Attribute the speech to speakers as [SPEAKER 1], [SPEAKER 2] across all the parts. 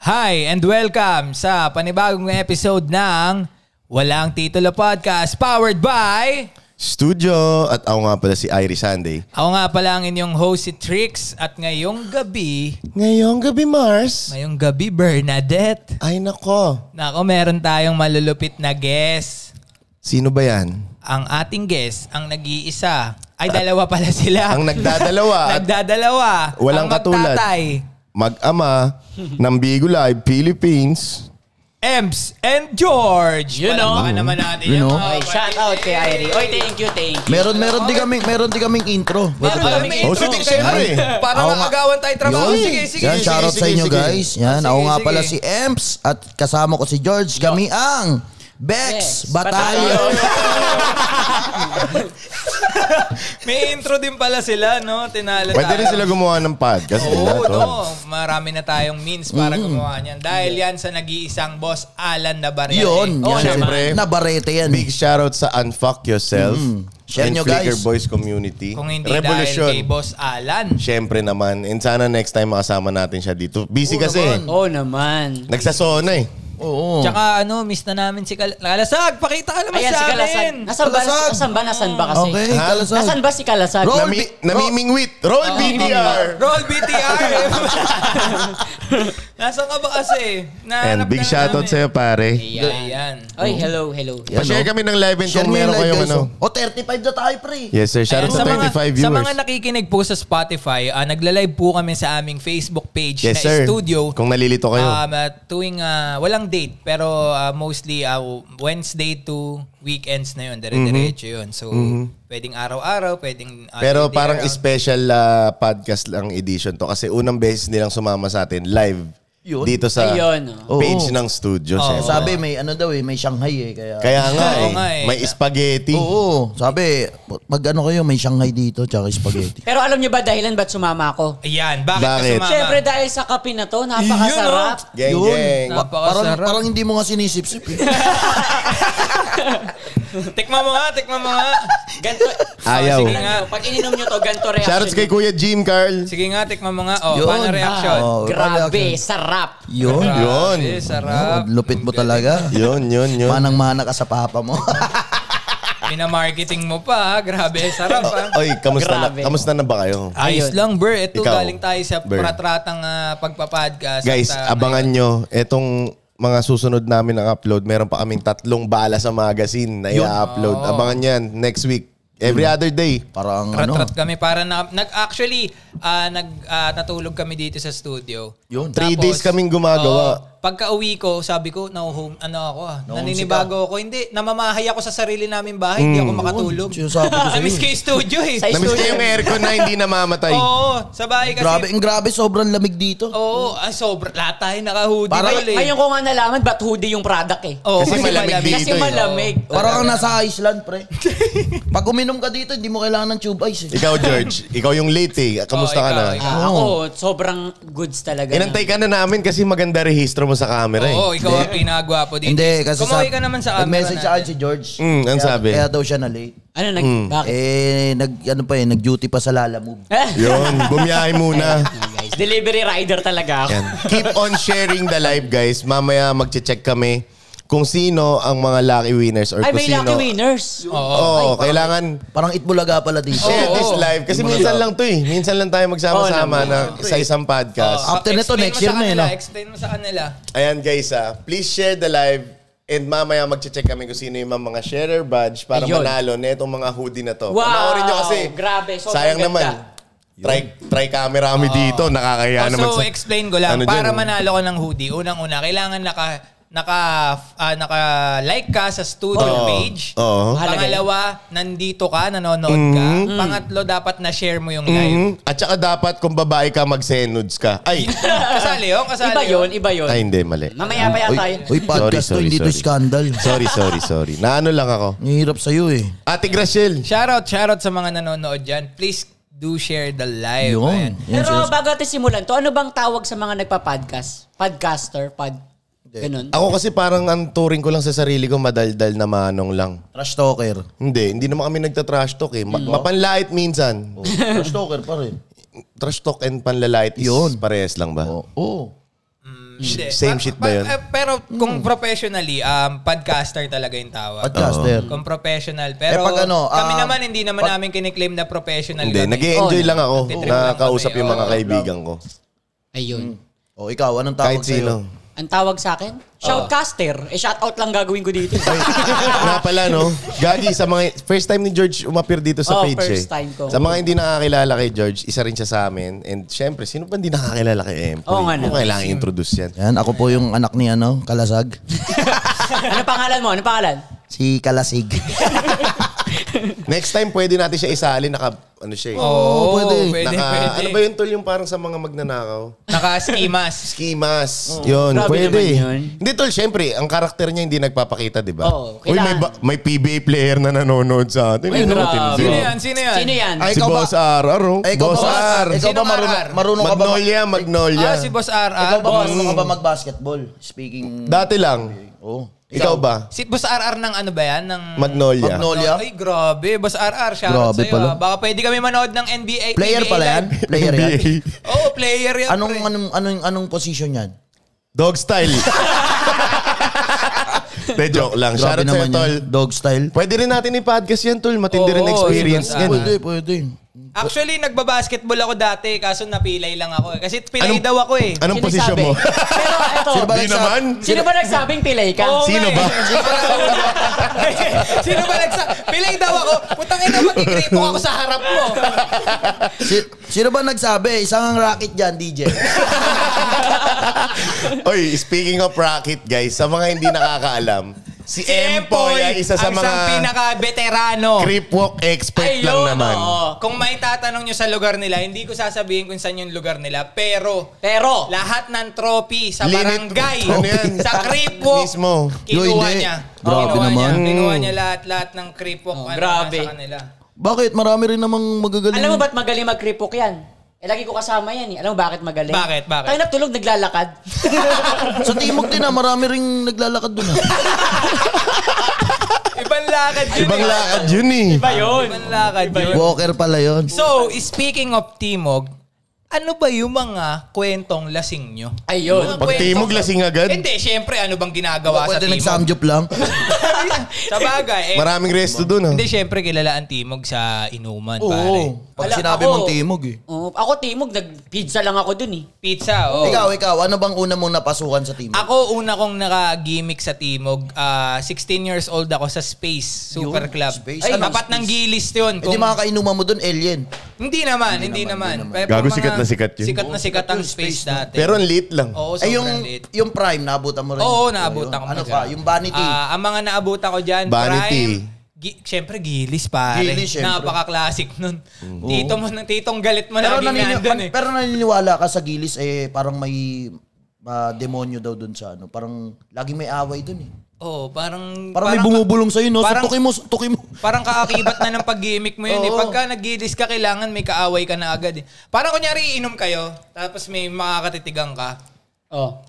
[SPEAKER 1] Hi and welcome sa panibagong episode ng Walang Titulo Podcast powered by
[SPEAKER 2] Studio at ako nga pala si Iris Sunday.
[SPEAKER 1] Ako nga pala ang inyong host si Trix at ngayong gabi,
[SPEAKER 2] Ngayong gabi, Mars.
[SPEAKER 1] ngayong gabi Bernadette,
[SPEAKER 2] Ay nako.
[SPEAKER 1] nako meron tayong malulupit na guest.
[SPEAKER 2] Sino ba yan?
[SPEAKER 1] Ang ating guest, ang nag-iisa, ay dalawa pala sila.
[SPEAKER 2] Ang nagdadalawa at
[SPEAKER 1] Nagdadalawa.
[SPEAKER 2] Walang
[SPEAKER 1] ang
[SPEAKER 2] katulad.
[SPEAKER 1] magtatay.
[SPEAKER 2] mag-ama ng Bigo Live Philippines.
[SPEAKER 1] Ems and George.
[SPEAKER 3] You know.
[SPEAKER 1] Palakpakan naman natin
[SPEAKER 3] You
[SPEAKER 1] yun,
[SPEAKER 3] know.
[SPEAKER 1] mga
[SPEAKER 4] Okay, shout out kay Irie. Oy, thank you, thank you.
[SPEAKER 3] Meron meron din kami meron din kaming intro.
[SPEAKER 1] Meron
[SPEAKER 3] Pwede
[SPEAKER 1] kami
[SPEAKER 3] ba?
[SPEAKER 2] Oh,
[SPEAKER 1] intro.
[SPEAKER 2] sige, siyempre.
[SPEAKER 1] Para
[SPEAKER 3] Ako nga.
[SPEAKER 1] makagawan tayo trabaho.
[SPEAKER 3] Yun.
[SPEAKER 1] Sige, sige.
[SPEAKER 3] Yan,
[SPEAKER 1] sige,
[SPEAKER 3] shout out
[SPEAKER 1] sige,
[SPEAKER 3] sa inyo
[SPEAKER 1] sige.
[SPEAKER 3] guys. Yan,
[SPEAKER 1] Sige,
[SPEAKER 3] ako nga
[SPEAKER 1] sige.
[SPEAKER 3] pala si Emps at kasama ko si George. Kami ang Bex
[SPEAKER 4] Bex
[SPEAKER 3] Batalyon.
[SPEAKER 1] May intro din pala sila, no? Tinala
[SPEAKER 2] Pwede rin
[SPEAKER 1] tayo.
[SPEAKER 2] sila oh. gumawa ng podcast nila.
[SPEAKER 1] Oo,
[SPEAKER 2] tol.
[SPEAKER 1] no. Marami na tayong means para gumawa niyan. Dahil yan sa nag-iisang boss, Alan Oh, Nabarete.
[SPEAKER 3] Yun,
[SPEAKER 1] Oo,
[SPEAKER 3] yan.
[SPEAKER 2] syempre.
[SPEAKER 3] Na barete yan.
[SPEAKER 2] Big shoutout sa Unfuck Yourself
[SPEAKER 3] Share
[SPEAKER 2] and
[SPEAKER 3] nyo,
[SPEAKER 2] Flickr
[SPEAKER 3] guys.
[SPEAKER 2] Boys Community.
[SPEAKER 1] Kung hindi
[SPEAKER 2] Revolution.
[SPEAKER 1] dahil kay boss Alan.
[SPEAKER 2] Siyempre naman. And sana next time makasama natin siya dito. Busy
[SPEAKER 3] Oo
[SPEAKER 2] kasi.
[SPEAKER 3] naman.
[SPEAKER 4] Oh naman.
[SPEAKER 2] Nagsasona eh.
[SPEAKER 3] Oo.
[SPEAKER 1] Tsaka ano, miss na namin si Kal- Kalasag. Pakita ka naman sa
[SPEAKER 4] Ayan si Kalasag.
[SPEAKER 1] amin.
[SPEAKER 4] Nasaan ba,
[SPEAKER 3] Kalasag.
[SPEAKER 4] nasaan ba, nasaan ba kasi?
[SPEAKER 3] Okay,
[SPEAKER 2] Ha?
[SPEAKER 3] kalasag.
[SPEAKER 4] Nasaan ba si Kalasag?
[SPEAKER 3] Roll
[SPEAKER 2] Nami, namimingwit. Roll
[SPEAKER 1] Ah.
[SPEAKER 2] BTR.
[SPEAKER 1] Roll BTR. Nasaan ka ba kasi?
[SPEAKER 2] And big shoutout sa'yo, pare. Ano?
[SPEAKER 1] Ayan. Ayan.
[SPEAKER 4] Oy, hello, hello.
[SPEAKER 3] Yan,
[SPEAKER 2] Pa-share
[SPEAKER 3] no?
[SPEAKER 2] kami ng live and
[SPEAKER 3] Share
[SPEAKER 2] kung
[SPEAKER 3] mo yung
[SPEAKER 2] meron
[SPEAKER 3] live,
[SPEAKER 2] kayong
[SPEAKER 3] guys,
[SPEAKER 2] ano.
[SPEAKER 3] oh. Oh, 35 na tayo, pre.
[SPEAKER 2] Yes sir, shout out
[SPEAKER 1] Ayan,
[SPEAKER 2] to 35
[SPEAKER 1] Sa
[SPEAKER 2] viewers.
[SPEAKER 1] mga nakikinig po sa Spotify, ah, nagla-live po kami sa aming Facebook page na
[SPEAKER 2] yes sir,
[SPEAKER 1] studio.
[SPEAKER 2] kung nalilito kayo.
[SPEAKER 1] Um, ah, tuwing ah, walang date pero ah, mostly ah, Wednesday to weekends na yun, dire-diretso yun. So pwedeng araw-araw, pwedeng ah,
[SPEAKER 2] Mm-hmm. Pero
[SPEAKER 1] day
[SPEAKER 2] parang
[SPEAKER 1] around.
[SPEAKER 2] special ah, podcast lang edition to kasi unang beses nilang sumama sa atin live
[SPEAKER 3] Yun.
[SPEAKER 2] dito sa
[SPEAKER 4] Ayun,
[SPEAKER 3] oh.
[SPEAKER 2] page
[SPEAKER 3] Oo.
[SPEAKER 2] ng studio.
[SPEAKER 1] Oo.
[SPEAKER 2] syempre.
[SPEAKER 3] Sabi may ano daw eh, may Shanghai eh. Kaya,
[SPEAKER 2] Kaya nga,
[SPEAKER 1] Oo
[SPEAKER 2] eh,
[SPEAKER 1] nga eh.
[SPEAKER 2] may spaghetti.
[SPEAKER 3] Oo, sabi, pag ano kayo, may Shanghai dito, tsaka spaghetti.
[SPEAKER 4] Pero alam niyo ba dahilan ba't sumama ako?
[SPEAKER 1] Ayan, bakit,
[SPEAKER 2] Bakit?
[SPEAKER 1] ka sumama?
[SPEAKER 4] Siyempre dahil sa kape na to, napakasarap.
[SPEAKER 2] Gang,
[SPEAKER 3] Yun.
[SPEAKER 2] gang.
[SPEAKER 3] Pa- parang,
[SPEAKER 1] Napakasarap.
[SPEAKER 3] parang hindi mo nga sinisip-sip. eh.
[SPEAKER 1] tikman mo nga, tikman mo nga. Oh,
[SPEAKER 4] Ganto.
[SPEAKER 2] Ayaw.
[SPEAKER 1] Sige
[SPEAKER 4] Alam
[SPEAKER 1] nga.
[SPEAKER 4] niyo, oh. Pag ininom niyo to, ganto reaction.
[SPEAKER 2] Shoutouts kay
[SPEAKER 4] niyo.
[SPEAKER 2] Kuya Jim Carl.
[SPEAKER 1] Sige nga, tikman mo nga. Oh,
[SPEAKER 3] Yun.
[SPEAKER 1] paano reaction?
[SPEAKER 3] Ah, oh.
[SPEAKER 4] Grabe,
[SPEAKER 3] Reaction.
[SPEAKER 4] sarap.
[SPEAKER 3] Yun.
[SPEAKER 1] Grabe,
[SPEAKER 2] Yun.
[SPEAKER 1] sarap.
[SPEAKER 3] Lupit mo talaga.
[SPEAKER 2] Yun, yun, yun.
[SPEAKER 3] Manang-mana ka sa papa mo.
[SPEAKER 1] Pinamarketing mo pa, ha? Grabe, sarap, ha?
[SPEAKER 2] Oy, kamusta na,
[SPEAKER 4] Grabe.
[SPEAKER 2] kamusta na ba kayo?
[SPEAKER 1] Ayos
[SPEAKER 4] Ayun.
[SPEAKER 1] lang, Ber. Ito,
[SPEAKER 2] Ikaw,
[SPEAKER 1] galing tayo sa
[SPEAKER 2] Ber.
[SPEAKER 1] pratratang ah, pagpapodcast.
[SPEAKER 2] Guys,
[SPEAKER 1] At, ah,
[SPEAKER 2] abangan nyo. Etong mga susunod namin ang upload, meron pa kaming tatlong bala sa magazine na i-upload. Abangan nyo yan next week. Every
[SPEAKER 1] Hmm.
[SPEAKER 2] other day.
[SPEAKER 3] Parang ano.
[SPEAKER 1] Rat-rat kami para na, nag actually ah, nag ah, natulog kami dito sa studio.
[SPEAKER 3] Yun.
[SPEAKER 2] Three days kaming gumagawa.
[SPEAKER 1] pagka-uwi ko, sabi ko, no home, ano ako ah, naninibago ako. Hindi, namamahay ako sa sarili namin bahay, hindi ako makatulog.
[SPEAKER 3] Sinasabi ko sa'yo.
[SPEAKER 1] Namiss ko yung studio eh.
[SPEAKER 4] Sa-
[SPEAKER 2] Mm. Namiss ko yung aircon na hindi namamatay.
[SPEAKER 1] Oo, sa bahay kasi.
[SPEAKER 3] Grabe, ang grabe, sobrang lamig dito.
[SPEAKER 1] Oo, ah, sobra. Lahat tayo naka-hoodie. tol,
[SPEAKER 3] Parang-
[SPEAKER 1] eh.
[SPEAKER 4] Ngayon ko nga nalaman ba't hoodie yung product eh.
[SPEAKER 1] Oo,
[SPEAKER 2] Kasi malamig dito
[SPEAKER 4] Kasi
[SPEAKER 2] eh.
[SPEAKER 4] malamig.
[SPEAKER 3] Parang kang nasa Iceland, pre. Pag uminom ka dito, hindi mo kailangan ng tube ice. Eh.
[SPEAKER 2] Ikaw, George. ikaw yung late eh.
[SPEAKER 1] Oo,
[SPEAKER 2] Kamusta ka na?
[SPEAKER 1] ikaw, ikaw.
[SPEAKER 4] Ah,
[SPEAKER 3] Oo.
[SPEAKER 4] Ako, sobrang goods talaga. niya.
[SPEAKER 2] Inantay ka na namin kasi maganda rehistro mo sa camera eh.
[SPEAKER 1] Oo, ikaw ang pinagwapo dito.
[SPEAKER 3] Hindi, kasi
[SPEAKER 1] Kumuhi
[SPEAKER 3] sab-
[SPEAKER 1] ka naman sa camera
[SPEAKER 3] Nag-message sa akin
[SPEAKER 1] natin.
[SPEAKER 3] si George.
[SPEAKER 2] Mm, ang
[SPEAKER 3] Kaya-
[SPEAKER 2] sabi.
[SPEAKER 3] Kaya daw siya na late.
[SPEAKER 4] Ano nag...
[SPEAKER 2] Hmm.
[SPEAKER 4] Bakit?
[SPEAKER 3] Eh, nag, ano pa eh, nag-duty pa sa Lala Move.
[SPEAKER 4] Eh,
[SPEAKER 2] Yun, bumiyahe muna.
[SPEAKER 4] guys, delivery rider talaga ako.
[SPEAKER 2] Yan. Keep on sharing the live, guys. Mamaya magche-check kami kung sino ang mga lucky winners or
[SPEAKER 4] Ay,
[SPEAKER 2] kung
[SPEAKER 4] may
[SPEAKER 2] sino.
[SPEAKER 4] lucky winners.
[SPEAKER 1] Oo.
[SPEAKER 2] Oo, kailangan
[SPEAKER 3] Parang Itbulaga pala dito.
[SPEAKER 2] share
[SPEAKER 1] Oo,
[SPEAKER 2] this
[SPEAKER 1] oo.
[SPEAKER 2] live. Kasi minsan lang to eh. Minsan lang tayo magsama-sama
[SPEAKER 4] Oo
[SPEAKER 2] na sa isang
[SPEAKER 1] Oo,
[SPEAKER 2] podcast.
[SPEAKER 3] After nito,
[SPEAKER 1] explain
[SPEAKER 3] next
[SPEAKER 1] mo sa
[SPEAKER 3] year na yun,
[SPEAKER 1] kanila,
[SPEAKER 3] ah.
[SPEAKER 1] Explain mo sa kanila.
[SPEAKER 2] Ayan guys ah, please share the live and mamaya magche-check kami kung sino yung mga sharer badge para
[SPEAKER 4] Ayun.
[SPEAKER 2] manalo na itong mga hoodie na to.
[SPEAKER 4] Wow!
[SPEAKER 2] Panoorin nyo kasi.
[SPEAKER 4] Grabe, sobrang
[SPEAKER 2] sayang
[SPEAKER 4] ganda.
[SPEAKER 2] naman. Try, try camera kami dito. Nakakaya
[SPEAKER 1] Oh,
[SPEAKER 2] naman
[SPEAKER 1] so, explain ko lang.
[SPEAKER 2] Ano
[SPEAKER 1] para
[SPEAKER 2] dyan?
[SPEAKER 1] manalo ko ng hoodie, unang-una, kailangan naka, naka, ah, naka-like ka sa studio
[SPEAKER 2] Oo.
[SPEAKER 1] page.
[SPEAKER 2] Oo. Mm-hmm.
[SPEAKER 4] Mahalaga
[SPEAKER 1] Pangalawa, nandito ka, nanonood ka. Pangatlo, dapat na-share mo yung live.
[SPEAKER 2] Mhm. At saka dapat kung babae ka, mag-senods ka. Ay!
[SPEAKER 1] Kasali yun, kasali oh.
[SPEAKER 4] Iba yun, iba yun.
[SPEAKER 2] Ay, hindi, mali.
[SPEAKER 4] Mamaya pa
[SPEAKER 3] Uy,
[SPEAKER 4] yata yun.
[SPEAKER 3] uy, podcast
[SPEAKER 2] Sorry,
[SPEAKER 3] to,
[SPEAKER 2] sorry,
[SPEAKER 3] hindi to
[SPEAKER 2] sorry.
[SPEAKER 3] scandal.
[SPEAKER 2] Sorry, sorry, sorry. Naano lang ako.
[SPEAKER 3] Nihirap sa'yo eh.
[SPEAKER 2] Ate Graciel.
[SPEAKER 1] Shoutout, shoutout sa mga nanonood dyan. Please do share the live. Ayan.
[SPEAKER 3] Yun. Yun,
[SPEAKER 4] Pero
[SPEAKER 3] sir.
[SPEAKER 4] bago natin simulan to, ano bang tawag sa mga nagpa-podcast? Podcaster, pod... Ganun.
[SPEAKER 2] Ako kasi parang ang turing ko lang sa sarili ko, madaldal na manong lang.
[SPEAKER 3] Trash talker.
[SPEAKER 2] Hindi, hindi naman kami nagtatrash talk eh. Ma- Mapanlait minsan.
[SPEAKER 3] Trash talker pa rin.
[SPEAKER 2] trash talk and panlalait is
[SPEAKER 3] Yun. Oh.
[SPEAKER 2] parehas lang ba?
[SPEAKER 3] Oo.
[SPEAKER 1] Hindi.
[SPEAKER 2] Same
[SPEAKER 1] Pa-
[SPEAKER 2] shit
[SPEAKER 1] pa-
[SPEAKER 2] ba yun?
[SPEAKER 1] eh, pero kung professionally, um, podcaster talaga yung tawag.
[SPEAKER 3] Podcaster.
[SPEAKER 1] Kung professional. Pero
[SPEAKER 3] Eh, pag ano,
[SPEAKER 1] kami
[SPEAKER 3] ah,
[SPEAKER 1] naman, hindi naman
[SPEAKER 3] pag-
[SPEAKER 1] namin kiniklaim na professional kami.
[SPEAKER 2] Hindi, nag enjoy
[SPEAKER 4] Oo,
[SPEAKER 2] lang ako
[SPEAKER 1] nagtitrip lang
[SPEAKER 2] na
[SPEAKER 1] kami,
[SPEAKER 2] kausap yung mga
[SPEAKER 4] Oh.
[SPEAKER 1] oo.
[SPEAKER 2] kaibigan ko.
[SPEAKER 4] Ayun.
[SPEAKER 3] O Oh, ikaw, anong tawag
[SPEAKER 2] Kahit sino.
[SPEAKER 4] Ang tawag sa akin, shoutcaster. Eh, shoutout lang gagawin ko dito.
[SPEAKER 2] Nga pala, no? Gagi, sa mga... First time ni George umapir dito sa
[SPEAKER 4] Oh,
[SPEAKER 2] page,
[SPEAKER 4] first
[SPEAKER 2] eh.
[SPEAKER 4] time ko.
[SPEAKER 2] Sa mga hindi nakakilala kay George, isa rin siya sa amin. And syempre, sino ba hindi nakakilala kay Empoy?
[SPEAKER 4] Oo nga naman.
[SPEAKER 2] kailangan introduce yan.
[SPEAKER 3] Yan, ako po yung anak ni ano, Kalasag.
[SPEAKER 4] ano pangalan mo? Ano pangalan?
[SPEAKER 3] si Kalasig.
[SPEAKER 2] Next time, pwede natin siya isali. Naka, ano siya, eh?
[SPEAKER 1] Oo,
[SPEAKER 3] pwede.
[SPEAKER 1] pwede. Pwede,
[SPEAKER 2] naka,
[SPEAKER 1] pwede.
[SPEAKER 2] Ano ba yun, tol? Yung parang sa mga magnanakaw?
[SPEAKER 1] Naka-schemas.
[SPEAKER 2] Kimas. yun,
[SPEAKER 4] Grabe
[SPEAKER 2] pwede.
[SPEAKER 4] naman yun.
[SPEAKER 2] Hindi tol, syempre, ang karakter niya hindi nagpapakita, di ba?
[SPEAKER 4] Oo,
[SPEAKER 2] Uy, may,
[SPEAKER 4] kailangan.
[SPEAKER 2] ba- may PBA player na nanonood sa atin.
[SPEAKER 4] Ay,
[SPEAKER 2] Ano,
[SPEAKER 4] grabe.
[SPEAKER 2] tindi,
[SPEAKER 1] Sino
[SPEAKER 2] oh.
[SPEAKER 1] yan? Sino yan?
[SPEAKER 4] Sino yan?
[SPEAKER 3] Ay,
[SPEAKER 2] Si
[SPEAKER 3] ikaw ba?
[SPEAKER 2] Boss R, aro.
[SPEAKER 3] Ay, ikaw
[SPEAKER 2] Boss
[SPEAKER 3] ba,
[SPEAKER 2] R.
[SPEAKER 3] Ikaw ba
[SPEAKER 1] Sinong
[SPEAKER 3] marunong,
[SPEAKER 1] RR?
[SPEAKER 3] marunong ka Ano ba?
[SPEAKER 2] Magnolia, Magnolia.
[SPEAKER 1] Ah, si Boss RR.
[SPEAKER 3] Ikaw
[SPEAKER 4] Mm.
[SPEAKER 3] ba marunong ka ba mag-basketball? Speaking...
[SPEAKER 2] Dati lang.
[SPEAKER 3] Oh.
[SPEAKER 2] Ikaw ba?
[SPEAKER 1] Hmm. Si Boss RR ng ano ba yan? Ng...
[SPEAKER 2] Magnolia.
[SPEAKER 3] Magno- Magnolia?
[SPEAKER 1] Ay, grabe. Boss RR, shoutout
[SPEAKER 3] Grabe
[SPEAKER 1] sa'yo.
[SPEAKER 3] pala.
[SPEAKER 1] ah. Baka pwede kami manood ng NBA. NBA
[SPEAKER 3] Player pala yan?
[SPEAKER 1] live.
[SPEAKER 3] Player yan?
[SPEAKER 2] NBA.
[SPEAKER 1] Oo, player yan.
[SPEAKER 3] Anong,
[SPEAKER 1] pre.
[SPEAKER 3] anong, anong, anong position yan?
[SPEAKER 2] Dog style. De, joke lang. Shoutout sa'yo, tol.
[SPEAKER 3] Dog style.
[SPEAKER 2] Pwede rin natin i-podcast yan, tol. Matindi
[SPEAKER 1] Oo,
[SPEAKER 2] rin
[SPEAKER 1] si
[SPEAKER 2] experience
[SPEAKER 1] Boss
[SPEAKER 2] yan.
[SPEAKER 1] Pwede,
[SPEAKER 3] Pwede, pwede.
[SPEAKER 1] Actually, nagbabasketball ako dati, kaso napilay lang ako. eh. Kasi pilay
[SPEAKER 2] Anong-
[SPEAKER 1] daw ako eh.
[SPEAKER 2] Anong
[SPEAKER 4] Sino
[SPEAKER 2] posisyon
[SPEAKER 4] sabi?
[SPEAKER 2] mo?
[SPEAKER 4] Pero eto,
[SPEAKER 3] Sino ba
[SPEAKER 2] Di naman.
[SPEAKER 4] sino ba nagsabing pilay ka?
[SPEAKER 1] Oo nga
[SPEAKER 2] Sino
[SPEAKER 1] eh.
[SPEAKER 2] ba?
[SPEAKER 1] sino ba nagsa... Pilay daw ako. Putang ina, magkikripo ako sa harap mo.
[SPEAKER 3] Si, sino ba nagsabi? Isang ang racket dyan, DJ.
[SPEAKER 2] Oy, speaking of rocket, guys, sa mga hindi nakakaalam, si, Empoy ay isa sa
[SPEAKER 1] ang isang
[SPEAKER 2] mga
[SPEAKER 1] pinaka-veterano.
[SPEAKER 2] creep walk expert
[SPEAKER 1] Ayun,
[SPEAKER 2] lang naman.
[SPEAKER 1] oo. Kung may tatanong nyo sa lugar nila, hindi ko sasabihin kung saan yung lugar nila. Pero,
[SPEAKER 4] Pero,
[SPEAKER 1] lahat ng trophy sa
[SPEAKER 2] Linit-
[SPEAKER 1] barangay,
[SPEAKER 2] Ano yan?
[SPEAKER 1] sa creep walk,
[SPEAKER 2] Mismo.
[SPEAKER 3] Yo,
[SPEAKER 1] kinuha
[SPEAKER 3] hindi.
[SPEAKER 1] niya.
[SPEAKER 3] Grabe
[SPEAKER 1] kinuha
[SPEAKER 3] naman.
[SPEAKER 1] Niya. Kinuha niya lahat-lahat ng creep walk.
[SPEAKER 4] Oh,
[SPEAKER 1] ano,
[SPEAKER 4] grabe.
[SPEAKER 1] Sa kanila.
[SPEAKER 3] Bakit? Marami rin namang magagaling.
[SPEAKER 4] alam mo ba't magaling mag-cripok yan? Eh, lagi ko kasama yan eh. Alam mo bakit magaling?
[SPEAKER 1] Bakit? Bakit?
[SPEAKER 4] Tayo natulog, naglalakad.
[SPEAKER 3] Sa Timog din ah, marami rin naglalakad doon ah.
[SPEAKER 1] Ibang lakad yun.
[SPEAKER 2] Ibang
[SPEAKER 1] eh.
[SPEAKER 2] lakad yun eh.
[SPEAKER 4] Iba yun.
[SPEAKER 1] Ibang lakad yun.
[SPEAKER 3] Walker pala yun.
[SPEAKER 1] So, speaking of Timog, ano ba yung mga kwentong lasing nyo?
[SPEAKER 4] Ayun.
[SPEAKER 1] Mga
[SPEAKER 2] Pag
[SPEAKER 1] kwentong-
[SPEAKER 2] Timog, lasing agad?
[SPEAKER 1] Hindi, syempre, ano bang ginagawa sa
[SPEAKER 3] Pwede
[SPEAKER 1] Timog?
[SPEAKER 3] nagsamjop lang.
[SPEAKER 1] Sa bagay, eh,
[SPEAKER 2] Maraming resto dun, ah. ha?
[SPEAKER 1] Hindi, syempre, kilala ang Timog sa inuman, pare.
[SPEAKER 3] Oo. Pag
[SPEAKER 4] Wala,
[SPEAKER 3] sinabi
[SPEAKER 4] ako-
[SPEAKER 3] mong Timog eh.
[SPEAKER 4] Oo, ako Timog, nag-pizza lang ako dun eh.
[SPEAKER 1] Pizza, oh.
[SPEAKER 3] Ikaw, ikaw, ano bang una mong napasukan sa Timog?
[SPEAKER 1] Ako, una kong naka-gimmick sa Timog, ah, 16 years old ako sa Space Super
[SPEAKER 3] Yun,
[SPEAKER 1] Club.
[SPEAKER 3] Space.
[SPEAKER 1] Ay,
[SPEAKER 3] Anong
[SPEAKER 1] tapat ng gilis yun.
[SPEAKER 3] Eh di
[SPEAKER 1] Kung-
[SPEAKER 3] makakainuman mo doon, alien. Eh,
[SPEAKER 1] hindi naman, hindi naman. Pero
[SPEAKER 2] Gago,
[SPEAKER 1] mga-
[SPEAKER 2] sikat na sikat yun.
[SPEAKER 1] Sikat na sikat ang Space dati.
[SPEAKER 2] Pero ang late lang.
[SPEAKER 1] Oo,
[SPEAKER 3] Ay, yung,
[SPEAKER 1] sobrang late.
[SPEAKER 3] yung prime, naabutan mo rin.
[SPEAKER 1] Oo, naabutan
[SPEAKER 3] yun.
[SPEAKER 1] ko.
[SPEAKER 3] Ano
[SPEAKER 1] na
[SPEAKER 3] pa?
[SPEAKER 1] dyan.
[SPEAKER 3] Yung vanity.
[SPEAKER 1] Ah, ang mga naabutan ko dyan,
[SPEAKER 2] Vanity.
[SPEAKER 1] Prime. Gi- Siyempre, gilis pare.
[SPEAKER 3] Gilis, syempre.
[SPEAKER 1] Napaka-classic nun. Tito mo, titong galit mo
[SPEAKER 3] pero,
[SPEAKER 1] laging
[SPEAKER 3] nanini-
[SPEAKER 1] nandun eh.
[SPEAKER 3] pero naniniwala ka sa Gilis, eh, parang may ah, demonyo daw doon sa ano. Parang lagi may away doon eh.
[SPEAKER 1] Oo, parang...
[SPEAKER 3] Parang, may
[SPEAKER 1] ka-
[SPEAKER 3] bumubulong sa'yo, no?
[SPEAKER 1] parang-
[SPEAKER 3] so, tuki mo, tuki mo.
[SPEAKER 1] Parang kaakibat na ng pag-gimmick mo yun. Eh.
[SPEAKER 3] Oo.
[SPEAKER 1] Pagka nag-gilis ka, kailangan may kaaway ka na agad. Eh. Parang kunyari, inom kayo, tapos may makakatitigang ka.
[SPEAKER 4] Oh.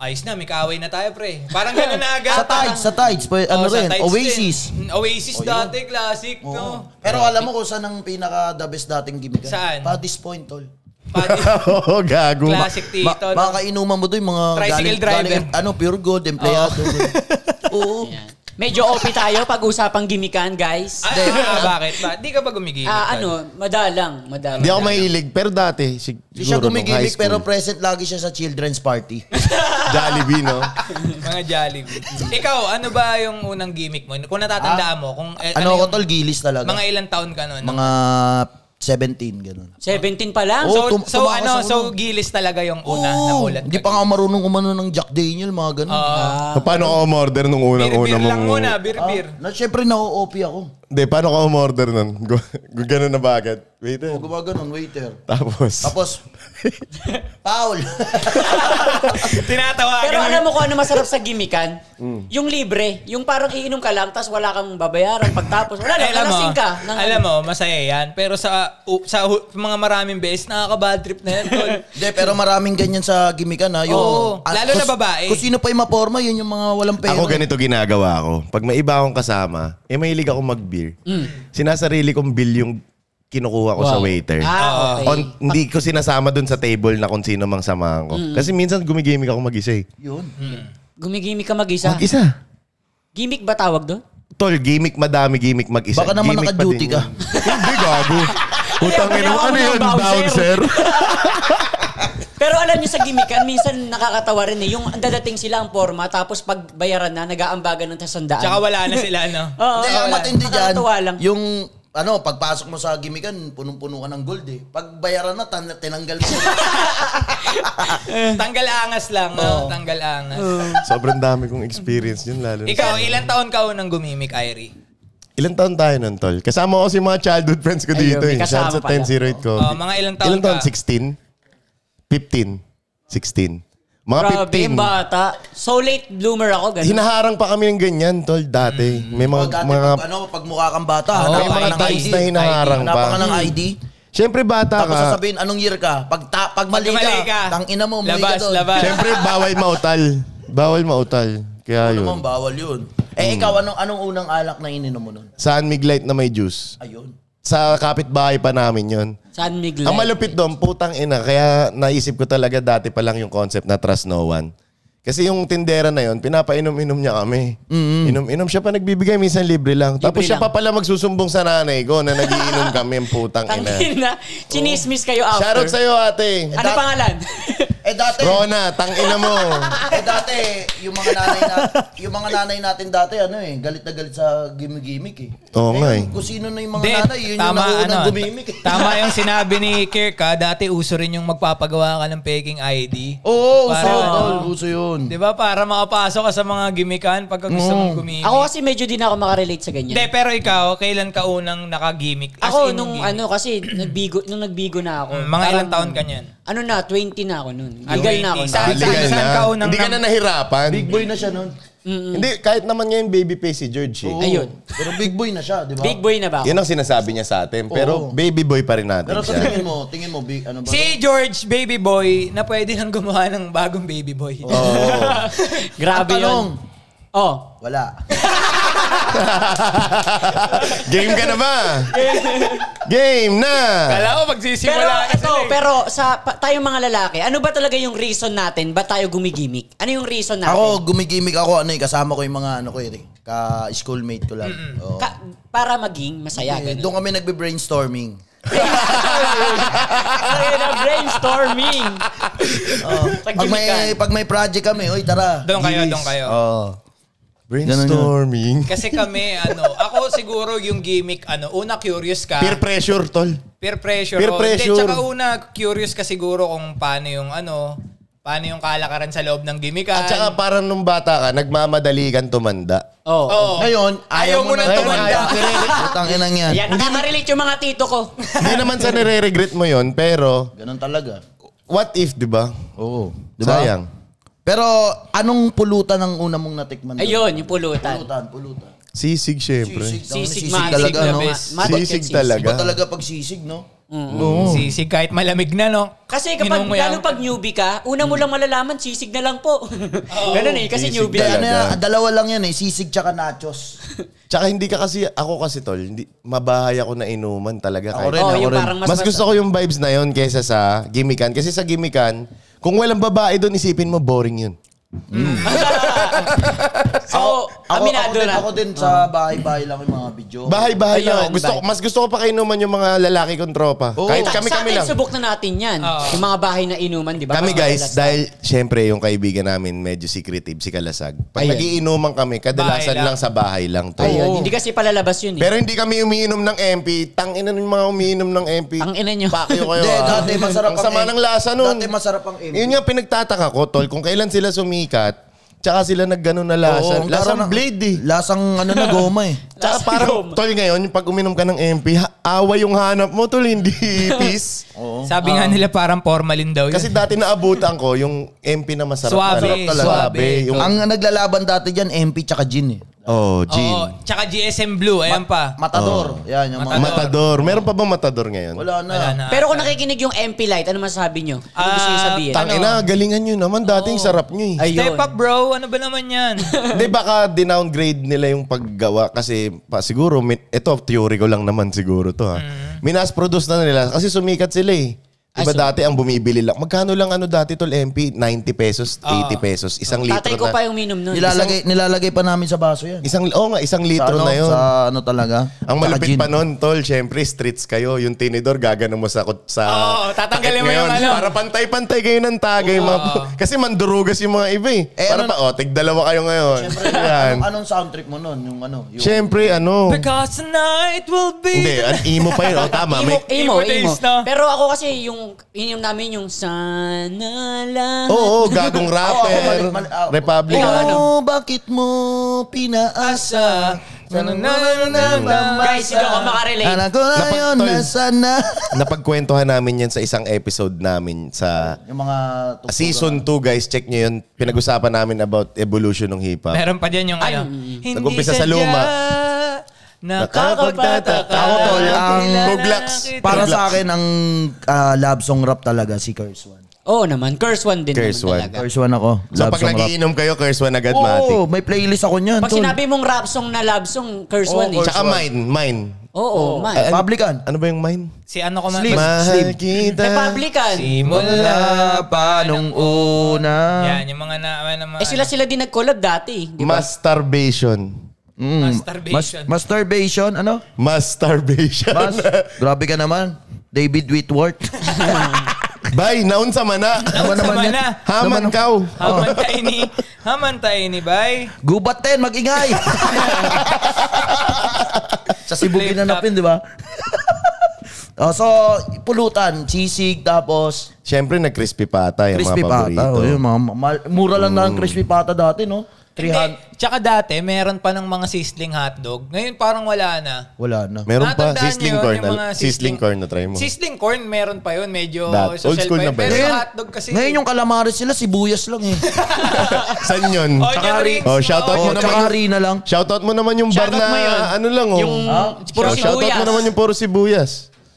[SPEAKER 1] Ayos na, may kaaway na tayo, pre. Parang gano'n na agad.
[SPEAKER 3] Sa tides, sa tides. pa-
[SPEAKER 1] Oo,
[SPEAKER 3] ano
[SPEAKER 1] sa
[SPEAKER 3] rin,
[SPEAKER 1] tides
[SPEAKER 3] Oasis. Oh,
[SPEAKER 1] din. Oh. Mm, Oasis dati, classic, no?
[SPEAKER 3] Oo. Pero alam mo kung saan ang pinaka the best dating gimmick?
[SPEAKER 1] Saan?
[SPEAKER 3] Paddy's Point, tol.
[SPEAKER 1] Pati-
[SPEAKER 2] Oo, gago.
[SPEAKER 1] classic tito.
[SPEAKER 3] Ma-
[SPEAKER 1] no?
[SPEAKER 3] makakainuman mo doon yung mga
[SPEAKER 1] Tricycle driver. Oh.
[SPEAKER 3] ano, pure gold, empleyado. Oo.
[SPEAKER 4] Medyo OP tayo pag-usapang gimikan, guys.
[SPEAKER 1] Ah, ah, ah, bakit? Ba? Di ka ba gumigil?
[SPEAKER 4] Ah, ano, madalang, madalang.
[SPEAKER 2] Hindi ako mahilig, pero dati, sig-
[SPEAKER 3] Hindi siya
[SPEAKER 2] siguro nung high
[SPEAKER 3] gumigimik
[SPEAKER 2] school.
[SPEAKER 3] pero present lagi siya sa children's party.
[SPEAKER 1] Ano
[SPEAKER 2] Jollibee, no?
[SPEAKER 1] Mga Jollibee. Ikaw, ano ba yung unang gimmick mo? Kung natatandaan mo, kung eh,
[SPEAKER 3] ano
[SPEAKER 1] yung-
[SPEAKER 3] ko tol, gilis talaga.
[SPEAKER 1] Mga ilang taon ka nun?
[SPEAKER 3] Mga 17, ganun.
[SPEAKER 4] 17 pa lang.
[SPEAKER 1] so,
[SPEAKER 3] Oh, tum-
[SPEAKER 1] so
[SPEAKER 3] tumakas
[SPEAKER 1] ano,
[SPEAKER 3] ako
[SPEAKER 1] so
[SPEAKER 3] nun.
[SPEAKER 1] gilis talaga yung una na
[SPEAKER 3] Oo,
[SPEAKER 1] mulat.
[SPEAKER 3] Hindi pa nga marunong umano ng Jack Daniel, mga ganun.
[SPEAKER 1] Uh,
[SPEAKER 2] So, paano ka umorder nung
[SPEAKER 1] beer
[SPEAKER 2] unang-una
[SPEAKER 1] lang
[SPEAKER 2] mong...
[SPEAKER 1] muna, beer,
[SPEAKER 3] Ah,
[SPEAKER 1] beer.
[SPEAKER 3] na, syempre, na-OP ako.
[SPEAKER 2] Hindi, paano ka umorder nun? Gu- Ganun na ba agad? Waiter.
[SPEAKER 3] Gumagano'n, waiter.
[SPEAKER 2] Tapos,
[SPEAKER 3] Tapos, Paul.
[SPEAKER 1] Tinatawagan
[SPEAKER 4] Pero
[SPEAKER 1] mo.
[SPEAKER 4] alam mo kung ano masarap sa gimikan?
[SPEAKER 2] Mm.
[SPEAKER 4] Yung libre. Yung parang iinom ka lang, tapos wala kang babayaran. Pagtapos, wala na,
[SPEAKER 1] alam mo,
[SPEAKER 4] nalasing ka. ng- ano.
[SPEAKER 1] alam mo, masaya yan. Pero sa u- sa hu- mga maraming beses, nakaka-bad trip na yan, tol.
[SPEAKER 3] Hindi, pero maraming ganyan sa gimikan ha. Yung,
[SPEAKER 1] Oo,
[SPEAKER 3] ah,
[SPEAKER 1] lalo na
[SPEAKER 3] kus-
[SPEAKER 1] babae.
[SPEAKER 3] Kung sino pa yung maporma, yun yung mga walang pera.
[SPEAKER 2] Ako ganito ginagawa ko. Pag may iba akong kasama, eh mahilig ako mag-beer. Sinasarili kong bill yung kinukuha ko sa
[SPEAKER 4] Mm. Wow.
[SPEAKER 2] waiter.
[SPEAKER 4] Ah, okay.
[SPEAKER 2] On, hindi ko sinasama dun sa table na kung sino mang samahan ko.
[SPEAKER 4] Mm.
[SPEAKER 2] Kasi minsan gumigimik ako mag-isa eh.
[SPEAKER 3] Yun.
[SPEAKER 1] Hmm.
[SPEAKER 4] Gumigimik ka mag-isa.
[SPEAKER 2] Mag-isa?
[SPEAKER 4] Gimik ba tawag doon?
[SPEAKER 2] Tol, gimmick madami, gimmick mag-isa.
[SPEAKER 3] Baka naman
[SPEAKER 2] Gimmick pa
[SPEAKER 3] naka-duty
[SPEAKER 2] din
[SPEAKER 3] ka.
[SPEAKER 2] yun. hindi, gago. Putang
[SPEAKER 4] Kaya
[SPEAKER 2] ina mo,
[SPEAKER 4] ako
[SPEAKER 2] ano
[SPEAKER 4] ng
[SPEAKER 2] yun,
[SPEAKER 4] bouncer.
[SPEAKER 2] bouncer?
[SPEAKER 4] Pero alam niyo sa gimikan, minsan nakakatawa rin eh. Yung dadating sila ang forma, tapos pag bayaran na, nag-aambagan ng tasandaan.
[SPEAKER 1] Tsaka wala na sila, no?
[SPEAKER 4] Oo,
[SPEAKER 3] Hindi, ang
[SPEAKER 4] wala.
[SPEAKER 3] matindi dyan,
[SPEAKER 4] Nakakatawa lang.
[SPEAKER 3] yung ano, pagpasok mo sa gimikan, punong-puno ka ng gold eh. Pag bayaran na, tan- tinanggal mo. Ah.
[SPEAKER 1] Tanggal angas lang, no? Tanggal angas.
[SPEAKER 2] Sobrang dami kong experience yun, lalo. na-
[SPEAKER 1] Ikaw, ilang taon ka unang gumimik, Irie?
[SPEAKER 2] Ilan taon tayo nun, Tol? Kasama ko si mga childhood friends ko
[SPEAKER 4] Ayun,
[SPEAKER 2] dito.
[SPEAKER 4] may
[SPEAKER 2] eh. Shout
[SPEAKER 4] kasama
[SPEAKER 2] out sa
[SPEAKER 4] pala.
[SPEAKER 2] 1008 ko.
[SPEAKER 1] Oh, mga ilang taon
[SPEAKER 2] Ilan taon?
[SPEAKER 1] ka?
[SPEAKER 2] 16? 15? 16? Mga
[SPEAKER 4] Grabe,
[SPEAKER 2] 15.
[SPEAKER 4] bata. So late bloomer ako, ganun.
[SPEAKER 2] Hinaharang pa kami ng ganyan, Tol, dati.
[SPEAKER 1] Mm.
[SPEAKER 2] May mga...
[SPEAKER 3] Pag dati,
[SPEAKER 2] mga
[SPEAKER 3] pag, ano, pag mukha kang bata,
[SPEAKER 1] Oo,
[SPEAKER 2] may
[SPEAKER 3] hanapan
[SPEAKER 2] mga
[SPEAKER 3] ka ng
[SPEAKER 2] times
[SPEAKER 3] ID.
[SPEAKER 2] na hinaharang
[SPEAKER 3] Hanapan ka
[SPEAKER 2] pa.
[SPEAKER 3] ng ID.
[SPEAKER 2] Siyempre bata
[SPEAKER 3] Tapos
[SPEAKER 2] ka.
[SPEAKER 3] sasabihin, anong year ka? Pag, ta- pag mali
[SPEAKER 1] Pag mali ka,
[SPEAKER 3] ka, tang ina mo, mali
[SPEAKER 1] labas,
[SPEAKER 3] ka doon.
[SPEAKER 1] labas.
[SPEAKER 2] Siyempre bawal mautal. Bawal mautal. Kaya
[SPEAKER 3] Ano
[SPEAKER 2] yun.
[SPEAKER 3] naman, bawal yun.
[SPEAKER 2] Hmm.
[SPEAKER 3] Eh, ikaw, anong, anong unang alak na ininom mo nun?
[SPEAKER 2] Saan mig light na may juice?
[SPEAKER 3] Ayun.
[SPEAKER 2] Sa kapitbahay pa namin yun.
[SPEAKER 4] San Miguel.
[SPEAKER 2] Ang malupit doon, putang ina. Kaya naisip ko talaga dati pa lang yung concept na trust no one. Kasi yung tindera na yon pinapainom-inom niya kami. Inom-inom siya pa nagbibigay, minsan libre lang. Tapos siya
[SPEAKER 4] lang.
[SPEAKER 2] pa pala magsusumbong sa nanay ko na nagiinom kami ang putang ina. Oh.
[SPEAKER 4] Tangina. Chinismis kayo after.
[SPEAKER 2] Shoutout sa'yo ate.
[SPEAKER 4] Ano
[SPEAKER 3] That-
[SPEAKER 4] pangalan?
[SPEAKER 3] Eh, dati,
[SPEAKER 2] Rona, tang ina mo.
[SPEAKER 3] eh, dati, yung mga nanay na, yung mga nanay natin dati, ano eh, galit na galit sa gimmick-gimmick eh.
[SPEAKER 2] Oo nga eh.
[SPEAKER 3] Ngayon, Kung sino na yung mga
[SPEAKER 1] Hindi, ano,
[SPEAKER 3] nanay, yun yung nakuunang gumimik eh.
[SPEAKER 1] tama yung sinabi ni Kirk ha. Dati uso rin yung magpapagawa ka ng peking ID.
[SPEAKER 3] Oo, uso
[SPEAKER 1] Para-
[SPEAKER 3] yun, tol. Uso yun.
[SPEAKER 1] Di ba? Para makapasok ka sa mga gimikan pagka gusto mong gumimik.
[SPEAKER 4] Mm. ako kasi medyo di na ako makarelate sa ganyan.
[SPEAKER 1] Hindi, pero ikaw, kailan ka unang nakagimik? As
[SPEAKER 4] Ako
[SPEAKER 1] in,
[SPEAKER 4] nung
[SPEAKER 1] gimmick.
[SPEAKER 4] ano kasi nagbigo nung nagbigo na ako.
[SPEAKER 1] Mm, mga ilang
[SPEAKER 4] Parang-
[SPEAKER 1] taon ka niyan?
[SPEAKER 4] Ano na 20 na ako noon.
[SPEAKER 1] Ah,
[SPEAKER 4] Legal na ako.
[SPEAKER 1] 20.
[SPEAKER 4] nun.
[SPEAKER 1] Saan-
[SPEAKER 2] Legal
[SPEAKER 1] saan ka
[SPEAKER 2] na.
[SPEAKER 1] unang
[SPEAKER 2] Hindi ka na
[SPEAKER 1] nam-
[SPEAKER 2] nahirapan.
[SPEAKER 3] Big boy na siya nun.
[SPEAKER 2] Hindi, kahit naman ngayon baby face si George eh.
[SPEAKER 3] Oo.
[SPEAKER 4] Ayun.
[SPEAKER 3] Pero big boy na siya, di ba?
[SPEAKER 4] Big boy na ba ako?
[SPEAKER 2] Yun ang sinasabi niya sa atin. Pero
[SPEAKER 3] Oo.
[SPEAKER 2] baby boy pa rin natin
[SPEAKER 3] Pero
[SPEAKER 2] siya.
[SPEAKER 3] sa tingin mo, tingin mo, big, ano ba?
[SPEAKER 1] Si George, baby boy, na pwede nang gumawa ng bagong baby boy.
[SPEAKER 4] Grabe
[SPEAKER 3] Ang tanong,
[SPEAKER 4] 'yun. Oh.
[SPEAKER 3] Wala.
[SPEAKER 2] Game ka na ba? Game na!
[SPEAKER 1] Kala ko magsisimula
[SPEAKER 4] Pero
[SPEAKER 1] ka
[SPEAKER 4] ito,
[SPEAKER 1] sila eh.
[SPEAKER 4] pero sa pa, tayong mga lalaki, ano ba talaga yung reason natin ba tayo gumigimik? Ano yung reason natin?
[SPEAKER 3] Ako, gumigimik ako, ano eh, kasama ko yung mga, ano ko eh, ka-schoolmate ko lang. Oo.
[SPEAKER 4] Ka- para maging masaya.
[SPEAKER 3] Eh,
[SPEAKER 4] ganun.
[SPEAKER 3] doon kami nagbe-brainstorming.
[SPEAKER 4] Kaya na brainstorming.
[SPEAKER 3] Oo. pag, may, pag may project kami, oy tara.
[SPEAKER 1] Doon kayo,
[SPEAKER 3] gilis."
[SPEAKER 1] doon kayo.
[SPEAKER 2] Oh. Brainstorming.
[SPEAKER 1] Kasi kami, ano, ako siguro yung gimmick, ano, una curious ka.
[SPEAKER 2] Peer pressure, tol.
[SPEAKER 1] Peer pressure.
[SPEAKER 2] Peer
[SPEAKER 1] oh.
[SPEAKER 2] pressure.
[SPEAKER 1] Hindi, tsaka una, curious ka siguro kung paano yung ano, paano yung kalakaran sa loob ng gimikan.
[SPEAKER 2] At saka parang nung bata ka, nagmamadali kang tumanda.
[SPEAKER 4] Oh.
[SPEAKER 1] Oo.
[SPEAKER 3] Ngayon, ayaw,
[SPEAKER 1] Ayaw mo na
[SPEAKER 2] Ngayon,
[SPEAKER 1] tumanda.
[SPEAKER 2] ayaw ko rin.
[SPEAKER 3] Putang inang yan.
[SPEAKER 4] Yan, nakaka-relate yung mga tito ko.
[SPEAKER 2] Hindi naman sa nire-regret mo yon pero
[SPEAKER 3] Ganun talaga.
[SPEAKER 2] what if, di ba?
[SPEAKER 3] Oo.
[SPEAKER 2] Sayang.
[SPEAKER 3] Pero anong pulutan ang una mong natikman? doon?
[SPEAKER 4] Ayun, yung pulutan.
[SPEAKER 3] Pulutan, pulutan.
[SPEAKER 2] Sisig, syempre.
[SPEAKER 3] Sisig.
[SPEAKER 4] Sisig,
[SPEAKER 3] Sisig
[SPEAKER 4] matik
[SPEAKER 3] talaga,
[SPEAKER 4] na
[SPEAKER 3] no?
[SPEAKER 4] best. Matik yan,
[SPEAKER 2] Sisig talaga.
[SPEAKER 3] Iba talaga pag sisig, no?
[SPEAKER 1] Sisig kahit malamig na, no?
[SPEAKER 4] Kasi kapag,
[SPEAKER 1] Minunguya.
[SPEAKER 4] lalo pag newbie ka, una mo lang malalaman, sisig na lang po. Ganun eh, kasi
[SPEAKER 2] Sisig
[SPEAKER 4] newbie.
[SPEAKER 2] Talaga.
[SPEAKER 3] Kaya ano yan, dalawa lang yan eh, sisig tsaka nachos.
[SPEAKER 2] Tsaka hindi ka kasi, ako kasi tol, hindi, mabahay ako na inuman talaga.
[SPEAKER 3] Ako
[SPEAKER 2] kahit-
[SPEAKER 3] rin,
[SPEAKER 4] Oh,
[SPEAKER 3] ako
[SPEAKER 4] yung
[SPEAKER 3] rin.
[SPEAKER 4] parang mas,
[SPEAKER 2] Mas, gusto ko yung vibes na yon kaysa sa gimikan. Kasi sa gimikan, kung walang babae doon, isipin mo, boring yun.
[SPEAKER 4] So, aminado
[SPEAKER 3] ako din,
[SPEAKER 4] na.
[SPEAKER 3] Ako din
[SPEAKER 2] Ah.
[SPEAKER 3] sa bahay-bahay lang yung mga video.
[SPEAKER 2] Bahay-bahay lang.
[SPEAKER 4] Ayun,
[SPEAKER 2] ako. Gusto, ko-
[SPEAKER 4] bahay.
[SPEAKER 2] mas gusto ko pa kainuman yung mga lalaki kong tropa.
[SPEAKER 3] Oo.
[SPEAKER 2] Kahit
[SPEAKER 4] Sa- sa
[SPEAKER 2] kami-kami
[SPEAKER 4] atin,
[SPEAKER 2] lang.
[SPEAKER 4] subok na natin yan.
[SPEAKER 1] Oo.
[SPEAKER 4] Yung mga bahay na inuman, di ba?
[SPEAKER 2] Kami
[SPEAKER 4] Mas
[SPEAKER 2] guys,
[SPEAKER 4] madalas.
[SPEAKER 2] dahil syempre yung kaibigan namin medyo secretive, si Kalasag. Pag
[SPEAKER 4] Ayun.
[SPEAKER 2] nagiinuman kami,
[SPEAKER 1] Bahay
[SPEAKER 2] kadalasan
[SPEAKER 1] lang.
[SPEAKER 2] lang. sa bahay lang. To.
[SPEAKER 4] Ayun, hindi kasi palalabas yun eh.
[SPEAKER 2] Pero hindi kami umiinom ng MP. Tangina ng mga umiinom ng MP.
[SPEAKER 4] Ang ina nyo.
[SPEAKER 2] Pakyo kayo.
[SPEAKER 3] Hindi,
[SPEAKER 2] ah.
[SPEAKER 3] dati masarap
[SPEAKER 2] ang sama
[SPEAKER 3] M.
[SPEAKER 2] ng lasa nun.
[SPEAKER 3] Dati masarap ang M.
[SPEAKER 2] Yun nga pinagtataka ko, tol. Kung kailan sila sumikat, tsaka sila nagganon na lasa.
[SPEAKER 3] ang
[SPEAKER 2] Lasang
[SPEAKER 3] tara na-
[SPEAKER 2] blade eh.
[SPEAKER 3] Lasang ano na goma eh.
[SPEAKER 2] Tsaka
[SPEAKER 4] Lasang
[SPEAKER 2] parang,
[SPEAKER 4] goma.
[SPEAKER 2] tol ngayon, pag uminom ka ng MP, ha- away yung hanap mo, tol, hindi peace.
[SPEAKER 1] Sabi nga nila parang formalin daw yun.
[SPEAKER 2] Kasi dati naabutan ko, yung MP na masarap.
[SPEAKER 1] Suwabe,
[SPEAKER 2] Masarap talaga.
[SPEAKER 1] suwabe.
[SPEAKER 2] Yung,
[SPEAKER 3] Ang naglalaban dati dyan, MP tsaka gin eh.
[SPEAKER 2] oh, gin.
[SPEAKER 1] Oo. Tsaka GSM Blue, ayan pa.
[SPEAKER 2] Oh.
[SPEAKER 3] Matador. Yan, yung mga...
[SPEAKER 2] matador. Meron pa bang matador ngayon?
[SPEAKER 3] Wala na.
[SPEAKER 1] Wala na.
[SPEAKER 4] Pero kung nakikinig yung MP Light, ano masasabi nyo? Ano gusto nyo
[SPEAKER 1] Ah,
[SPEAKER 4] sabihin?
[SPEAKER 1] tang-
[SPEAKER 2] Tangina, galingan nyo naman. Dating sarap nyo eh.
[SPEAKER 1] Step up, bro. Ano ba naman yan?
[SPEAKER 2] Hindi, baka dinowngrade nila yung paggawa kasi pa, siguro, min- ito, theory ko lang naman siguro to ha.
[SPEAKER 4] Mm.
[SPEAKER 2] Minas-produce na nila kasi sumikat sila eh.
[SPEAKER 1] Ah,
[SPEAKER 2] Diba
[SPEAKER 1] so-
[SPEAKER 2] dati ang bumibili lang. Magkano lang ano dati tol MP? 90 pesos, 80 pesos. Isang litro
[SPEAKER 4] Tatay
[SPEAKER 2] na.
[SPEAKER 4] ko pa yung minom nun.
[SPEAKER 3] Nilalagay, nilalagay pa namin sa baso yan.
[SPEAKER 2] Isang, oh nga, isang litro
[SPEAKER 3] sa, ano,
[SPEAKER 2] na yun.
[SPEAKER 3] Sa ano talaga?
[SPEAKER 2] Ang
[SPEAKER 3] Saka
[SPEAKER 2] malupit
[SPEAKER 3] gin.
[SPEAKER 2] pa nun, tol, syempre, streets kayo. Yung tinidor, gagano mo sa... sa
[SPEAKER 1] Oo, tatanggalin mo
[SPEAKER 2] takip
[SPEAKER 1] yung
[SPEAKER 2] ngayon.
[SPEAKER 1] ano.
[SPEAKER 2] Para pantay-pantay kayo ng tagay. mga po- kasi mandurugas yung mga iba eh.
[SPEAKER 3] Eh,
[SPEAKER 2] para
[SPEAKER 3] ano-
[SPEAKER 2] pa, oh, tigdalawa kayo ngayon.
[SPEAKER 3] Siyempre,
[SPEAKER 2] Yan.
[SPEAKER 3] anong, anong sound trip mo nun? Yung ano? Yung,
[SPEAKER 2] Siyempre, ano.
[SPEAKER 1] Oh. Because tonight will be...
[SPEAKER 2] Hindi, an emo pa yun. Oh, tama. May,
[SPEAKER 4] Imo, imo,
[SPEAKER 1] Imo days
[SPEAKER 4] imo.
[SPEAKER 1] na.
[SPEAKER 4] Pero ako kasi yung inom namin yung sana lang.
[SPEAKER 2] Oo, oh, gagong
[SPEAKER 3] Oo, ako,
[SPEAKER 2] rapper.
[SPEAKER 3] mali- mali- ah,
[SPEAKER 2] Republic.
[SPEAKER 4] Ikaw, ano?
[SPEAKER 3] Oh, bakit mo pinaas?
[SPEAKER 1] Sa...
[SPEAKER 4] Guys, hindi ako makarelate.
[SPEAKER 3] Anak ko na
[SPEAKER 2] Napag-
[SPEAKER 3] yun,
[SPEAKER 2] tol.
[SPEAKER 3] nasa na?
[SPEAKER 2] Napagkwentuhan namin yan sa isang episode namin sa
[SPEAKER 3] Yung mga... tuktukan.
[SPEAKER 2] season 2, guys. Check nyo yun. Pinag-usapan namin about evolution ng hip-hop.
[SPEAKER 1] Meron pa dyan yung ano. Hindi
[SPEAKER 2] Ah. Nag-umpisa sa luma.
[SPEAKER 1] Nakakapagtataka.
[SPEAKER 3] Ako, tol, ang
[SPEAKER 1] Kilala
[SPEAKER 2] buglaks.
[SPEAKER 1] kita.
[SPEAKER 3] Para
[SPEAKER 2] Tuglak.
[SPEAKER 3] sa akin, ang ah, love song rap talaga, si Curse One.
[SPEAKER 4] Oo naman, curse one din
[SPEAKER 2] Curse one.
[SPEAKER 4] naman talaga.
[SPEAKER 3] Curse One ako.
[SPEAKER 2] So
[SPEAKER 3] love
[SPEAKER 2] pag
[SPEAKER 3] song rap.
[SPEAKER 2] nagiinom kayo, curse one agad, Matic.
[SPEAKER 3] Oo, may playlist ako niyan.
[SPEAKER 4] Pag
[SPEAKER 3] tol.
[SPEAKER 4] sinabi mong rap song na love song, curse
[SPEAKER 3] Oo,
[SPEAKER 4] one eh.
[SPEAKER 3] curse
[SPEAKER 2] Tsaka mine, mine.
[SPEAKER 4] Oo, man.
[SPEAKER 2] Ay,
[SPEAKER 3] Publican.
[SPEAKER 2] Ano ba yung mine?
[SPEAKER 1] Si ano ko man.
[SPEAKER 3] Sleep.
[SPEAKER 2] Mahal kita.
[SPEAKER 4] May publican.
[SPEAKER 1] Simula.
[SPEAKER 3] pa nung una.
[SPEAKER 1] Yan, yung mga na... Ano, mga,
[SPEAKER 4] Eh sila sila din nag-collab dati. Di ba?
[SPEAKER 2] Masturbation.
[SPEAKER 3] Mm.
[SPEAKER 1] Masturbation.
[SPEAKER 3] Mas, masturbation, ano?
[SPEAKER 2] Masturbation.
[SPEAKER 3] Mas, grabe ka naman. David Whitworth.
[SPEAKER 2] Bay, naunsa man na.
[SPEAKER 3] Naman naman
[SPEAKER 1] Sama
[SPEAKER 3] yan.
[SPEAKER 1] na.
[SPEAKER 2] Haman kaw.
[SPEAKER 1] Haman tayo ni... Haman tayo ni, bay.
[SPEAKER 3] Gubat 10, mag-ingay! Sa Cebu
[SPEAKER 1] Flip
[SPEAKER 3] ginanapin, di ba? oh, so, pulutan, sisig, tapos
[SPEAKER 2] Siyempre, nag-crispy pata yung
[SPEAKER 3] crispy
[SPEAKER 2] mga paborito. Mm.
[SPEAKER 3] pata. Oh, yun, mga, ma- mura lang na ang crispy pata dati, no? 300.
[SPEAKER 1] Hindi. Tsaka dati, meron pa ng mga sizzling hotdog. Ngayon parang wala na.
[SPEAKER 3] Wala na.
[SPEAKER 2] Meron pa,
[SPEAKER 1] Natandaan
[SPEAKER 2] sizzling
[SPEAKER 1] niyo yun,
[SPEAKER 2] corn.
[SPEAKER 1] yung mga
[SPEAKER 2] Sizzling, corn na try mo.
[SPEAKER 1] Sizzling corn, meron pa yun. Medyo
[SPEAKER 2] That-
[SPEAKER 1] social
[SPEAKER 2] old school
[SPEAKER 1] pa yun.
[SPEAKER 2] na ba yun?
[SPEAKER 1] Pero yung
[SPEAKER 3] Ngayon-
[SPEAKER 1] hotdog kasi... eh.
[SPEAKER 3] Ngayon yung kalamaris sila, sibuyas lang eh.
[SPEAKER 2] Saan yun?
[SPEAKER 1] Oh, tsaka
[SPEAKER 3] Tsaka-
[SPEAKER 1] rings,
[SPEAKER 2] Oh, shoutout
[SPEAKER 1] oo.
[SPEAKER 2] mo
[SPEAKER 3] oh,
[SPEAKER 2] naman
[SPEAKER 3] tsaka
[SPEAKER 2] yung-
[SPEAKER 3] harina lang.
[SPEAKER 2] Shoutout mo naman yung bar
[SPEAKER 1] Shoutout
[SPEAKER 2] na
[SPEAKER 1] mo yun.
[SPEAKER 2] ano lang. Oh.
[SPEAKER 4] Yung
[SPEAKER 3] Ah,
[SPEAKER 4] puro
[SPEAKER 2] Oh, shoutout
[SPEAKER 4] sibuyas.
[SPEAKER 2] mo naman yung puro sibuyas.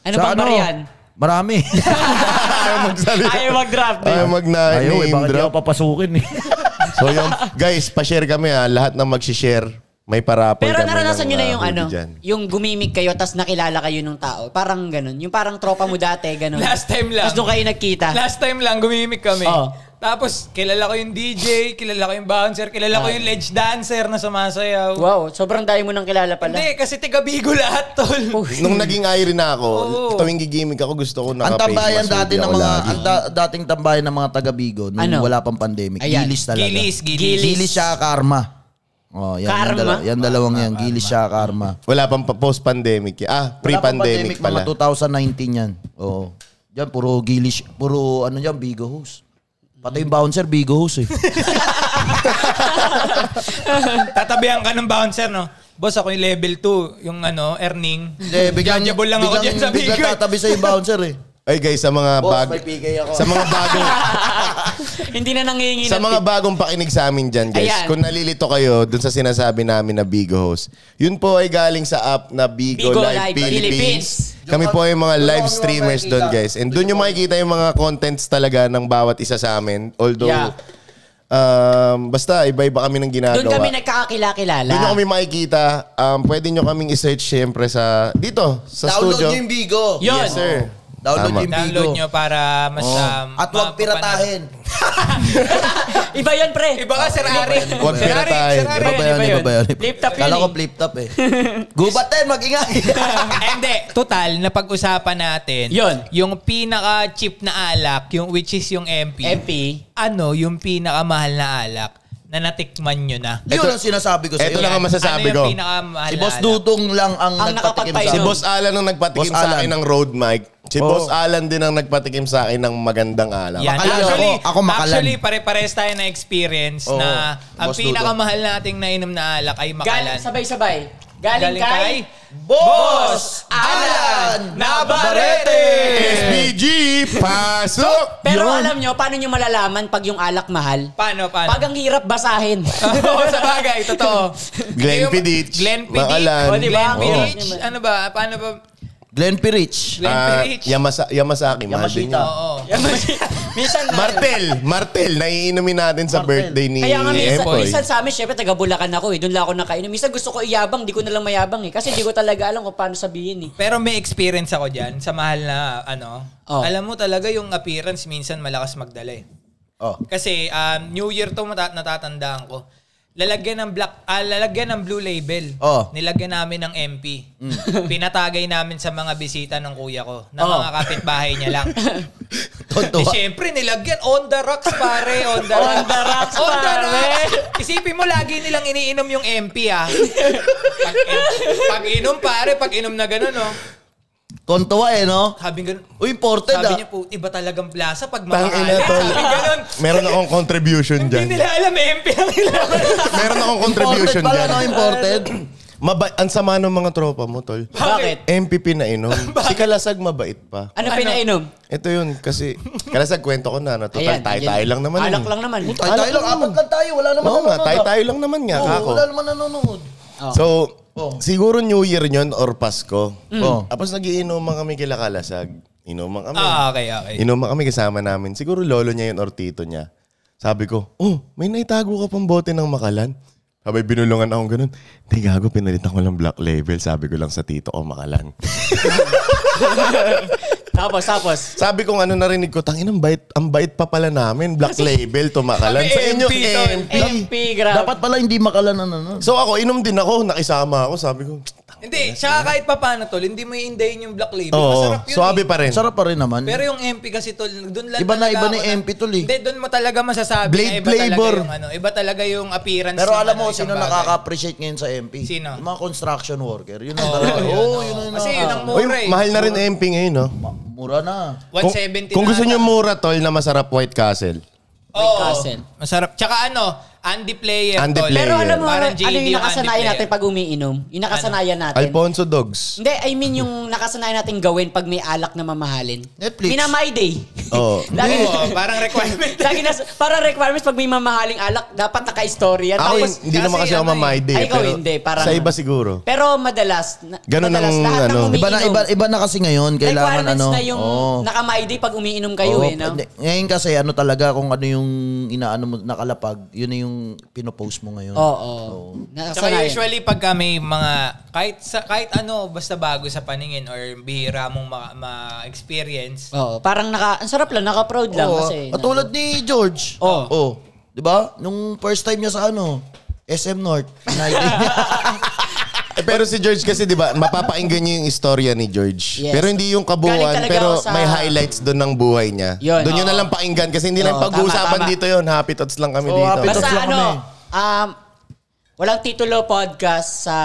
[SPEAKER 4] Ano
[SPEAKER 3] Tsaka
[SPEAKER 4] pang bariyan?
[SPEAKER 3] Marami.
[SPEAKER 2] Ayaw magsalita.
[SPEAKER 4] Ayaw mag-draft. eh.
[SPEAKER 2] Ayaw mag na ano,
[SPEAKER 3] Ayaw, eh,
[SPEAKER 2] name
[SPEAKER 3] bakit di
[SPEAKER 2] drop.
[SPEAKER 3] ako papasukin eh.
[SPEAKER 2] So yung, guys, pa-share kami ha. Lahat na mag-share, may parapol
[SPEAKER 4] Pero
[SPEAKER 2] kami ng,
[SPEAKER 4] naranasan nyo na
[SPEAKER 2] ah,
[SPEAKER 4] yung
[SPEAKER 2] hoodie
[SPEAKER 4] ano,
[SPEAKER 2] dyan.
[SPEAKER 4] yung gumimik kayo tapos nakilala kayo ng tao. Parang ganun. Yung parang tropa mo dati, ganun.
[SPEAKER 1] Last time lang.
[SPEAKER 4] Tapos doon kayo nagkita.
[SPEAKER 1] Last time lang, gumimik kami.
[SPEAKER 4] Oo.
[SPEAKER 1] Tapos, kilala ko yung DJ, kilala ko yung bouncer, kilala ko yung ledge dancer na sumasayaw.
[SPEAKER 4] Wow, sobrang dami mo nang kilala pala.
[SPEAKER 1] Hindi, kasi tiga Bigo lahat, tol.
[SPEAKER 2] Nung naging Irene na ako,
[SPEAKER 4] Oh.
[SPEAKER 1] Oo.
[SPEAKER 2] tuwing gigimik ako, gusto ko
[SPEAKER 3] ang
[SPEAKER 2] naka-face
[SPEAKER 3] tambayan
[SPEAKER 2] mask,
[SPEAKER 3] dati
[SPEAKER 2] hoodie
[SPEAKER 3] ng
[SPEAKER 2] ako
[SPEAKER 3] mga,
[SPEAKER 2] lagi.
[SPEAKER 3] ang da- dating tambayan ng mga taga Bigo, nung
[SPEAKER 4] Ano?
[SPEAKER 3] wala pang pandemic,
[SPEAKER 4] Ayan.
[SPEAKER 3] gilis talaga.
[SPEAKER 1] Gilis, gilis.
[SPEAKER 3] Gilis. siya karma. Oh, yan,
[SPEAKER 4] Karma?
[SPEAKER 3] Yung, dalawa- yan dalawang yan, gilis siya karma.
[SPEAKER 2] Wala pang pa- post-pandemic. eh. Ah, pre-pandemic
[SPEAKER 3] Wala
[SPEAKER 2] pala.
[SPEAKER 3] pang pandemic, mga 2019 yan. Oo. Yan, puro gilis, puro ano yan, Bigo host. Pati yung bouncer, Bigo host eh.
[SPEAKER 1] Tatabihan ka ng bouncer, no? Boss, ako yung level 2, yung ano, earning.
[SPEAKER 3] Hindi, biglang,
[SPEAKER 1] Judgeable lang ako dyan sa Bigo.
[SPEAKER 3] biglang tatabi sa yung bouncer eh.
[SPEAKER 2] Ay guys, sa mga
[SPEAKER 3] Boss,
[SPEAKER 2] bag
[SPEAKER 3] may PK ako.
[SPEAKER 2] sa mga bagong
[SPEAKER 4] Hindi na nangihingi
[SPEAKER 2] sa
[SPEAKER 4] ng
[SPEAKER 2] mga
[SPEAKER 4] tip.
[SPEAKER 2] bagong pakinig sa amin dyan, guys.
[SPEAKER 4] Ayan.
[SPEAKER 2] Kung nalilito kayo dun sa sinasabi namin na Bigo Host. Yun po ay galing sa app na Bigo,
[SPEAKER 4] Bigo
[SPEAKER 2] Live,
[SPEAKER 4] Live
[SPEAKER 2] Philippines.
[SPEAKER 4] Philippines.
[SPEAKER 2] Kami po ay mga
[SPEAKER 3] Doon
[SPEAKER 2] live
[SPEAKER 3] ako
[SPEAKER 2] streamers
[SPEAKER 3] makikita.
[SPEAKER 2] doon, guys. And doon yung makikita yung mga contents talaga ng bawat isa sa amin. Although,
[SPEAKER 4] Yeah.
[SPEAKER 2] um, basta iba-iba kami ng ginagawa.
[SPEAKER 4] Doon kami nagkakakilala-kilala.
[SPEAKER 2] Doon nyo kami makikita. Um, pwede nyo kaming isearch syempre sa dito, sa studio.
[SPEAKER 3] nyo yung Bigo.
[SPEAKER 4] Yun.
[SPEAKER 2] Yes, sir.
[SPEAKER 3] Download
[SPEAKER 2] Tama.
[SPEAKER 3] yung Bigo.
[SPEAKER 1] Download nyo para mas...
[SPEAKER 3] Oo.
[SPEAKER 1] um,
[SPEAKER 3] At
[SPEAKER 1] mapapanood.
[SPEAKER 3] huwag piratahin.
[SPEAKER 4] Iba yun, pre.
[SPEAKER 1] Iba
[SPEAKER 2] Oh,
[SPEAKER 1] ka, Sir Ari.
[SPEAKER 2] Huwag
[SPEAKER 1] Sir Ari,
[SPEAKER 2] piratahin.
[SPEAKER 1] Sir Ari,
[SPEAKER 3] Iba ba yan?
[SPEAKER 1] iba
[SPEAKER 3] Iba ba yan?
[SPEAKER 4] Flip top yun
[SPEAKER 3] Kala
[SPEAKER 4] eh.
[SPEAKER 3] ko flip top eh. Gubat din, mag-ingay.
[SPEAKER 1] Eh, Hindi. Total, napag-usapan natin.
[SPEAKER 4] Yun.
[SPEAKER 1] Yung pinaka-cheap na alak, yung which is yung MP.
[SPEAKER 4] MP.
[SPEAKER 1] Ano yung pinakamahal na alak na natikman nyo na?
[SPEAKER 3] Yun ang sinasabi ko
[SPEAKER 2] Ito
[SPEAKER 3] sa'yo.
[SPEAKER 2] lang ang
[SPEAKER 1] ano
[SPEAKER 2] masasabi ko.
[SPEAKER 1] yung pinakamahal
[SPEAKER 3] Si
[SPEAKER 1] na
[SPEAKER 3] Boss
[SPEAKER 1] alak?
[SPEAKER 3] Dudong lang ang,
[SPEAKER 4] Ang nakapagtayo.
[SPEAKER 3] nagpatikim sa
[SPEAKER 2] Si
[SPEAKER 4] Ayun.
[SPEAKER 2] Boss Alan ang nagpatikim
[SPEAKER 3] Boss
[SPEAKER 2] sa akin
[SPEAKER 3] Alan. Oh.
[SPEAKER 2] ng road mic. Si
[SPEAKER 3] Oo.
[SPEAKER 2] Boss Alan din ang nagpatikim sa akin ng magandang alak.
[SPEAKER 1] Yan.
[SPEAKER 3] Makalan
[SPEAKER 1] Actually,
[SPEAKER 3] ako. Ako makalan.
[SPEAKER 1] actually, pare-pares tayo na experience
[SPEAKER 3] Oo.
[SPEAKER 1] na ang
[SPEAKER 3] Boss Dudong.
[SPEAKER 1] pinakamahal nating nainom na alak ay makalan.
[SPEAKER 4] Galing sabay-sabay. Galing,
[SPEAKER 1] Galing
[SPEAKER 4] kay...
[SPEAKER 1] kay
[SPEAKER 4] Boss Alan Navarrete!
[SPEAKER 2] SBG, pasok!
[SPEAKER 4] Pero
[SPEAKER 3] Yun.
[SPEAKER 4] alam nyo, paano nyo malalaman pag yung alak mahal?
[SPEAKER 1] Paano, paano?
[SPEAKER 4] Pag ang hirap basahin.
[SPEAKER 1] Ano? Oo, sa bagay, totoo.
[SPEAKER 2] Glenn
[SPEAKER 1] Yung-
[SPEAKER 2] Pidich,
[SPEAKER 1] Glenn Pidich.
[SPEAKER 2] Makalan.
[SPEAKER 1] O, di ba?
[SPEAKER 4] Glenn
[SPEAKER 1] Pidich.
[SPEAKER 4] Pidich.
[SPEAKER 1] Ano ba? Paano ba?
[SPEAKER 3] Glenn P. Rich.
[SPEAKER 1] Glenn
[SPEAKER 2] Ah,
[SPEAKER 1] Perich.
[SPEAKER 2] Yamasa- Yamasaki. mahal din
[SPEAKER 3] Yamashita.
[SPEAKER 2] yun.
[SPEAKER 1] Oo.
[SPEAKER 4] minsan na-
[SPEAKER 2] Martel. Martel. Naiinumin natin sa
[SPEAKER 3] Martel.
[SPEAKER 2] birthday ni
[SPEAKER 4] Kaya nga minsan,
[SPEAKER 2] Empoy.
[SPEAKER 4] minsan sa amin, syempre taga Bulacan ako eh. Doon lang ako nakainom. Minsan gusto ko iyabang, di ko na lang mayabang eh. Kasi di ko talaga alam kung paano sabihin eh.
[SPEAKER 1] Pero may experience ako dyan sa mahal na ano.
[SPEAKER 4] Oh.
[SPEAKER 1] Alam mo talaga yung appearance minsan malakas magdala eh.
[SPEAKER 3] Oh.
[SPEAKER 1] Kasi um, New Year to mata- natatandaan ko. Lalagyan ng black ah, lalagyan ng blue label.
[SPEAKER 3] Oh.
[SPEAKER 1] Nilagyan namin ng MP. Pinatagay namin sa mga bisita ng kuya ko ng
[SPEAKER 4] Mm. Oh.
[SPEAKER 1] mga kapitbahay niya lang. Di
[SPEAKER 3] Tonto.
[SPEAKER 1] syempre nilagyan on the rocks pare, on the rocks.
[SPEAKER 4] On the rocks,
[SPEAKER 1] On the
[SPEAKER 4] pare.
[SPEAKER 1] rocks. Isipin mo lagi nilang iniinom yung MP ah. Pag, eh, pag inom pare, pag inom na ganun oh.
[SPEAKER 3] Kontuwa eh, no?
[SPEAKER 1] Sabi ganun,
[SPEAKER 3] Uy, imported
[SPEAKER 1] sabi
[SPEAKER 3] ah.
[SPEAKER 1] niya po, iba talagang plaza pag
[SPEAKER 2] Tangina
[SPEAKER 1] makakain.
[SPEAKER 2] tol.
[SPEAKER 1] Sabi ganun.
[SPEAKER 2] Meron akong contribution
[SPEAKER 1] Hindi
[SPEAKER 2] dyan.
[SPEAKER 1] nila alam, eh, MP ang kailangan.
[SPEAKER 2] Meron akong
[SPEAKER 3] Imported
[SPEAKER 2] contribution
[SPEAKER 3] pala,
[SPEAKER 2] dyan.
[SPEAKER 3] no? Imported.
[SPEAKER 2] Maba- ang sama ng mga tropa mo, tol.
[SPEAKER 4] Bakit?
[SPEAKER 2] MPP na inom. si Kalasag mabait pa.
[SPEAKER 4] Ano, pinainom?
[SPEAKER 2] Ito yun, kasi Kalasag kwento ko na, no? Total, tayo-tayo lang naman.
[SPEAKER 4] Alak
[SPEAKER 2] eh.
[SPEAKER 4] lang naman.
[SPEAKER 3] Tayo, tayo lang, apat lang tayo. Wala naman
[SPEAKER 2] Oo nga,
[SPEAKER 3] nanonood, ah.
[SPEAKER 2] tayo-tayo lang naman nga,
[SPEAKER 3] Oo,
[SPEAKER 2] kako.
[SPEAKER 3] Wala naman nanonood.
[SPEAKER 2] So,
[SPEAKER 3] Oh.
[SPEAKER 2] siguro New Year yun or Pasko.
[SPEAKER 3] Oh.
[SPEAKER 2] Tapos nagiinuman kami kila Kalasag. Inuman kami.
[SPEAKER 1] Ah, okay, okay.
[SPEAKER 2] Inuman kami kasama namin. Siguro lolo niya yun or tito niya. Sabi ko, oh, may naitago ka pang bote ng makalan. Sabi, binulungan akong ganun. Di gago, pinalitan ko lang black label. Sabi ko lang sa tito ko, makalan.
[SPEAKER 4] Tapos, tapos.
[SPEAKER 2] Sabi ko, ano narinig ko, tangin, ang bait, ang bait pa pala namin. Black label to makalan.
[SPEAKER 1] Sabi,
[SPEAKER 2] Sa inyo,
[SPEAKER 1] MP to.
[SPEAKER 2] MP.
[SPEAKER 4] MP, grabe.
[SPEAKER 3] Dapat pala hindi makalan na nanonood.
[SPEAKER 2] So ako, inom din ako. Nakisama ako. Sabi ko,
[SPEAKER 1] Hindi, siya kahit papano tol, hindi mo iindayin yung black label.
[SPEAKER 2] oo,
[SPEAKER 1] Masarap yun.
[SPEAKER 2] suabe
[SPEAKER 1] eh.
[SPEAKER 2] pa rin.
[SPEAKER 3] Sarap pa rin naman.
[SPEAKER 1] Pero yung MP kasi tol, doon lang.
[SPEAKER 3] Iba na,
[SPEAKER 1] talaga
[SPEAKER 3] iba na
[SPEAKER 1] ako
[SPEAKER 3] yung MP, tol, eh.
[SPEAKER 1] Hindi, doon mo talaga masasabi
[SPEAKER 2] Blade
[SPEAKER 1] na iba
[SPEAKER 2] flavor.
[SPEAKER 1] talaga yung ano. Iba talaga yung appearance.
[SPEAKER 3] Pero
[SPEAKER 1] ng
[SPEAKER 3] alam
[SPEAKER 1] ano,
[SPEAKER 3] mo,
[SPEAKER 1] isang
[SPEAKER 3] sino
[SPEAKER 1] bagay.
[SPEAKER 3] nakaka-appreciate ngayon sa MP?
[SPEAKER 1] Sino?
[SPEAKER 3] Yung mga construction worker. Yun ang
[SPEAKER 1] Oo,
[SPEAKER 3] talaga.
[SPEAKER 1] yun,
[SPEAKER 3] Oo,
[SPEAKER 1] oo.
[SPEAKER 3] yun ang
[SPEAKER 1] Kasi yun ang
[SPEAKER 3] nakaka-
[SPEAKER 1] mura
[SPEAKER 2] Uy,
[SPEAKER 1] eh.
[SPEAKER 2] mahal na rin MP ngayon, no?
[SPEAKER 3] Ma- Mura na.
[SPEAKER 1] 170
[SPEAKER 2] kung, kung
[SPEAKER 1] na
[SPEAKER 2] gusto
[SPEAKER 1] ata.
[SPEAKER 2] nyo mura, tol, na masarap White Castle.
[SPEAKER 1] Oo,
[SPEAKER 4] Castle.
[SPEAKER 1] Masarap. Tsaka ano, Andy Player.
[SPEAKER 2] Andy
[SPEAKER 1] tol.
[SPEAKER 2] Player.
[SPEAKER 4] Pero alam mo,
[SPEAKER 1] Parang
[SPEAKER 4] ano
[SPEAKER 1] JD
[SPEAKER 4] yung nakasanayan
[SPEAKER 1] Andy
[SPEAKER 4] natin pag umiinom? Yung nakasanayan
[SPEAKER 2] Ano?
[SPEAKER 4] natin.
[SPEAKER 2] Alfonso Dogs.
[SPEAKER 4] Hindi, I mean yung nakasanayan natin gawin pag may alak na mamahalin.
[SPEAKER 3] Netflix.
[SPEAKER 4] Minamay day.
[SPEAKER 2] Oo.
[SPEAKER 4] Lagi,
[SPEAKER 1] Oo, parang requirement.
[SPEAKER 4] lagi na, para requirements pag may mamahaling alak, dapat naka-istorya.
[SPEAKER 2] Ako,
[SPEAKER 4] Tapos,
[SPEAKER 2] hindi naman
[SPEAKER 1] kasi
[SPEAKER 2] kasi ako
[SPEAKER 1] ano eh.
[SPEAKER 2] mamay day.
[SPEAKER 4] Ay, ikaw
[SPEAKER 2] pero
[SPEAKER 4] hindi, parang- ano.
[SPEAKER 2] Sa iba siguro.
[SPEAKER 4] pero madalas, na,
[SPEAKER 2] Ganun
[SPEAKER 4] madalas
[SPEAKER 2] ang ano.
[SPEAKER 4] lahat ng umiinom.
[SPEAKER 3] Iba na, iba, iba na kasi ngayon. Kailangan
[SPEAKER 4] requirements
[SPEAKER 3] ano.
[SPEAKER 4] na yung
[SPEAKER 3] Oo.
[SPEAKER 4] naka-my day pag umiinom kayo
[SPEAKER 3] Oo,
[SPEAKER 4] eh. No?
[SPEAKER 3] hindi. Ngayon kasi ano talaga kung ano yung inaano mo nakalapag, yun na yung pinopost mo ngayon.
[SPEAKER 4] Oo. Oh,
[SPEAKER 1] Tsaka usually pagka may mga kahit sa kahit ano basta bago sa paningin or bihira mong ma- ma-experience.
[SPEAKER 4] Oo, parang naka, ang sarap lang, naka-proud lang
[SPEAKER 3] Oo,
[SPEAKER 4] kasi.
[SPEAKER 3] At Oh, ah, tulad ni George.
[SPEAKER 4] Oo.
[SPEAKER 3] Oo. 'Di ba? Nung first time niya sa ano, SM North. United.
[SPEAKER 2] Eh, pero si George kasi, di ba, mapapakinggan niyo yung istorya ni George.
[SPEAKER 4] Yes.
[SPEAKER 2] Pero hindi yung
[SPEAKER 4] Galing
[SPEAKER 2] kabuuan,
[SPEAKER 4] talaga
[SPEAKER 2] pero
[SPEAKER 4] ako sa-
[SPEAKER 2] may highlights doon ng buhay niya.
[SPEAKER 4] Yun,
[SPEAKER 2] Doon yun
[SPEAKER 4] oo.
[SPEAKER 2] na lang pakinggan kasi hindi lang
[SPEAKER 4] Oo,
[SPEAKER 2] pag-uusapan
[SPEAKER 4] tama, tama.
[SPEAKER 2] dito yun. Happy thoughts lang kami
[SPEAKER 3] Oo,
[SPEAKER 2] dito.
[SPEAKER 3] happy
[SPEAKER 4] Basta
[SPEAKER 3] Pitos lang
[SPEAKER 4] ano,
[SPEAKER 3] kami.
[SPEAKER 4] um, walang titulo podcast sa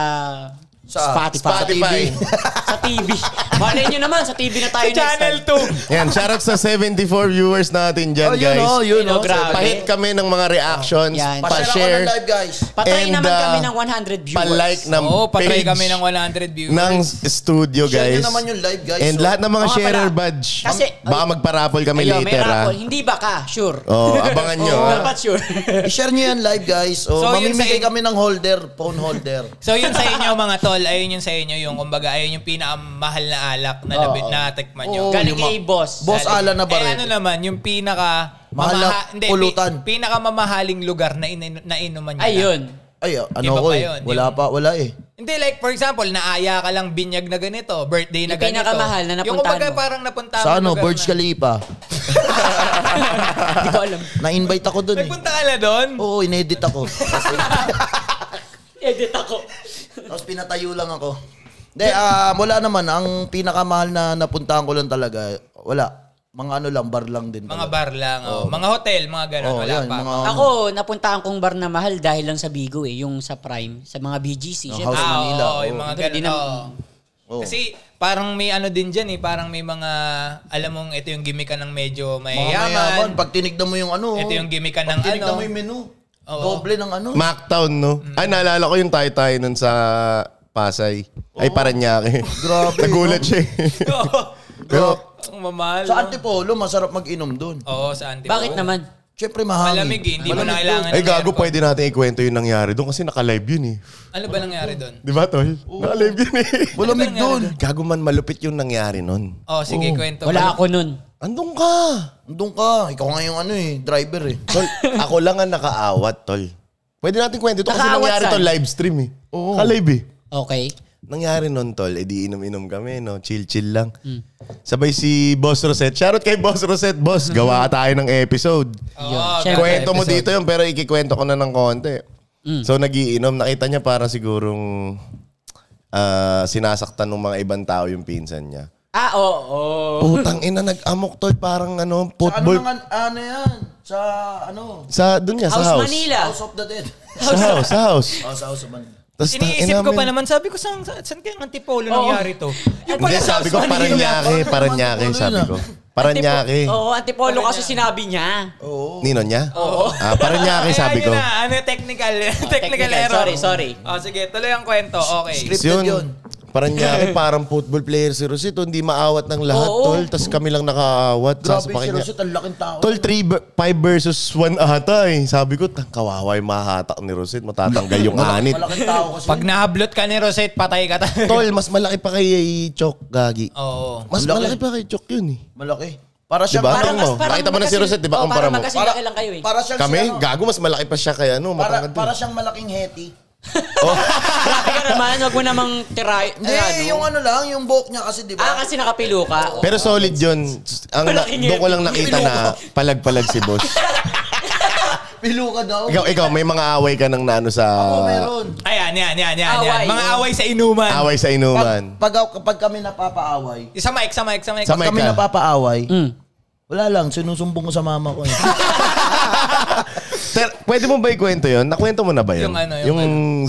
[SPEAKER 3] Sa
[SPEAKER 4] Spotify.
[SPEAKER 2] Spotify.
[SPEAKER 4] sa TV. Malay nyo naman, sa TV na tayo next
[SPEAKER 1] Channel
[SPEAKER 4] time.
[SPEAKER 1] 2.
[SPEAKER 2] Yan, shoutout sa 74 viewers natin dyan,
[SPEAKER 3] oh, yun
[SPEAKER 2] guys.
[SPEAKER 3] oh, yun
[SPEAKER 4] Ayun,
[SPEAKER 3] oh.
[SPEAKER 4] oh, grabe.
[SPEAKER 2] Pahit kami ng mga reactions,
[SPEAKER 4] Yan.
[SPEAKER 3] Pa-share ako
[SPEAKER 2] pa-share,
[SPEAKER 3] ng live, guys.
[SPEAKER 4] Patay
[SPEAKER 2] And,
[SPEAKER 4] naman
[SPEAKER 2] uh,
[SPEAKER 4] kami ng 100 viewers.
[SPEAKER 2] pa-like ng
[SPEAKER 1] Oo, patay
[SPEAKER 2] page
[SPEAKER 1] kami ng 100 viewers.
[SPEAKER 2] ng studio,
[SPEAKER 3] Share
[SPEAKER 2] guys.
[SPEAKER 3] nyo naman yung live, guys.
[SPEAKER 2] And
[SPEAKER 3] So,
[SPEAKER 2] lahat ng mga
[SPEAKER 4] Oo nga
[SPEAKER 2] sharer
[SPEAKER 4] pala.
[SPEAKER 2] badge.
[SPEAKER 4] Kasi-
[SPEAKER 2] baka magparapol kami
[SPEAKER 4] Ayun, may
[SPEAKER 2] later, ha?
[SPEAKER 4] raffle. Hindi ba ka? Sure.
[SPEAKER 2] Oh, abangan nyo,
[SPEAKER 4] Oo,
[SPEAKER 2] ha?
[SPEAKER 4] Dapat sure.
[SPEAKER 3] I-share nyo yan live, guys. O,
[SPEAKER 1] So, yun
[SPEAKER 3] mamimigay
[SPEAKER 1] sa-
[SPEAKER 3] kami ng holder, phone holder.
[SPEAKER 1] So yun sa inyo mga tol, ayun yung sa inyo yung kumbaga ayun yung pinakamahal na alak na labit na tikman nyo.
[SPEAKER 3] Oo,
[SPEAKER 4] Galing
[SPEAKER 3] yung ma-
[SPEAKER 4] kay boss.
[SPEAKER 3] Boss
[SPEAKER 1] Galing-
[SPEAKER 3] Alan na
[SPEAKER 1] Eh
[SPEAKER 3] Barrete.
[SPEAKER 1] ano naman, yung pinaka
[SPEAKER 3] Mahal na pulutan.
[SPEAKER 1] Pi, pinakamamahaling lugar na in, nainuman nyo.
[SPEAKER 4] Ayun.
[SPEAKER 3] Ay, ano
[SPEAKER 1] Iba
[SPEAKER 3] ko
[SPEAKER 1] pa
[SPEAKER 3] eh.
[SPEAKER 1] yun.
[SPEAKER 3] Wala
[SPEAKER 1] Yung-
[SPEAKER 3] pa, wala eh.
[SPEAKER 1] Hindi, like for example, naaya ka lang binyag na ganito, birthday na
[SPEAKER 4] Yung
[SPEAKER 1] ganito.
[SPEAKER 4] pinakamahal na
[SPEAKER 1] Yung
[SPEAKER 4] napuntahan
[SPEAKER 1] kumbaga
[SPEAKER 4] mo.
[SPEAKER 1] parang napuntahan
[SPEAKER 3] Sa
[SPEAKER 1] mo
[SPEAKER 3] ano,
[SPEAKER 1] lugar
[SPEAKER 3] Burj
[SPEAKER 1] Ah, na-
[SPEAKER 3] Khalifa.
[SPEAKER 4] Hindi ko alam.
[SPEAKER 3] Na-invite ako dun eh.
[SPEAKER 1] Nagpunta ka na doon?
[SPEAKER 3] Oo, inedit ako. Kasi-
[SPEAKER 4] Edit ako.
[SPEAKER 3] Tapos pinatayo lang ako. Hindi, ah, wala naman. Ang pinakamahal na napuntahan ko lang talaga, wala. Mga ano lang, bar lang
[SPEAKER 1] Mga
[SPEAKER 3] din. talaga.
[SPEAKER 1] bar lang. oh. Mga hotel, mga ganun.
[SPEAKER 3] Oo,
[SPEAKER 1] wala
[SPEAKER 3] yan,
[SPEAKER 1] pa.
[SPEAKER 3] mga-
[SPEAKER 2] Um,
[SPEAKER 4] Ako, napuntahan kong bar na mahal dahil lang sa Bigo eh, yung sa Prime, sa mga BGC.
[SPEAKER 2] Oh,
[SPEAKER 3] Yung
[SPEAKER 4] Syempre,
[SPEAKER 3] House
[SPEAKER 1] ah,
[SPEAKER 3] Manila,
[SPEAKER 1] Oo, yung
[SPEAKER 3] oo.
[SPEAKER 1] mga
[SPEAKER 4] Hindi,
[SPEAKER 1] ganun.
[SPEAKER 4] di na-
[SPEAKER 1] oo.
[SPEAKER 3] ano, Oo.
[SPEAKER 1] Kasi parang may ano din dyan eh. Parang may mga, alam mong ito yung gimmick ka ng medyo
[SPEAKER 3] Mga mayaman.
[SPEAKER 1] mayayaman.
[SPEAKER 3] Pag tinignan mo yung ano.
[SPEAKER 1] Ito yung gimmick ka ng
[SPEAKER 3] pag tinignan
[SPEAKER 1] ano.
[SPEAKER 3] mo yung menu.
[SPEAKER 1] Oo.
[SPEAKER 3] Doble ng ano.
[SPEAKER 2] Mactown, no? Ay, naalala ko yung tayo-tayo nun sa Pasay. Ay, Paranaque.
[SPEAKER 3] Oh. Grabe,
[SPEAKER 2] Nagulat
[SPEAKER 3] no?
[SPEAKER 2] siya. eh.
[SPEAKER 1] Oo.
[SPEAKER 2] Pero,
[SPEAKER 1] Ang mamahal.
[SPEAKER 3] Sa
[SPEAKER 1] no?
[SPEAKER 3] Antipolo, masarap mag-inom dun.
[SPEAKER 1] Oo, sa Antipolo.
[SPEAKER 4] Bakit naman?
[SPEAKER 3] Siyempre mahangin.
[SPEAKER 1] Malamig eh, hindi mo na
[SPEAKER 3] Malamig
[SPEAKER 1] kailangan
[SPEAKER 2] Ay,
[SPEAKER 1] ng
[SPEAKER 2] gago,
[SPEAKER 1] aircon.
[SPEAKER 2] pwede natin ikwento yung nangyari doon kasi naka-live yun eh.
[SPEAKER 1] Ano ba nangyari doon?
[SPEAKER 2] Di ba, Tol? Naka-live yun eh.
[SPEAKER 3] Malamig doon.
[SPEAKER 2] Gago man, malupit yung nangyari nun.
[SPEAKER 1] Oh, sige, kwento.
[SPEAKER 4] Wala ako nun.
[SPEAKER 2] Andun ka.
[SPEAKER 3] Doon ka. Ikaw nga yung ano eh, driver eh.
[SPEAKER 2] Tol, ako lang ang nakaawat, Tol. Pwede natin kwento ito kasi
[SPEAKER 4] Nakaawat
[SPEAKER 2] nangyari
[SPEAKER 4] saan?
[SPEAKER 2] to live stream eh. Naka-live eh.
[SPEAKER 4] Okay.
[SPEAKER 2] Nangyari nun, Tol, edi inom-inom kami, no? Chill-chill lang. Sabay si Boss Rosette. Shoutout kay Boss Rosette. Boss, gawa tayo ng episode.
[SPEAKER 1] Oh,
[SPEAKER 4] Siyempre.
[SPEAKER 2] Kwento mo dito yun, pero ikikwento ko na ng konti. So, nagiinom. Nakita niya para sigurong ah, sinasaktan ng mga ibang tao yung pinsan niya.
[SPEAKER 4] Ah, oo. oo.
[SPEAKER 2] Putang ina, nag-amok to. Parang ano,
[SPEAKER 3] Sa ano,
[SPEAKER 2] football.
[SPEAKER 3] nga, ano yan? Sa ano?
[SPEAKER 2] Sa, dun niya, sa
[SPEAKER 4] House
[SPEAKER 2] house.
[SPEAKER 4] Manila.
[SPEAKER 3] House of the Dead.
[SPEAKER 2] Sa house, sa house.
[SPEAKER 3] Oh, sa House of Manila.
[SPEAKER 2] Tapos
[SPEAKER 1] Iniisip ko pa naman, sabi ko, saan, saan kaya ang antipolo nangyari to? Yung
[SPEAKER 2] Hindi, sabi ko, paranyake, paranyake, sabi ko. Paranyake.
[SPEAKER 4] Oo, antipolo kasi
[SPEAKER 3] ano?
[SPEAKER 4] sinabi niya.
[SPEAKER 2] Nino niya? Oo. Ah,
[SPEAKER 1] Ay,
[SPEAKER 2] paranyake,
[SPEAKER 1] ayun
[SPEAKER 2] sabi ko.
[SPEAKER 1] na, ano, technical, technical
[SPEAKER 4] Oh, technical,
[SPEAKER 1] error.
[SPEAKER 4] sorry, sorry.
[SPEAKER 1] Oh, sige, tuloy ang kwento. Okay.
[SPEAKER 3] Scripted
[SPEAKER 2] Tapos
[SPEAKER 3] yun.
[SPEAKER 2] Paranyake, parang football player si Rosito. Hindi maawat ng lahat,
[SPEAKER 4] Oo.
[SPEAKER 2] tol. Tapos kami lang nakaawat.
[SPEAKER 3] Grabe si
[SPEAKER 2] Sasapakin niya.
[SPEAKER 3] Rosette, ang laking tao.
[SPEAKER 2] Tol, 5 versus 1 ata eh. Sabi ko, "Tang, kawawa yung mahahatak ni Rosette. Matatanggal yung anit.
[SPEAKER 3] Malaking tao kasi.
[SPEAKER 1] Pag nahablot ka ni Rosette, patay ka talaga.
[SPEAKER 2] Tol, mas malaki pa kay Chok, Gagi.
[SPEAKER 1] Oo.
[SPEAKER 2] Mas
[SPEAKER 3] Malaki.
[SPEAKER 2] malaki pa kay Chok yun eh.
[SPEAKER 3] Malaki. Para siyang
[SPEAKER 2] Diba?
[SPEAKER 3] parang
[SPEAKER 2] Parang- mo, nakita mo na si Rosette, di ba? Kumpara
[SPEAKER 4] para
[SPEAKER 2] mo.
[SPEAKER 4] magkasing laki lang kayo eh.
[SPEAKER 3] Para siyang si
[SPEAKER 2] Kami,
[SPEAKER 3] ano,
[SPEAKER 2] gago, mas malaki pa siya kay ano, Oh,
[SPEAKER 3] para,
[SPEAKER 2] matangkad.
[SPEAKER 3] para
[SPEAKER 2] eh.
[SPEAKER 3] siyang malaking heti.
[SPEAKER 4] Grabe ka naman, huwag mo namang tiray.
[SPEAKER 3] Hindi, yung ano lang, yung buhok niya kasi, di ba?
[SPEAKER 4] Ah, kasi nakapilo ka.
[SPEAKER 2] Pero solid yun. Ang,
[SPEAKER 4] Malaking
[SPEAKER 2] doon ko lang
[SPEAKER 4] ngipin.
[SPEAKER 2] nakita na palag-palag si boss.
[SPEAKER 3] Pilo ka daw.
[SPEAKER 2] ikaw, ikaw, may mga away ka ng nano sa...
[SPEAKER 3] Oo, meron.
[SPEAKER 1] Ayan, yan, yan, yan, yan.
[SPEAKER 4] Away.
[SPEAKER 1] Mga away sa inuman.
[SPEAKER 2] Away sa
[SPEAKER 3] Pag,
[SPEAKER 2] inuman.
[SPEAKER 3] pag, kapag kami napapaaway,
[SPEAKER 1] Sa mic, sa mic, sa mic.
[SPEAKER 2] Sa mic.
[SPEAKER 3] pag kami
[SPEAKER 2] ka.
[SPEAKER 3] napapaaway,
[SPEAKER 2] Hmm.
[SPEAKER 4] Mm.
[SPEAKER 3] wala lang, sinusumbong ko sa mama ko. eh.
[SPEAKER 2] Sir, pwede mo ba ikwento yun? Nakwento mo na ba yun?
[SPEAKER 1] Yung ano, yung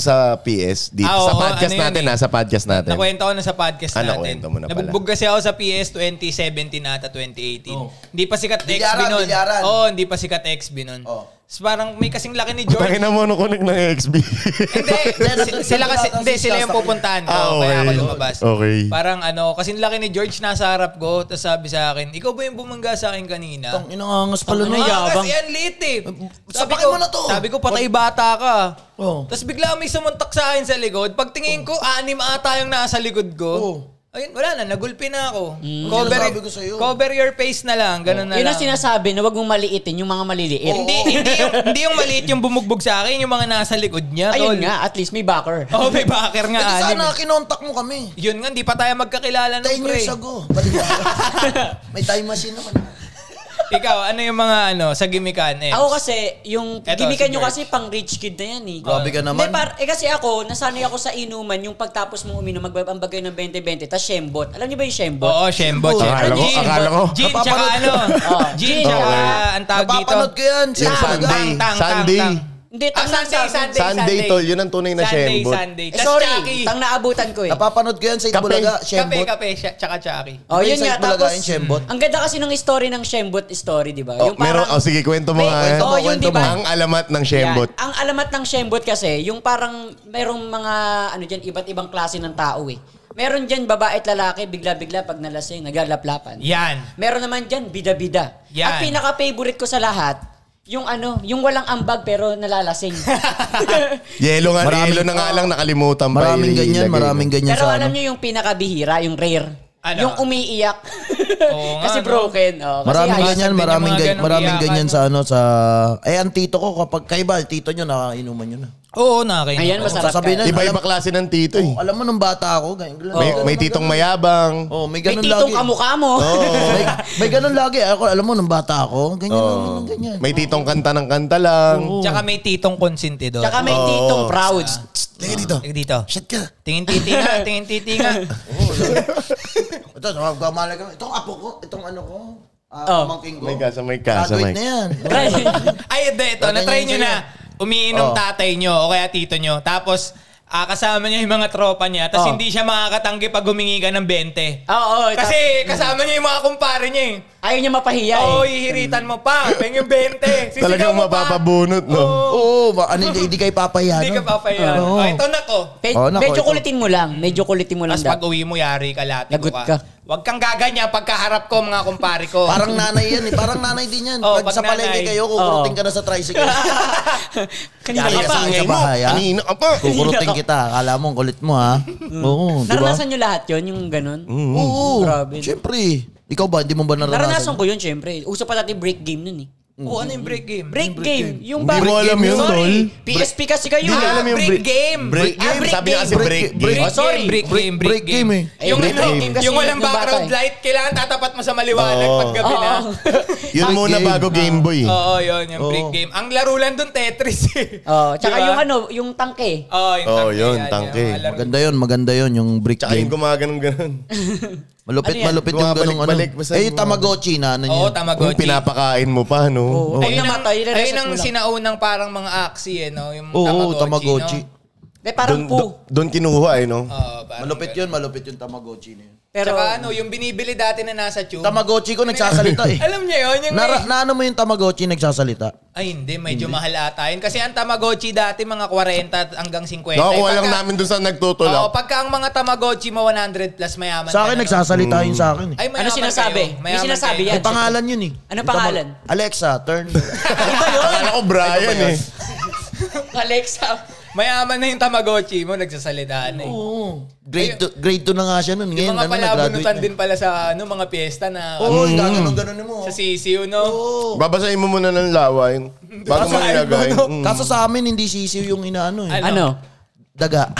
[SPEAKER 2] sa PS, dito.
[SPEAKER 1] Ah,
[SPEAKER 2] sa
[SPEAKER 1] oo,
[SPEAKER 2] podcast
[SPEAKER 1] ano yun
[SPEAKER 2] natin
[SPEAKER 1] eh.
[SPEAKER 2] ha, sa podcast natin.
[SPEAKER 1] Nakwento ko na sa podcast
[SPEAKER 2] Ah,
[SPEAKER 1] natin.
[SPEAKER 2] nakwento mo na pala.
[SPEAKER 1] Nabugbog kasi ako sa PS 2017 ata 2018.
[SPEAKER 3] Oh.
[SPEAKER 1] Hindi pa sikat XB
[SPEAKER 3] Bilyaran,
[SPEAKER 1] nun.
[SPEAKER 3] bilyaran.
[SPEAKER 1] Oo, hindi pa sikat XB nun.
[SPEAKER 3] Oh.
[SPEAKER 1] So, parang may kasing laki ni George.
[SPEAKER 2] Tangin na mo nung connect ng XB.
[SPEAKER 1] hindi, si- sila kasi, hindi, sila yung pupuntahan ko.
[SPEAKER 2] Ah, okay.
[SPEAKER 1] Kaya ako lumabas.
[SPEAKER 2] Okay.
[SPEAKER 1] Parang ano, kasing laki ni George nasa harap ko. Tapos sabi sa akin, ikaw ba yung bumangga sa akin kanina?
[SPEAKER 3] Tang inangangas pala
[SPEAKER 1] Ano
[SPEAKER 3] nun.
[SPEAKER 1] yabang? Kasi yan, lit eh. Sabi
[SPEAKER 3] Sapakin
[SPEAKER 1] ko,
[SPEAKER 3] mo na to.
[SPEAKER 1] sabi ko, patay bata ka.
[SPEAKER 3] Oh.
[SPEAKER 1] Tapos bigla may sumuntak sa akin sa likod. Pagtingin ko, anim ata yung nasa likod ko.
[SPEAKER 3] Oh. Hmm.
[SPEAKER 1] Ayun, wala na, nagulpi na ako.
[SPEAKER 3] Yun ang sabi ko sa'yo. Oh.
[SPEAKER 1] cover your face na lang, ganun na
[SPEAKER 4] Yun
[SPEAKER 1] lang.
[SPEAKER 4] ang sinasabi na huwag mong maliitin yung mga maliliit.
[SPEAKER 1] hindi, hindi, yung, hindi yung maliit yung bumugbog sa akin, yung mga nasa likod niya. tol.
[SPEAKER 4] Ayun nga, at least may backer.
[SPEAKER 1] Oh, may backer nga, anim.
[SPEAKER 3] Kasi Eh, sana kinontak mo kami.
[SPEAKER 1] Yun nga, hindi pa tayo magkakilala ng
[SPEAKER 3] 10
[SPEAKER 1] pre.
[SPEAKER 3] years ago. Baliwala. May time machine naman.
[SPEAKER 1] Ikaw, ano yung mga ano, sa gimikan eh?
[SPEAKER 4] Ako kasi, yung
[SPEAKER 1] Eto, si
[SPEAKER 4] gimikan nyo
[SPEAKER 1] George.
[SPEAKER 4] kasi pang rich kid na yan eh.
[SPEAKER 3] Grabe ka naman.
[SPEAKER 4] Hindi, par- eh kasi ako, nasanay ako sa inuman yung pagtapos mong uminom, magbabambag kayo ng 20-20, tas shembot. Alam niyo ba yung shembot?
[SPEAKER 1] Oo, Shembot.
[SPEAKER 2] Akala ko-
[SPEAKER 1] Shembot.
[SPEAKER 2] akala ko. Ah.
[SPEAKER 1] Gin, tsaka
[SPEAKER 3] Napapanood-
[SPEAKER 1] ano.
[SPEAKER 4] Oh,
[SPEAKER 1] Gin,
[SPEAKER 4] gin.
[SPEAKER 1] tsaka
[SPEAKER 2] Okay.
[SPEAKER 1] ang tawag dito.
[SPEAKER 3] Napapanood ko yan.
[SPEAKER 2] Yung
[SPEAKER 3] Sinasabi ko,
[SPEAKER 2] Sunday.
[SPEAKER 1] Tang, tang, tang,
[SPEAKER 2] Sunday.
[SPEAKER 1] tang.
[SPEAKER 4] Hindi,
[SPEAKER 1] Ah,
[SPEAKER 4] tang
[SPEAKER 1] Sunday, Sunday,
[SPEAKER 2] Sunday, tol. Yun ang tunay na
[SPEAKER 1] Sunday,
[SPEAKER 2] shembot.
[SPEAKER 1] Sunday.
[SPEAKER 4] Eh,
[SPEAKER 1] Tas
[SPEAKER 4] sorry,
[SPEAKER 1] Chucky.
[SPEAKER 4] tang naabutan ko eh.
[SPEAKER 3] Napapanood ko yan sa
[SPEAKER 2] Kape.
[SPEAKER 3] Itbulaga.
[SPEAKER 1] Kape,
[SPEAKER 3] Shembot.
[SPEAKER 1] kape, siya- tsaka Chucky.
[SPEAKER 4] Oh, yun
[SPEAKER 3] Sa
[SPEAKER 4] nga.
[SPEAKER 3] Itbulaga
[SPEAKER 4] Tapos,
[SPEAKER 3] yung shembot.
[SPEAKER 4] ang ganda kasi ng story ng shembot story, di ba?
[SPEAKER 2] Oh, meron, oh, sige, kwento mo
[SPEAKER 4] May-
[SPEAKER 2] nga. eh.
[SPEAKER 4] Oo, yun,
[SPEAKER 2] Kwento
[SPEAKER 4] di ba?
[SPEAKER 2] mo. Ang alamat ng shembot.
[SPEAKER 4] Yan. Ang alamat ng Shembot kasi, yung parang merong mga ano diyan iba't ibang klase ng tao eh. Meron diyan babae at lalaki bigla-bigla pag nalasing naglalaplapan.
[SPEAKER 1] Yan.
[SPEAKER 4] Meron naman diyan bida-bida.
[SPEAKER 1] Yan.
[SPEAKER 4] At pinaka-favorite ko sa lahat, yung ano, yung walang ambag pero nalalasing.
[SPEAKER 2] Yelo nga,
[SPEAKER 3] Maraming-
[SPEAKER 2] yelo na nga lang, nakalimutan pa. eh,
[SPEAKER 3] Maraming
[SPEAKER 2] ilagay
[SPEAKER 3] ganyan,
[SPEAKER 2] na.
[SPEAKER 3] maraming ganyan
[SPEAKER 4] pero
[SPEAKER 3] sa
[SPEAKER 4] alam
[SPEAKER 3] ano.
[SPEAKER 4] niyo yung pinakabihira, yung rare.
[SPEAKER 1] Ano?
[SPEAKER 4] Yung umiiyak.
[SPEAKER 1] Oo nga,
[SPEAKER 4] kasi
[SPEAKER 1] no?
[SPEAKER 4] broken. Oh, kasi ayos.
[SPEAKER 3] Maraming
[SPEAKER 1] Basag
[SPEAKER 3] ganyan,
[SPEAKER 1] din yung
[SPEAKER 3] maraming
[SPEAKER 1] mga
[SPEAKER 3] ganyan,
[SPEAKER 1] ganong
[SPEAKER 3] maraming
[SPEAKER 1] iyakan.
[SPEAKER 3] ganyan sa ano sa Eh ang tito ko kapag kaiba, tito niyo nakainuman niyo na.
[SPEAKER 1] Oo, nakakainom.
[SPEAKER 4] Ayan,
[SPEAKER 1] ako.
[SPEAKER 4] masarap. Sasabihin
[SPEAKER 3] Sasabihin na-
[SPEAKER 2] Iba-iba klase ng tito eh.
[SPEAKER 3] Alam mo nung bata ako, ganyan.
[SPEAKER 2] May,
[SPEAKER 3] ganyan,
[SPEAKER 2] may
[SPEAKER 3] ganyan,
[SPEAKER 2] titong
[SPEAKER 3] ganyan.
[SPEAKER 2] mayabang.
[SPEAKER 3] Oh, may
[SPEAKER 4] May
[SPEAKER 3] ganun
[SPEAKER 4] titong
[SPEAKER 3] lagi. Oh,
[SPEAKER 4] kamukha mo.
[SPEAKER 3] may, may ganun lagi. Ako, alam mo nung bata ako, ganyan, ganyan, ganyan.
[SPEAKER 2] Oh. May titong kanta ng kanta lang.
[SPEAKER 1] Tsaka may titong konsentidor.
[SPEAKER 4] Tsaka may titong proud.
[SPEAKER 3] Tingin dito.
[SPEAKER 1] Teka dito.
[SPEAKER 3] Shit ka.
[SPEAKER 1] Tingin titi nga, tingin titi nga.
[SPEAKER 3] Ito, nagkamali ka. Itong apo ko, itong ano ko, ah,
[SPEAKER 4] Oh.
[SPEAKER 3] pamangking ko.
[SPEAKER 2] May kasa, may kasa,
[SPEAKER 3] Graduate
[SPEAKER 2] may.
[SPEAKER 3] na yan.
[SPEAKER 1] Ay, hindi. Ito,
[SPEAKER 3] Ganyan
[SPEAKER 1] na-try
[SPEAKER 3] yun
[SPEAKER 1] nyo
[SPEAKER 3] sa'yo.
[SPEAKER 1] na. Umiinom
[SPEAKER 3] Oh.
[SPEAKER 1] tatay nyo o kaya tito nyo. Tapos, ah, kasama niya yung mga tropa niya. Tapos
[SPEAKER 4] Oh. Ah,
[SPEAKER 1] hindi siya makakatanggi pag humingi ka ng 20.
[SPEAKER 4] Oo, oo.
[SPEAKER 1] Kasi kasama niya yung mga kumpare niya eh.
[SPEAKER 4] ayaw niya mapahiya eh.
[SPEAKER 1] Oo, hihiritan mo pa. Peng yung 20. Sisigaw
[SPEAKER 2] Talagang
[SPEAKER 1] mo pa.
[SPEAKER 2] mapapabunot, no?
[SPEAKER 3] Oo, ba, ano, hindi, hindi kayo papayanan.
[SPEAKER 1] Hindi ka papayan.
[SPEAKER 3] Oo.
[SPEAKER 1] Oh, ito na ko.
[SPEAKER 4] Pe-
[SPEAKER 3] Oh, nako,
[SPEAKER 4] medyo
[SPEAKER 3] ito.
[SPEAKER 4] kulitin mo lang. Medyo kulitin mo lang
[SPEAKER 1] Tapos
[SPEAKER 4] dapat.
[SPEAKER 1] pag uwi mo, yari ka, latigo
[SPEAKER 4] Lagot
[SPEAKER 1] ka.
[SPEAKER 4] ka.
[SPEAKER 1] Huwag kang gaganya pagkaharap ko mga kumpare ko.
[SPEAKER 3] Parang nanay yan eh. Parang nanay din yan.
[SPEAKER 1] Oh,
[SPEAKER 3] pag,
[SPEAKER 1] pag
[SPEAKER 3] sa palengke
[SPEAKER 1] nanay.
[SPEAKER 3] kayo, kukurutin ka na sa tricycle.
[SPEAKER 4] Kanina
[SPEAKER 3] Dali
[SPEAKER 4] ka pa.
[SPEAKER 3] sa akin sa bahay, ha?
[SPEAKER 2] Kanina ka pa.
[SPEAKER 3] kukurutin kita. Akala mo, ang kulit mo ha. Oo, Oh, di ba? Mm.
[SPEAKER 4] Naranasan nyo lahat yon yung ganun?
[SPEAKER 3] Oo,
[SPEAKER 4] Grabe.
[SPEAKER 3] Siyempre. Ikaw ba, hindi mo ba naranasan?
[SPEAKER 4] Naranasan ko yun, syempre. Uso pa dati break game nun eh.
[SPEAKER 1] Oo, ano yung break game?
[SPEAKER 4] Break, game. Yung
[SPEAKER 2] Hindi mo alam yun,
[SPEAKER 4] Sorry,
[SPEAKER 2] tol.
[SPEAKER 4] PSP kasi kayo.
[SPEAKER 2] Hindi
[SPEAKER 4] eh.
[SPEAKER 2] alam yun.
[SPEAKER 1] break
[SPEAKER 2] break-
[SPEAKER 1] game.
[SPEAKER 2] break
[SPEAKER 1] Ah,
[SPEAKER 2] game. Sabi niya kasi break game.
[SPEAKER 1] Break
[SPEAKER 4] Oh, sorry.
[SPEAKER 1] game, break, game, break,
[SPEAKER 3] break game eh.
[SPEAKER 4] Eh,
[SPEAKER 1] Yung,
[SPEAKER 4] break
[SPEAKER 1] ano,
[SPEAKER 4] game kasi
[SPEAKER 1] yung walang
[SPEAKER 4] nung bata
[SPEAKER 1] background
[SPEAKER 4] eh.
[SPEAKER 1] light, kailangan tatapat mo sa maliwanag
[SPEAKER 2] Oo.
[SPEAKER 1] pag gabi na.
[SPEAKER 4] Oo.
[SPEAKER 2] Yun muna
[SPEAKER 3] game.
[SPEAKER 2] bago Game Boy. eh.
[SPEAKER 1] Oo, yun, yung break game. Ang laro lang dun, Tetris eh.
[SPEAKER 4] Oh, tsaka
[SPEAKER 1] Diba?
[SPEAKER 4] yung ano, yung tangke.
[SPEAKER 1] Oo, yung
[SPEAKER 2] Oo,
[SPEAKER 1] tangke.
[SPEAKER 2] yun,
[SPEAKER 1] yan,
[SPEAKER 2] tangke.
[SPEAKER 1] yung mga laro.
[SPEAKER 3] Maganda yun, maganda yun, yung brick
[SPEAKER 2] Tsaka
[SPEAKER 3] game.
[SPEAKER 2] yung gumaganong ganun.
[SPEAKER 3] Malupit,
[SPEAKER 4] Ano yan?
[SPEAKER 3] malupit yung ganung ano.
[SPEAKER 2] Bumabalik-balik pa sa
[SPEAKER 3] Eh, yung
[SPEAKER 2] mga-
[SPEAKER 3] Tamagotchi na ano
[SPEAKER 1] Oo,
[SPEAKER 3] yun.
[SPEAKER 2] Yung
[SPEAKER 1] Tamagotchi.
[SPEAKER 2] pinapakain mo pa, no?
[SPEAKER 4] Oo. Pag
[SPEAKER 1] Ayun ang,
[SPEAKER 4] namatay, nire-reset
[SPEAKER 1] ayun ang
[SPEAKER 4] mo lang.
[SPEAKER 1] sinaunang parang mga axi eh, no? Yung
[SPEAKER 3] Oo, Tamagotchi.
[SPEAKER 1] No?
[SPEAKER 4] Eh, parang
[SPEAKER 2] Doon-
[SPEAKER 4] po.
[SPEAKER 2] do- Doon kinuha eh, no?
[SPEAKER 1] Oo, parang
[SPEAKER 3] Malupit yun, malupit yung Tamagotchi na yun.
[SPEAKER 1] Pero
[SPEAKER 4] Pero,
[SPEAKER 1] ano, yung binibili dati na nasa tube.
[SPEAKER 3] Tamagotchi ko nagsasalita eh.
[SPEAKER 1] Alam niya yun, yung
[SPEAKER 3] Nara,
[SPEAKER 1] may-
[SPEAKER 3] na ano mo yung Tamagotchi nagsasalita?
[SPEAKER 1] Ay, hindi. Medyo mahal ata yun. Kasi ang Tamagotchi dati, mga 40 at hanggang 50.
[SPEAKER 2] Nakakuha
[SPEAKER 1] Eh,
[SPEAKER 2] lang
[SPEAKER 1] pagka-
[SPEAKER 2] namin doon sa
[SPEAKER 1] Oo,
[SPEAKER 2] nagtutulak.
[SPEAKER 1] pagka ang mga Tamagotchi mo 100 plus mayaman
[SPEAKER 3] Sa
[SPEAKER 1] ka na,
[SPEAKER 3] akin
[SPEAKER 1] no?
[SPEAKER 3] nagsasalita
[SPEAKER 2] Hmm.
[SPEAKER 3] yun sa akin eh.
[SPEAKER 1] Ay, mayaman
[SPEAKER 4] Ano sinasabi?
[SPEAKER 1] kayo.
[SPEAKER 4] May
[SPEAKER 1] Mayaman
[SPEAKER 4] sinasabi
[SPEAKER 1] kayo.
[SPEAKER 3] May
[SPEAKER 4] yan.
[SPEAKER 3] pangalan yun eh.
[SPEAKER 4] Ano
[SPEAKER 3] Yung
[SPEAKER 4] pangalan?
[SPEAKER 3] Tamag- Alexa, turn.
[SPEAKER 2] Akala ko Brian eh.
[SPEAKER 4] Alexa.
[SPEAKER 1] Mayaman na yung Tamagotchi mo, nagsasalitaan na eh.
[SPEAKER 3] Oo. Grade 2 grade two na nga siya nun. Ngayon,
[SPEAKER 1] Yung mga
[SPEAKER 3] ano, nag-graduate
[SPEAKER 1] palabunutan
[SPEAKER 3] na.
[SPEAKER 1] din pala sa ano mga piyesta na
[SPEAKER 3] Oo,
[SPEAKER 2] Hmm.
[SPEAKER 3] yung gaganon-ganon mo.
[SPEAKER 1] sa sisiyo, no?
[SPEAKER 2] Babasahin mo muna ng lawayn. Bago mo
[SPEAKER 1] Babasahin mo,
[SPEAKER 2] ilagay.
[SPEAKER 1] no?
[SPEAKER 2] Mm.
[SPEAKER 3] Kaso sa amin, hindi sisiw yung inaano eh.
[SPEAKER 1] Ano?
[SPEAKER 4] Ano?
[SPEAKER 3] Daga.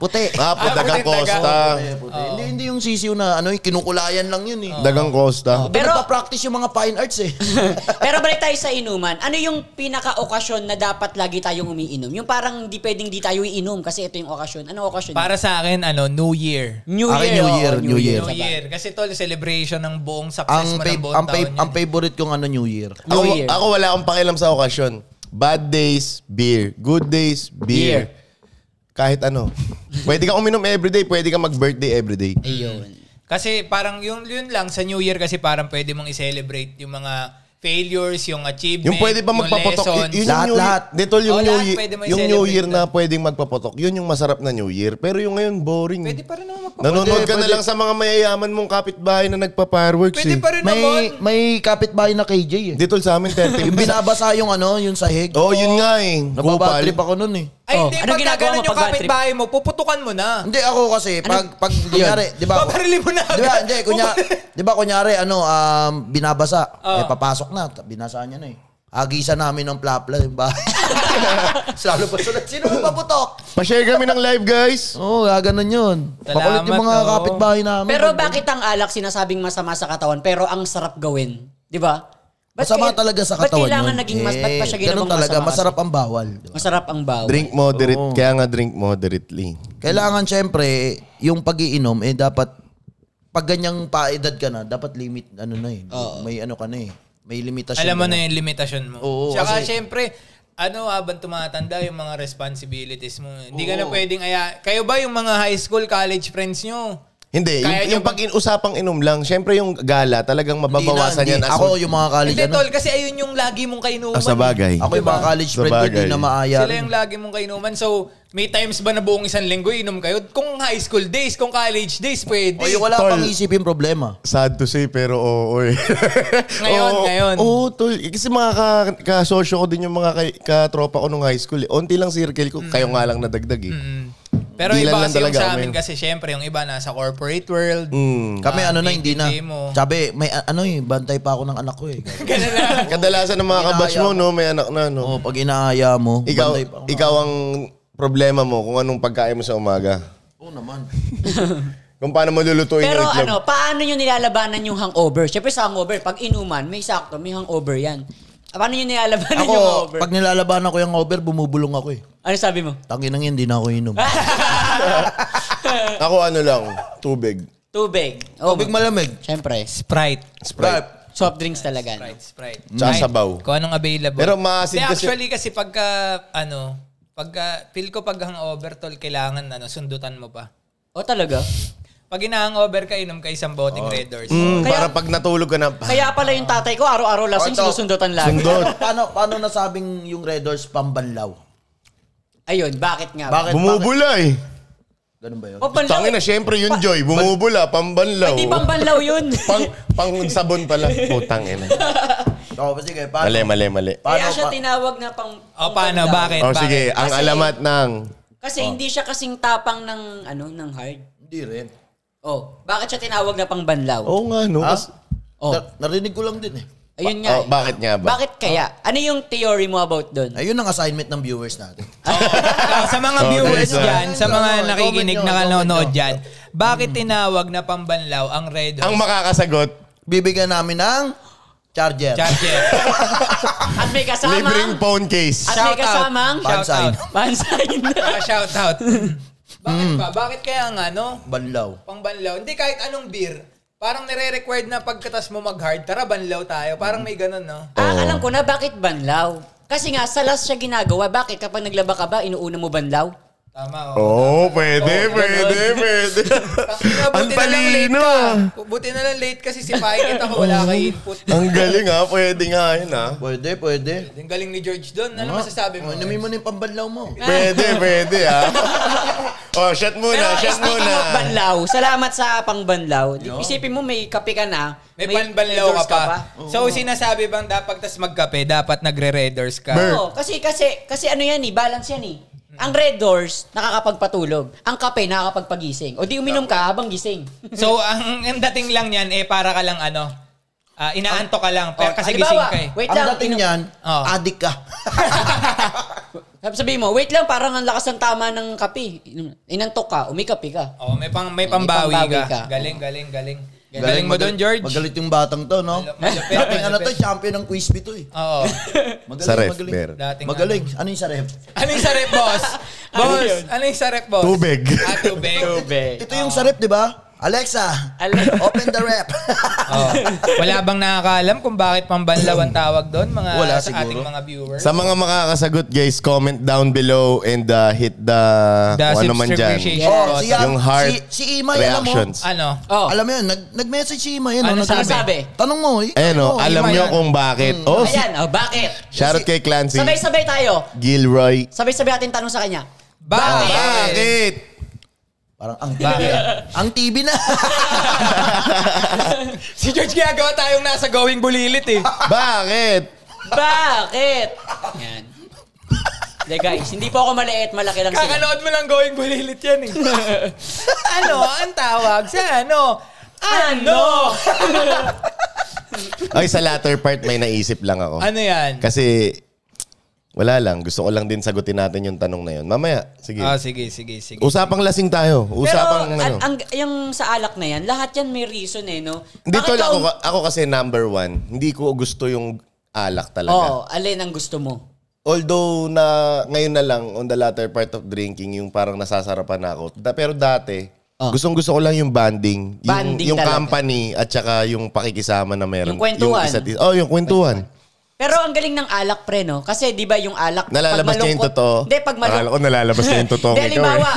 [SPEAKER 3] Puti.
[SPEAKER 2] Ah, po,
[SPEAKER 1] Ah,
[SPEAKER 2] dagang
[SPEAKER 1] puti, daga.
[SPEAKER 2] Costa.
[SPEAKER 3] Eh, puti. Hindi, hindi yung sisiw na ano, yung kinukulayan lang yun eh.
[SPEAKER 2] Dagang Costa.
[SPEAKER 4] Pero-
[SPEAKER 3] Pero nagpa-practice yung mga fine arts eh.
[SPEAKER 4] Pero balik tayo sa inuman. Ano yung pinaka-okasyon na dapat lagi tayong umiinom? Yung parang di pwedeng di tayo iinom kasi ito yung okasyon. Anong okasyon?
[SPEAKER 1] Para sa akin, ano, New Year.
[SPEAKER 4] New
[SPEAKER 3] Akin,
[SPEAKER 4] Year.
[SPEAKER 3] New
[SPEAKER 4] oo,
[SPEAKER 3] Year, New Year.
[SPEAKER 1] New Year. Kasi tol, celebration ng buong success
[SPEAKER 3] ang
[SPEAKER 1] mo ng
[SPEAKER 3] fav-
[SPEAKER 1] buong
[SPEAKER 3] ang,
[SPEAKER 1] taon
[SPEAKER 3] fav-
[SPEAKER 1] yun.
[SPEAKER 3] ang favorite kong ano New Year.
[SPEAKER 4] New
[SPEAKER 2] Ako,
[SPEAKER 4] Year.
[SPEAKER 2] ako wala akong pakialam sa okasyon. Bad days, beer. Good days, beer. Kahit ano. Pwede ka uminom everyday, pwede ka mag-birthday everyday.
[SPEAKER 1] eh.
[SPEAKER 4] Ayun.
[SPEAKER 1] Kasi parang yung yun lang sa New Year kasi parang pwede mong i-celebrate yung mga failures, yung achievement,
[SPEAKER 2] Yung pwede pa magpapotok.
[SPEAKER 1] lessons.
[SPEAKER 2] Y- yun yung
[SPEAKER 3] Lahat,
[SPEAKER 2] New Year-
[SPEAKER 3] lahat.
[SPEAKER 2] Detol, yung,
[SPEAKER 1] Oh,
[SPEAKER 2] new,
[SPEAKER 1] lahat
[SPEAKER 2] Year-
[SPEAKER 1] pwede mo
[SPEAKER 2] yung new
[SPEAKER 1] i-celebrate
[SPEAKER 2] Year na pwedeng magpapotok. Yun yung masarap na New Year. Pero yung ngayon, boring.
[SPEAKER 1] pwede pa rin naman magpapotok.
[SPEAKER 2] Nanonood
[SPEAKER 3] Pwede,
[SPEAKER 2] ka na
[SPEAKER 3] pwede.
[SPEAKER 2] lang sa mga mayayaman mong kapitbahay na nagpa-fireworks
[SPEAKER 1] Pwede
[SPEAKER 2] eh.
[SPEAKER 1] pa rin naman.
[SPEAKER 3] May may kapitbahay na KJ eh.
[SPEAKER 2] Detol sa amin, 30.
[SPEAKER 3] Yung binabasa yung ano, yung sahig.
[SPEAKER 2] oh, yun nga eh. Kupal.
[SPEAKER 3] Nababatrip ako nun eh.
[SPEAKER 1] Ay,
[SPEAKER 4] Oh,
[SPEAKER 1] hindi.
[SPEAKER 4] anong
[SPEAKER 1] Pagka
[SPEAKER 4] ginagawa mo
[SPEAKER 1] ganun yung
[SPEAKER 4] pag bad trip?
[SPEAKER 1] kapitbahay mo, puputukan mo na.
[SPEAKER 3] Hindi ako kasi pag pag kunyari, 'di ba?
[SPEAKER 1] Ano? Paparilin mo na
[SPEAKER 3] Di ba?
[SPEAKER 1] agad.
[SPEAKER 3] Hindi kunya, 'di ba kunyari ano, um, binabasa.
[SPEAKER 1] Oo.
[SPEAKER 3] Eh papasok na, Ta- binasaan niya na eh. Agisa namin ng plapla yung bahay. Salo pa sulat. Sino mo paputok?
[SPEAKER 2] Pa-share kami ng live, guys.
[SPEAKER 3] Oo, oh, gaganon yun. Pakulit yung
[SPEAKER 1] Salamat,
[SPEAKER 3] mga
[SPEAKER 1] no.
[SPEAKER 3] kapitbahay namin.
[SPEAKER 4] Pero
[SPEAKER 3] Pag-
[SPEAKER 4] bakit ang alak sinasabing masama sa katawan pero ang sarap gawin? Di ba? Ba't
[SPEAKER 3] Masama
[SPEAKER 4] kaya-
[SPEAKER 3] talaga sa katawan
[SPEAKER 4] Ba't kailangan
[SPEAKER 3] yun. Eh,
[SPEAKER 4] naging mas, ba't pa siya
[SPEAKER 3] ganun
[SPEAKER 4] ginawang
[SPEAKER 3] talaga,
[SPEAKER 4] masama?
[SPEAKER 3] masarap ang bawal. di ba?
[SPEAKER 4] Masarap ang
[SPEAKER 3] Oh.
[SPEAKER 4] baw.
[SPEAKER 2] Drink moderate. Kaya nga drink moderately.
[SPEAKER 3] Kailangan syempre, yung pagiinom, eh dapat, pag ganyang paedad ka na, dapat limit, ano na eh. May ano ka na eh. May limitasyon.
[SPEAKER 1] Alam mo
[SPEAKER 3] ka
[SPEAKER 1] na yung limitasyon mo.
[SPEAKER 3] Oo,
[SPEAKER 1] Tsaka
[SPEAKER 3] kasi-
[SPEAKER 1] syempre, ano habang tumatanda yung mga responsibilities mo. Hindi ka na pwedeng aya. Kayo ba yung mga high school, college friends nyo?
[SPEAKER 2] Hindi,
[SPEAKER 1] Kaya
[SPEAKER 2] yung, yung
[SPEAKER 1] nyo-
[SPEAKER 2] pag usapang inom lang, syempre yung gala, talagang
[SPEAKER 3] Hindi na,
[SPEAKER 2] mababawasan
[SPEAKER 3] hindi.
[SPEAKER 2] yan. as-
[SPEAKER 3] Ako yung mga college,
[SPEAKER 1] Hindi
[SPEAKER 3] ano,
[SPEAKER 1] tol, kasi ayun yung lagi mong kainuman.
[SPEAKER 2] Ah, sa bagay.
[SPEAKER 3] ako yung mga college
[SPEAKER 2] Sa
[SPEAKER 3] friend ko, hindi
[SPEAKER 2] bagay.
[SPEAKER 3] na maaya.
[SPEAKER 1] Sila yung lagi mong kainuman. So, may times ba na buong isang linggo inom kayo? Kung high school days, kung college days, pwede.
[SPEAKER 3] O Oh, yung wala
[SPEAKER 2] Tol.
[SPEAKER 3] pang isipin problema.
[SPEAKER 2] Sad to say, pero oo eh.
[SPEAKER 1] Ngayon,
[SPEAKER 2] Oo,
[SPEAKER 1] ngayon.
[SPEAKER 2] Oo, tol. Kasi mga ka- kasosyo ko din yung mga ka- katropa ko nung high school. Eh. Onti lang circle ko. Kayo nga lang nadagdag eh.
[SPEAKER 1] Pero
[SPEAKER 2] Dilan
[SPEAKER 1] iba
[SPEAKER 2] lang
[SPEAKER 1] kasi yung
[SPEAKER 2] talaga
[SPEAKER 1] sa
[SPEAKER 2] kami.
[SPEAKER 1] amin kasi syempre yung iba nasa corporate world.
[SPEAKER 2] Mm.
[SPEAKER 3] Kami
[SPEAKER 1] Ah,
[SPEAKER 3] ano na, hindi na.
[SPEAKER 1] hindi mo.
[SPEAKER 3] Sabi, may a- ano eh, bantay pa ako ng anak ko eh.
[SPEAKER 1] Ganun lang.
[SPEAKER 2] Kadalasan ng mga kabatch mo, no, may anak na, no.
[SPEAKER 3] Oo, pag inaaya mo,
[SPEAKER 2] ikaw,
[SPEAKER 3] bantay pa ako. ng-
[SPEAKER 2] ikaw ang problema mo kung anong pagkain mo sa umaga.
[SPEAKER 3] Oo naman.
[SPEAKER 2] Kung paano mo lulutuin yung
[SPEAKER 4] Pero
[SPEAKER 2] itlog.
[SPEAKER 4] ano, paano nyo nilalabanan yung hangover? Siyempre sa hangover, pag inuman, may sakto, may hangover yan. Ah, Paano nyo nilalabanan
[SPEAKER 3] Ako,
[SPEAKER 4] yung hangover?
[SPEAKER 3] pag nilalabanan ko yung over, bumubulong ako eh.
[SPEAKER 4] Ano sabi mo?
[SPEAKER 3] Tangin nang hindi na ako inom.
[SPEAKER 1] Ah!
[SPEAKER 2] Ako ano lang, tubig.
[SPEAKER 4] Tubig. Oh,
[SPEAKER 3] Tubig malamig.
[SPEAKER 4] Siyempre.
[SPEAKER 1] Sprite.
[SPEAKER 2] Sprite.
[SPEAKER 4] Soft drinks talaga. no?
[SPEAKER 1] Sprite, Sprite.
[SPEAKER 2] Tsaka
[SPEAKER 1] Kahit
[SPEAKER 2] sabaw.
[SPEAKER 1] Kung anong available.
[SPEAKER 2] Oh. Pero maasid
[SPEAKER 1] Hindi,
[SPEAKER 2] kasi-
[SPEAKER 1] Actually kasi pagka, ano, pagka, feel ko pag hangover, tol, kailangan, ano, sundutan mo pa.
[SPEAKER 4] Oh, talaga?
[SPEAKER 1] Pag ina-hangover ka, inom ka isang boteng Red Doors.
[SPEAKER 2] Mm, para
[SPEAKER 4] Kaya-
[SPEAKER 2] pag natulog ka na,
[SPEAKER 4] Kaya pala yung tatay ko, araw-araw
[SPEAKER 2] Oh,
[SPEAKER 4] lasing
[SPEAKER 3] Oto.
[SPEAKER 4] sinusundutan lagi.
[SPEAKER 3] paano, paano nasabing yung Red Doors pambanlaw?
[SPEAKER 4] Ayun, bakit nga?
[SPEAKER 3] Bakit?
[SPEAKER 2] bumubula eh.
[SPEAKER 3] Ganun ba yun?
[SPEAKER 1] Oh.
[SPEAKER 4] Pambanlaw.
[SPEAKER 2] Tangin na, syempre yun, Joy. Bumubula, pambanlaw.
[SPEAKER 4] Hindi pambanlaw yun.
[SPEAKER 2] pang, pang sabon pala. Putang ina.
[SPEAKER 3] Oo, oh, sige, paano?
[SPEAKER 2] Mali, mali, mali.
[SPEAKER 4] Kaya
[SPEAKER 3] Paano
[SPEAKER 4] siya
[SPEAKER 3] pa-
[SPEAKER 4] tinawag na pang...
[SPEAKER 1] O paano,
[SPEAKER 4] pambanlaw.
[SPEAKER 1] bakit? bakit?
[SPEAKER 2] O Oh, sige, ang
[SPEAKER 4] Kasi-
[SPEAKER 2] alamat ng...
[SPEAKER 4] Kasi
[SPEAKER 2] Oh.
[SPEAKER 4] hindi siya kasing tapang ng ano ng hard.
[SPEAKER 3] Hindi rin.
[SPEAKER 4] Oh, bakit siya tinawag na pangbanlaw?
[SPEAKER 2] Oo nga, no?
[SPEAKER 3] Ha?
[SPEAKER 2] Kas-
[SPEAKER 4] Oh.
[SPEAKER 3] Na- narinig ko lang din eh.
[SPEAKER 4] Ayun nga.
[SPEAKER 2] Oh, bakit nga ba? Oh.
[SPEAKER 4] Bakit kaya? Ano yung theory mo about doon?
[SPEAKER 3] Ayun ang assignment ng viewers natin.
[SPEAKER 1] Ah, sa mga
[SPEAKER 2] Oh,
[SPEAKER 1] viewers
[SPEAKER 2] guys, ah.
[SPEAKER 1] dyan, sa mga
[SPEAKER 3] Comment nyo,
[SPEAKER 1] nakikinig
[SPEAKER 3] comment
[SPEAKER 1] na
[SPEAKER 3] nyo,
[SPEAKER 1] nanonood
[SPEAKER 3] comment nyo.
[SPEAKER 1] dyan, bakit tinawag na pambanlaw ang Red
[SPEAKER 2] Ang
[SPEAKER 1] Hot
[SPEAKER 2] makakasagot,
[SPEAKER 3] Bibigyan namin ng charger.
[SPEAKER 1] Charger?
[SPEAKER 4] At may
[SPEAKER 2] libreng
[SPEAKER 4] kasamang...
[SPEAKER 2] phone case.
[SPEAKER 4] At may
[SPEAKER 1] Shout out.
[SPEAKER 4] kasamang...
[SPEAKER 1] Shout
[SPEAKER 3] Pansign.
[SPEAKER 1] out.
[SPEAKER 4] Pansign.
[SPEAKER 1] Ah, shout out. bakit
[SPEAKER 2] Hmm.
[SPEAKER 1] ba? Bakit kaya ang ano?
[SPEAKER 3] Banlaw.
[SPEAKER 1] Pangbanlaw. Hindi kahit anong beer. Parang nire-required na pagkatas mo mag-hard, tara banlaw tayo. Parang
[SPEAKER 2] Hmm.
[SPEAKER 1] may ganun, no?
[SPEAKER 4] ah, alam ko na bakit banlaw. Kasi nga, salas siya ginagawa. Bakit? Kapag naglaba ka ba, inuuna mo banlaw?
[SPEAKER 1] Tama, oh.
[SPEAKER 2] Oo, oh, pwede, pwede, pwede. Ang talino. ah.
[SPEAKER 1] Buti na lang late kasi si Pike kita ko wala kay input.
[SPEAKER 2] Ang galing ha, pwede nga yun ah. ha.
[SPEAKER 3] Pwede, pwede.
[SPEAKER 1] Yung galing ni George doon. Ano masasabi mo?
[SPEAKER 3] Oh, Inumin mo na yung pambanlaw mo.
[SPEAKER 2] Pwede, pwede ha. Oh, shot muna, shot
[SPEAKER 4] Ah, speaking
[SPEAKER 2] muna.
[SPEAKER 4] of banlaw, salamat sa pangbanlaw. Di- Isipin mo, may kape ka na.
[SPEAKER 1] May, panbanlaw
[SPEAKER 4] may
[SPEAKER 1] ka
[SPEAKER 4] doors
[SPEAKER 1] pa. So, sinasabi bang dapat tas magkape, dapat nagre-red doors ka?
[SPEAKER 2] Ber-
[SPEAKER 4] Oo, kasi, kasi, kasi ano yan eh, balance yan eh. Ang red doors, nakakapagpatulog. Ang kape, nakakapagpagising. O di uminom ka habang gising.
[SPEAKER 1] So, ang, ang dating lang niyan, eh, para ka lang ano, ah, inaanto ka lang, pero
[SPEAKER 4] Oh,
[SPEAKER 1] kasi gising
[SPEAKER 4] halimbawa,
[SPEAKER 1] ka eh.
[SPEAKER 4] Wait
[SPEAKER 3] ang
[SPEAKER 4] lang,
[SPEAKER 3] dating
[SPEAKER 4] inom-
[SPEAKER 3] niyan,
[SPEAKER 1] Oh.
[SPEAKER 3] adik ka.
[SPEAKER 4] Sabi sabihin mo, wait lang, parang ang lakas ng tama ng kape. Inom- Inantok ka, umikapi ka.
[SPEAKER 1] Oh, may pang may pambawi,
[SPEAKER 4] pambawi
[SPEAKER 1] ka.
[SPEAKER 4] ka.
[SPEAKER 1] Galing, galing, galing. Galing, mo doon, George.
[SPEAKER 3] Magalit yung batang to, no?
[SPEAKER 1] Mal- malapit,
[SPEAKER 3] Dating ano to,
[SPEAKER 1] malapit.
[SPEAKER 3] champion ng quiz bito eh.
[SPEAKER 1] Oo.
[SPEAKER 3] Magaling,
[SPEAKER 2] Sa ref,
[SPEAKER 3] magaling.
[SPEAKER 2] meron.
[SPEAKER 1] Dating
[SPEAKER 3] Magaling. Ano yung sa ref?
[SPEAKER 1] Ano yung sarap, boss? boss, ano yung sarap, boss?
[SPEAKER 2] Tubig.
[SPEAKER 1] Ah, tubig.
[SPEAKER 4] Ube.
[SPEAKER 3] Ito yung sa ref, di ba? Alexa,
[SPEAKER 4] Ale-
[SPEAKER 3] open the ref.
[SPEAKER 1] Oh. Wala bang nakakaalam kung bakit pambanlaw ang tawag doon mga
[SPEAKER 3] Wala
[SPEAKER 1] sa
[SPEAKER 3] siguro.
[SPEAKER 1] ating mga viewers?
[SPEAKER 2] Sa mga makakasagot guys, comment down below and uh, hit the,
[SPEAKER 1] The
[SPEAKER 2] kung ano man dyan.
[SPEAKER 1] subscription.
[SPEAKER 3] oh, si,
[SPEAKER 2] Yung heart
[SPEAKER 3] si, si Imay, alam mo.
[SPEAKER 2] reactions.
[SPEAKER 1] ano?
[SPEAKER 4] Oh,
[SPEAKER 3] Alam mo yun, nag, nag-message si Imay. Yun,
[SPEAKER 1] Ano
[SPEAKER 3] oh, nagsabi.
[SPEAKER 4] sabi?
[SPEAKER 3] Tanong mo, eh.
[SPEAKER 2] Ayan o,
[SPEAKER 3] Oh,
[SPEAKER 2] alam
[SPEAKER 1] Ima
[SPEAKER 2] nyo
[SPEAKER 1] yan.
[SPEAKER 2] kung bakit. Oh, si-
[SPEAKER 4] ayan, oh, bakit?
[SPEAKER 2] shoutout kay Clancy.
[SPEAKER 4] Sabay-sabay tayo.
[SPEAKER 2] Gilroy.
[SPEAKER 4] Sabay-sabay ating tanong sa kanya.
[SPEAKER 1] Bakit?
[SPEAKER 2] Bakit?
[SPEAKER 3] Parang ang TV. ang TV na.
[SPEAKER 1] Si George ginagawa tayong nasa going bulilit eh.
[SPEAKER 2] Bakit?
[SPEAKER 4] Bakit? Yan. De guys, hindi po ako maliit, malaki lang sila.
[SPEAKER 1] Kakanood mo lang going bulilit yan eh. ano ang tawag sa ano? Ano?
[SPEAKER 2] Ay, sa latter part may naisip lang ako.
[SPEAKER 1] Ano yan?
[SPEAKER 2] Kasi, wala lang. Gusto ko lang din sagutin natin yung tanong na yun. Mamaya, sige.
[SPEAKER 1] Ah, sige, sige, sige.
[SPEAKER 2] Usapang lasing tayo. Usapang
[SPEAKER 4] Pero
[SPEAKER 2] ano.
[SPEAKER 4] ang, ang- yung sa alak na yan, lahat yan may reason eh, no?
[SPEAKER 2] Dito
[SPEAKER 4] Bakit
[SPEAKER 2] lang
[SPEAKER 4] ka-
[SPEAKER 2] ako, ako kasi number one. Hindi ko gusto yung alak talaga.
[SPEAKER 4] um- Oo, alin ang gusto mo?
[SPEAKER 2] Although na ngayon na lang on the latter part of drinking yung parang nasasarapan na ako. Da, pero dati,
[SPEAKER 4] Ah.
[SPEAKER 2] gustong gusto ko lang yung banding, yung,
[SPEAKER 4] Bonding
[SPEAKER 2] yung
[SPEAKER 4] talaga.
[SPEAKER 2] company at saka yung pakikisama na meron.
[SPEAKER 4] Yung kwentuhan. Ano,
[SPEAKER 2] isa't isa- oh, yung kwentuhan.
[SPEAKER 4] Pero ang galing ng alak, pre, no? Kasi di ba yung alak,
[SPEAKER 2] Nalalabas niya yung totoo.
[SPEAKER 4] Hindi, pag
[SPEAKER 2] Akala ko
[SPEAKER 4] malungkot.
[SPEAKER 2] nalalabas niya yung totoo.
[SPEAKER 4] Hindi, halimbawa,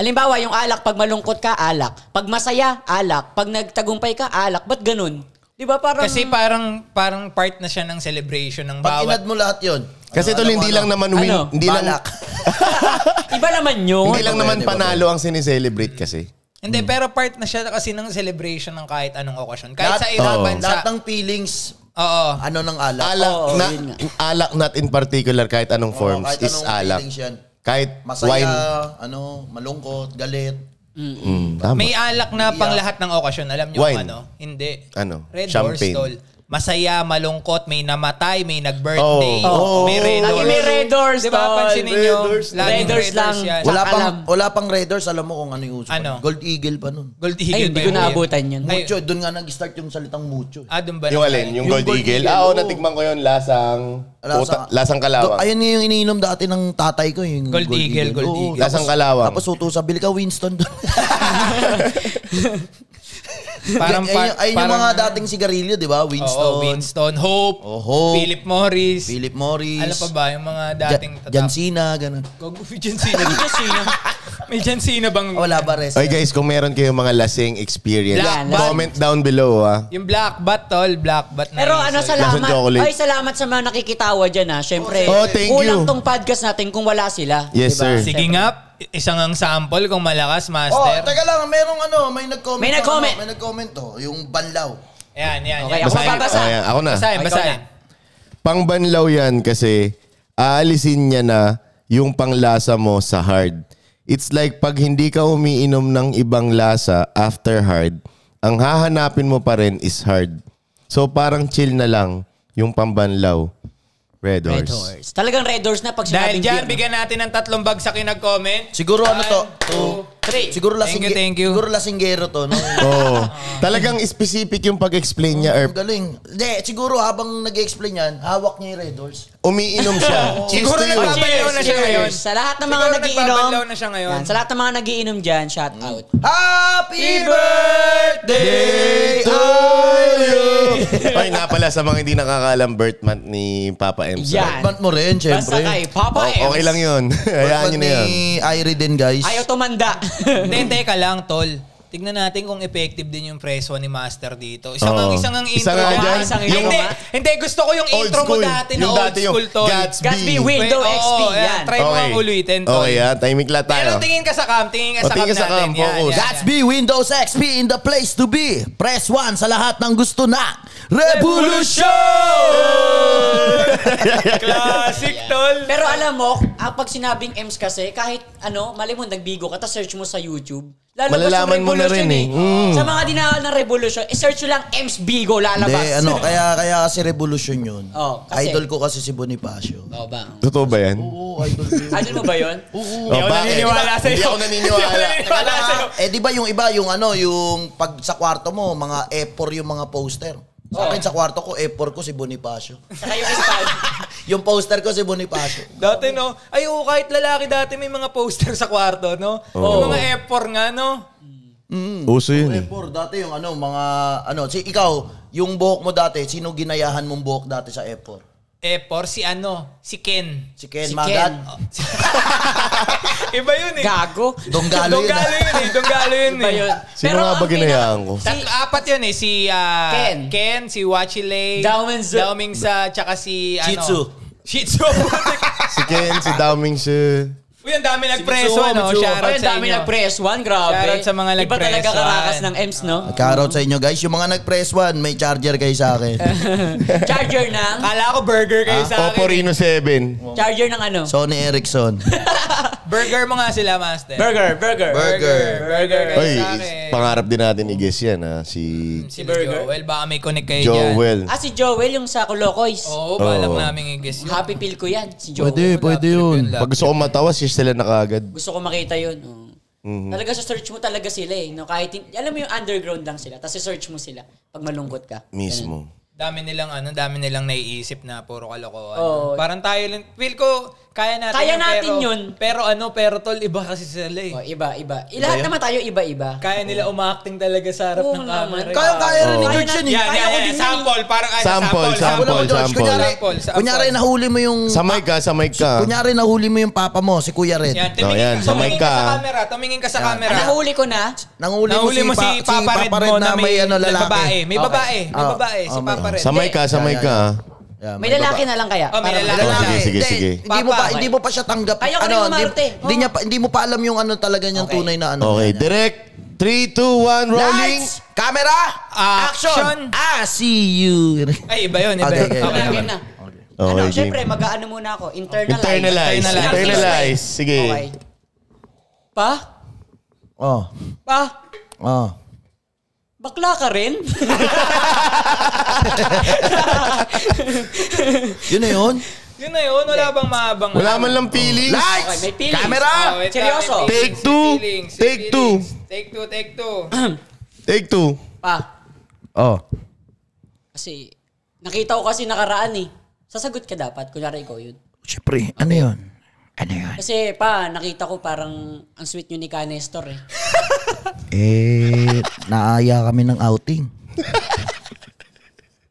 [SPEAKER 4] halimbawa, yung alak, pag malungkot ka, alak. Pag masaya, alak. Pag nagtagumpay ka, alak. Ba't ganun? Di ba parang...
[SPEAKER 1] Kasi parang parang part na siya ng celebration ng
[SPEAKER 3] Pag
[SPEAKER 1] bawat
[SPEAKER 3] inad mo lahat yun. Ano,
[SPEAKER 2] Kasi tol, hindi lang naman win,
[SPEAKER 4] Ano?
[SPEAKER 2] hindi lang
[SPEAKER 3] Balak.
[SPEAKER 4] iba naman yun.
[SPEAKER 2] hindi lang
[SPEAKER 3] Iba
[SPEAKER 2] naman
[SPEAKER 3] ba yan, iba ba
[SPEAKER 2] panalo ang sineselebrate kasi.
[SPEAKER 3] Hmm.
[SPEAKER 1] Hindi, pero part na siya kasi ng celebration ng kahit anong okasyon. Kahit
[SPEAKER 3] Lahat-
[SPEAKER 1] sa ibang
[SPEAKER 2] Oo.
[SPEAKER 1] bansa.
[SPEAKER 3] Lahat ng feelings,
[SPEAKER 1] Oo.
[SPEAKER 3] ano ng alak.
[SPEAKER 2] Alak
[SPEAKER 4] Oo,
[SPEAKER 2] na
[SPEAKER 4] yun nga.
[SPEAKER 2] alak not in particular kahit anong
[SPEAKER 3] Oo,
[SPEAKER 2] forms
[SPEAKER 3] kahit
[SPEAKER 2] is
[SPEAKER 3] anong
[SPEAKER 2] alak.
[SPEAKER 3] feelings yan.
[SPEAKER 2] Kahit
[SPEAKER 3] Masaya,
[SPEAKER 2] wine.
[SPEAKER 3] ano, malungkot, galit.
[SPEAKER 2] Mm, tama.
[SPEAKER 1] May alak na pang lahat ng okasyon. Alam niyo kung
[SPEAKER 2] Wine.
[SPEAKER 1] ano? Hindi.
[SPEAKER 2] Ano?
[SPEAKER 1] Red
[SPEAKER 2] Champagne.
[SPEAKER 1] Champagne. Masaya, malungkot, may namatay, may nag-birthday,
[SPEAKER 2] Oh.
[SPEAKER 1] may
[SPEAKER 2] Oh.
[SPEAKER 1] red
[SPEAKER 4] Lagi
[SPEAKER 1] doors.
[SPEAKER 4] may red doors,
[SPEAKER 1] Di ba
[SPEAKER 4] tol.
[SPEAKER 1] pansin
[SPEAKER 4] Red
[SPEAKER 1] ninyo?
[SPEAKER 2] doors
[SPEAKER 1] Laging
[SPEAKER 4] Red doors lang.
[SPEAKER 1] yan.
[SPEAKER 4] Wala
[SPEAKER 3] Wala pang,
[SPEAKER 4] alam.
[SPEAKER 3] wala pang Raiders, alam mo kung ano yung uso.
[SPEAKER 1] Ano?
[SPEAKER 3] Gold Eagle pa nun.
[SPEAKER 1] Gold Eagle.
[SPEAKER 4] Ayun, di
[SPEAKER 1] ba
[SPEAKER 4] ko
[SPEAKER 1] yun?
[SPEAKER 4] naabutan yun.
[SPEAKER 1] Ay,
[SPEAKER 3] Mucho, doon nga nag-start yung salitang mucho. eh.
[SPEAKER 1] ah, doon ba?
[SPEAKER 2] Yung
[SPEAKER 1] naman?
[SPEAKER 2] alin? Yung,
[SPEAKER 3] Yung
[SPEAKER 2] Gold,
[SPEAKER 3] Gold
[SPEAKER 2] Eagle?
[SPEAKER 3] Eagle,
[SPEAKER 2] Ah, oo,
[SPEAKER 3] oo.
[SPEAKER 2] natikman ko yun. Lasang... puta- lasang kalawang.
[SPEAKER 3] Go- ayun yung iniinom dati ng tatay ko. Yung
[SPEAKER 1] Gold Eagle, Gold
[SPEAKER 3] Oo,
[SPEAKER 1] Eagle.
[SPEAKER 2] Lasang
[SPEAKER 3] tapos-
[SPEAKER 2] kalawang.
[SPEAKER 3] Tapos uto sa ka, Winston doon.
[SPEAKER 1] Parang,
[SPEAKER 3] ayun, yung- ayun yung
[SPEAKER 1] parang-
[SPEAKER 3] mga dating sigarilyo, di ba? Winston,
[SPEAKER 1] Oo, Winston. Hope.
[SPEAKER 3] Oh, Hope.
[SPEAKER 1] Philip Morris.
[SPEAKER 3] Philip Morris,
[SPEAKER 1] Alam pa ba? Yung mga dating...
[SPEAKER 3] Ja- John Cena, ganun.
[SPEAKER 1] Gago, may Jansina. May Jansina. May Jansina bang...
[SPEAKER 3] Ah, Wala ba, Res?
[SPEAKER 2] Oy guys, kung meron kayong mga lasing experience,
[SPEAKER 1] Lahat.
[SPEAKER 2] comment down below ah. ha.
[SPEAKER 1] Yung black bat, tol. Black bat na
[SPEAKER 4] Pero
[SPEAKER 1] isa.
[SPEAKER 4] ano,
[SPEAKER 2] Lasang
[SPEAKER 4] salamat.
[SPEAKER 2] chocolate.
[SPEAKER 4] Ay, salamat sa mga nakikitawa dyan ha. Siyempre,
[SPEAKER 2] Oh, thank you.
[SPEAKER 4] kulang tong podcast natin kung wala sila. Diba?
[SPEAKER 2] Yes, sir.
[SPEAKER 1] Sige nga. isang ang sample kung malakas,
[SPEAKER 3] Oh,
[SPEAKER 1] master.
[SPEAKER 3] teka lang, merong ano, may nag-comment.
[SPEAKER 4] May nag-comment.
[SPEAKER 3] Ano, may nag-comment oh, yung banlaw.
[SPEAKER 1] Ayan, yan, yan.
[SPEAKER 4] Okay, ako
[SPEAKER 1] Basahin.
[SPEAKER 4] mababasa.
[SPEAKER 2] Ayan, Oh, ako na.
[SPEAKER 1] Basahin,
[SPEAKER 4] Ikaw
[SPEAKER 1] basahin.
[SPEAKER 4] na.
[SPEAKER 2] Pangbanlaw yan kasi aalisin niya na yung panglasa mo sa hard. It's like pag hindi ka umiinom ng ibang lasa after hard, ang hahanapin mo pa rin is hard. So parang chill na lang yung pambanlaw. Red Horse.
[SPEAKER 4] Red horse. Talagang red horse na pag
[SPEAKER 1] Dahil
[SPEAKER 4] sinabing
[SPEAKER 1] dyan,
[SPEAKER 4] beer, no?
[SPEAKER 1] bigyan natin ng tatlong bagsak yung nag-comment.
[SPEAKER 3] Siguro ano to?
[SPEAKER 1] Two,
[SPEAKER 4] Three.
[SPEAKER 3] Siguro
[SPEAKER 1] Thank you,
[SPEAKER 3] lasingge-
[SPEAKER 1] thank you.
[SPEAKER 3] Siguro lasinggero to. No?
[SPEAKER 2] Oo. Talagang specific yung pag-explain niya.
[SPEAKER 3] Ang
[SPEAKER 2] Erp.
[SPEAKER 3] galing. Hindi, siguro habang nag-explain yan, hawak niya yung Red Horse.
[SPEAKER 2] Umiinom siya. Cheers
[SPEAKER 1] Siguro
[SPEAKER 2] to you.
[SPEAKER 1] nag- Cheers, na
[SPEAKER 4] Cheers,
[SPEAKER 1] siya
[SPEAKER 4] cheers.
[SPEAKER 1] ngayon.
[SPEAKER 4] Sa lahat ng mga
[SPEAKER 1] Siguro
[SPEAKER 4] nagiinom.
[SPEAKER 1] nagbabanlaw na siya ngayon.
[SPEAKER 4] Yan, sa lahat ng mga nagiinom dyan, shout out.
[SPEAKER 3] Happy birthday, Irie!
[SPEAKER 2] Ay, nga pala sa mga hindi nakakaalam birth month ni Papa M. sir.
[SPEAKER 4] Yan.
[SPEAKER 3] Ba't mo rin,
[SPEAKER 4] Basta kay
[SPEAKER 3] syempre?
[SPEAKER 4] Papa
[SPEAKER 2] O- Oh, okay
[SPEAKER 4] Ems.
[SPEAKER 2] lang yun. Hayaan
[SPEAKER 3] Birthday
[SPEAKER 2] nyo na yan.
[SPEAKER 3] ni Irie din, guys.
[SPEAKER 4] Ayaw tumanda.
[SPEAKER 1] Hindi, teka lang, tol. Tignan natin kung effective din yung preso ni Master dito. Isang
[SPEAKER 2] Oo.
[SPEAKER 1] ang isang ang intro.
[SPEAKER 2] Isa nga
[SPEAKER 1] mo.
[SPEAKER 2] dyan.
[SPEAKER 1] Isang
[SPEAKER 2] Yung-
[SPEAKER 1] hindi, hindi, gusto ko yung intro mo dati na
[SPEAKER 2] Yung
[SPEAKER 1] old
[SPEAKER 2] dati yung
[SPEAKER 1] school, tol.
[SPEAKER 2] Gatsby.
[SPEAKER 4] Gatsby win. Window
[SPEAKER 1] Wait,
[SPEAKER 4] XP,
[SPEAKER 1] oo,
[SPEAKER 4] yan.
[SPEAKER 1] Try mo ang ulitin, tol.
[SPEAKER 2] Okay, ah, Timing lahat tayo.
[SPEAKER 1] Pero tingin ka sa cam, tingin ka
[SPEAKER 2] O,
[SPEAKER 1] sa cam
[SPEAKER 2] tingin
[SPEAKER 1] natin.
[SPEAKER 2] ka sa cam,
[SPEAKER 1] Yan,
[SPEAKER 2] focus.
[SPEAKER 1] yan,
[SPEAKER 3] Gatsby, Windows XP in the place to be. Press 1 sa lahat ng gusto na. Revolution!
[SPEAKER 1] yan. Classic, tol.
[SPEAKER 4] Pero alam mo, ah, pag sinabing Ems kasi, kahit ano, mali mo, nagbigo ka, tapos search mo sa YouTube, lalabas
[SPEAKER 2] Malalaman
[SPEAKER 4] yung
[SPEAKER 2] mo na
[SPEAKER 4] revolution
[SPEAKER 2] rin, Mm.
[SPEAKER 4] eh. Sa mga dinahal ng revolution, i-search mo lang Ems Bigo, lalabas.
[SPEAKER 3] Hindi, ano, kaya, kaya kasi revolution yun.
[SPEAKER 4] Oh, kasi-
[SPEAKER 3] Idol ko kasi si Bonifacio.
[SPEAKER 4] Oo ba?
[SPEAKER 2] Totoo ba yan?
[SPEAKER 3] Oo, idol ko yun.
[SPEAKER 4] Ano mo ba yun?
[SPEAKER 2] Hindi
[SPEAKER 1] ako naniniwala sa'yo.
[SPEAKER 2] Hindi ako naniniwala.
[SPEAKER 1] Hindi ako naniniwala
[SPEAKER 3] Ah,
[SPEAKER 1] sa'yo.
[SPEAKER 3] eh di ba yung iba yung ano yung pag sa kwarto mo mga F4 yung mga poster.
[SPEAKER 4] Oh.
[SPEAKER 3] Sa akin sa kwarto ko F4 ko si Bonifacio.
[SPEAKER 4] Saka yung style.
[SPEAKER 3] yung poster ko si Bonifacio.
[SPEAKER 1] Dati, no? Ay, oo, kahit lalaki dati may mga poster sa kwarto, no? Yung mga F4 nga, no?
[SPEAKER 2] Uso yun eh.
[SPEAKER 3] F4 dati yung ano mga ano si ikaw yung buhok mo dati sino ginayahan mong buhok dati sa F4?
[SPEAKER 1] F4, si ano? Si Ken.
[SPEAKER 3] Si
[SPEAKER 4] Si
[SPEAKER 3] Ken Magat.
[SPEAKER 1] Iba yun, eh.
[SPEAKER 4] Gago.
[SPEAKER 3] Donggalo yun. ah.
[SPEAKER 1] Donggalo yun, eh. Donggalo yun,
[SPEAKER 4] Iba
[SPEAKER 1] eh.
[SPEAKER 4] yun.
[SPEAKER 2] Sino nga ba
[SPEAKER 4] ang pinaka-
[SPEAKER 2] ginayaan ko?
[SPEAKER 4] Si,
[SPEAKER 1] Tatlo, apat yun eh. Si ah,
[SPEAKER 4] Ken.
[SPEAKER 1] Ken, si Wachile,
[SPEAKER 4] Daoming Su.
[SPEAKER 1] Daoming Sa, tsaka si ano.
[SPEAKER 3] Shih Tzu.
[SPEAKER 1] Shih Tzu.
[SPEAKER 2] Si Ken, si Daming si...
[SPEAKER 1] Uy, ang dami nagpreso,
[SPEAKER 3] Mitsuo,
[SPEAKER 1] ano?
[SPEAKER 3] Mitsuo.
[SPEAKER 1] Shoutout
[SPEAKER 4] Ayun,
[SPEAKER 1] sa
[SPEAKER 4] dami
[SPEAKER 1] inyo.
[SPEAKER 4] nag-press one, grabe.
[SPEAKER 1] Shoutout sa mga
[SPEAKER 4] Iba
[SPEAKER 1] nag-press
[SPEAKER 4] talaga karakas
[SPEAKER 1] one.
[SPEAKER 4] ng Ems, no?
[SPEAKER 3] Nagkaroon sa inyo guys, yung mga nag-press one, may charger kayo sa akin.
[SPEAKER 4] Charger ng...
[SPEAKER 1] Kala ko burger kayo sa akin. eh.
[SPEAKER 2] Opo Reno 7.
[SPEAKER 4] Charger ng ano?
[SPEAKER 3] Sony Ericsson.
[SPEAKER 1] Burger mo nga sila, master.
[SPEAKER 4] Burger, burger.
[SPEAKER 3] Burger.
[SPEAKER 1] Burger kayo
[SPEAKER 2] Ay,
[SPEAKER 1] sa akin.
[SPEAKER 2] pangarap din natin i-guess yan ha. Si
[SPEAKER 1] Si Burger.
[SPEAKER 4] Burger.
[SPEAKER 1] Joel, baka may connect kayo dyan.
[SPEAKER 2] Joel.
[SPEAKER 4] Ah, si Joel yung sa Kolokoys.
[SPEAKER 1] Oo, balak
[SPEAKER 2] Oo.
[SPEAKER 1] namin i-guess yun.
[SPEAKER 4] Happy feel ko yan, si Joel.
[SPEAKER 2] Pwede, pwede yun.
[SPEAKER 1] Love
[SPEAKER 2] Pag gusto ko matawa, sis sila na kaagad.
[SPEAKER 4] Gusto ko makita yun. Oo.
[SPEAKER 2] Mm-hmm.
[SPEAKER 4] Talaga sa search mo talaga sila eh. No? Kahit, hin- alam mo yung underground lang sila. Tapos search mo sila pag malungkot ka.
[SPEAKER 2] Mismo.
[SPEAKER 1] Dami nilang ano, dami nilang naiisip na puro kalokohan.
[SPEAKER 4] Oo.
[SPEAKER 1] Parang tayo lang, feel ko, kaya natin
[SPEAKER 4] Kaya
[SPEAKER 1] yun,
[SPEAKER 4] natin
[SPEAKER 1] pero,
[SPEAKER 4] yun.
[SPEAKER 1] Pero ano, pero tol, iba kasi sila eh.
[SPEAKER 4] O, iba, iba. Eh, Lahat naman tayo iba-iba.
[SPEAKER 1] Kaya nila umaacting talaga sa harap
[SPEAKER 4] Oo
[SPEAKER 1] ng
[SPEAKER 4] naman.
[SPEAKER 1] camera.
[SPEAKER 3] Kaya kaya rin ni
[SPEAKER 1] Oh.
[SPEAKER 2] Oo.
[SPEAKER 3] George yan. eh.
[SPEAKER 1] Yan, yan,
[SPEAKER 4] Kaya ko
[SPEAKER 1] yan.
[SPEAKER 4] din yan
[SPEAKER 1] Sample. Parang ay,
[SPEAKER 2] Sample,
[SPEAKER 3] Wala
[SPEAKER 2] sample,
[SPEAKER 3] mo, George.
[SPEAKER 2] sample.
[SPEAKER 3] Kunyari,
[SPEAKER 1] Sample, sample.
[SPEAKER 3] kunyari nahuli mo yung...
[SPEAKER 1] Mm.
[SPEAKER 2] Sa mic ka, sa mic ka.
[SPEAKER 3] Kunyari nahuli mo yung papa mo, si Kuya Red.
[SPEAKER 1] Yan,
[SPEAKER 2] Oh, yan.
[SPEAKER 1] tumingin,
[SPEAKER 2] Sa
[SPEAKER 1] tumingin
[SPEAKER 2] mic
[SPEAKER 1] ka
[SPEAKER 2] ka.
[SPEAKER 1] sa camera. Tumingin ka sa camera.
[SPEAKER 4] Ang nahuli ko na,
[SPEAKER 3] Nanguli,
[SPEAKER 1] Nahuli mo si, Papa Red mo na may,
[SPEAKER 3] ano, lalaki.
[SPEAKER 1] babae. May
[SPEAKER 4] Okay.
[SPEAKER 1] babae. May
[SPEAKER 3] Oh,
[SPEAKER 1] babae. Si
[SPEAKER 3] oh, may-
[SPEAKER 1] Papa Red.
[SPEAKER 2] Sa mic ka, sa mic ka. ha.
[SPEAKER 3] Yeah,
[SPEAKER 2] Ah,
[SPEAKER 4] may lalaki na lang kaya.
[SPEAKER 1] Oh, may
[SPEAKER 4] Parang-
[SPEAKER 1] lalaki.
[SPEAKER 2] Oh, sige, sige, sige.
[SPEAKER 3] Hindi, Hindi mo pa
[SPEAKER 4] Papa.
[SPEAKER 3] hindi mo pa siya tanggap.
[SPEAKER 4] Ayaw ko
[SPEAKER 3] ano,
[SPEAKER 4] na
[SPEAKER 3] hindi,
[SPEAKER 4] umarte.
[SPEAKER 3] hindi niya pa, hindi mo pa alam yung ano talaga niyang
[SPEAKER 4] Okay.
[SPEAKER 3] tunay na ano.
[SPEAKER 2] Okay,
[SPEAKER 3] niya.
[SPEAKER 2] direct. 3, 2, 1, rolling.
[SPEAKER 3] Lights, camera,
[SPEAKER 4] Ah,
[SPEAKER 3] action.
[SPEAKER 1] Action.
[SPEAKER 3] I see you.
[SPEAKER 1] Ay, iba yun. Iba
[SPEAKER 2] Ah,
[SPEAKER 3] Okay,
[SPEAKER 1] yun. Okay,
[SPEAKER 3] okay,
[SPEAKER 4] Okay,
[SPEAKER 1] okay.
[SPEAKER 4] game na.
[SPEAKER 2] Okay,
[SPEAKER 4] ano,
[SPEAKER 2] game.
[SPEAKER 4] syempre, mag-ano muna ako. Internalize.
[SPEAKER 2] Internalize.
[SPEAKER 1] Internalize.
[SPEAKER 2] Internalize. Sige.
[SPEAKER 4] Okay. Pa?
[SPEAKER 3] Oh.
[SPEAKER 4] Pa?
[SPEAKER 3] Oh.
[SPEAKER 4] Bakla ka rin?
[SPEAKER 3] Yun na yun.
[SPEAKER 1] Yun na yun. Wala bang mahabang?
[SPEAKER 2] Wala man lang feelings.
[SPEAKER 4] Okay,
[SPEAKER 3] Lights,
[SPEAKER 4] may feelings.
[SPEAKER 1] Ah,
[SPEAKER 3] camera.
[SPEAKER 1] wait lang,
[SPEAKER 4] Seryoso?
[SPEAKER 1] may feelings,
[SPEAKER 2] Take
[SPEAKER 1] may
[SPEAKER 2] two.
[SPEAKER 1] feelings, may
[SPEAKER 2] Take two.
[SPEAKER 1] feelings. Take two, take two.
[SPEAKER 2] Take 2.
[SPEAKER 4] pa?
[SPEAKER 3] Oh.
[SPEAKER 4] Kasi, nakita ko kasi nakaraan eh. Sasagot ka dapat, kunyari ikaw yun.
[SPEAKER 3] Siyempre, ano yun? Ano yun?
[SPEAKER 4] Kasi pa, nakita ko parang ang sweet nyo ni Ka Nestor eh.
[SPEAKER 3] Eh, naaya kami ng outing.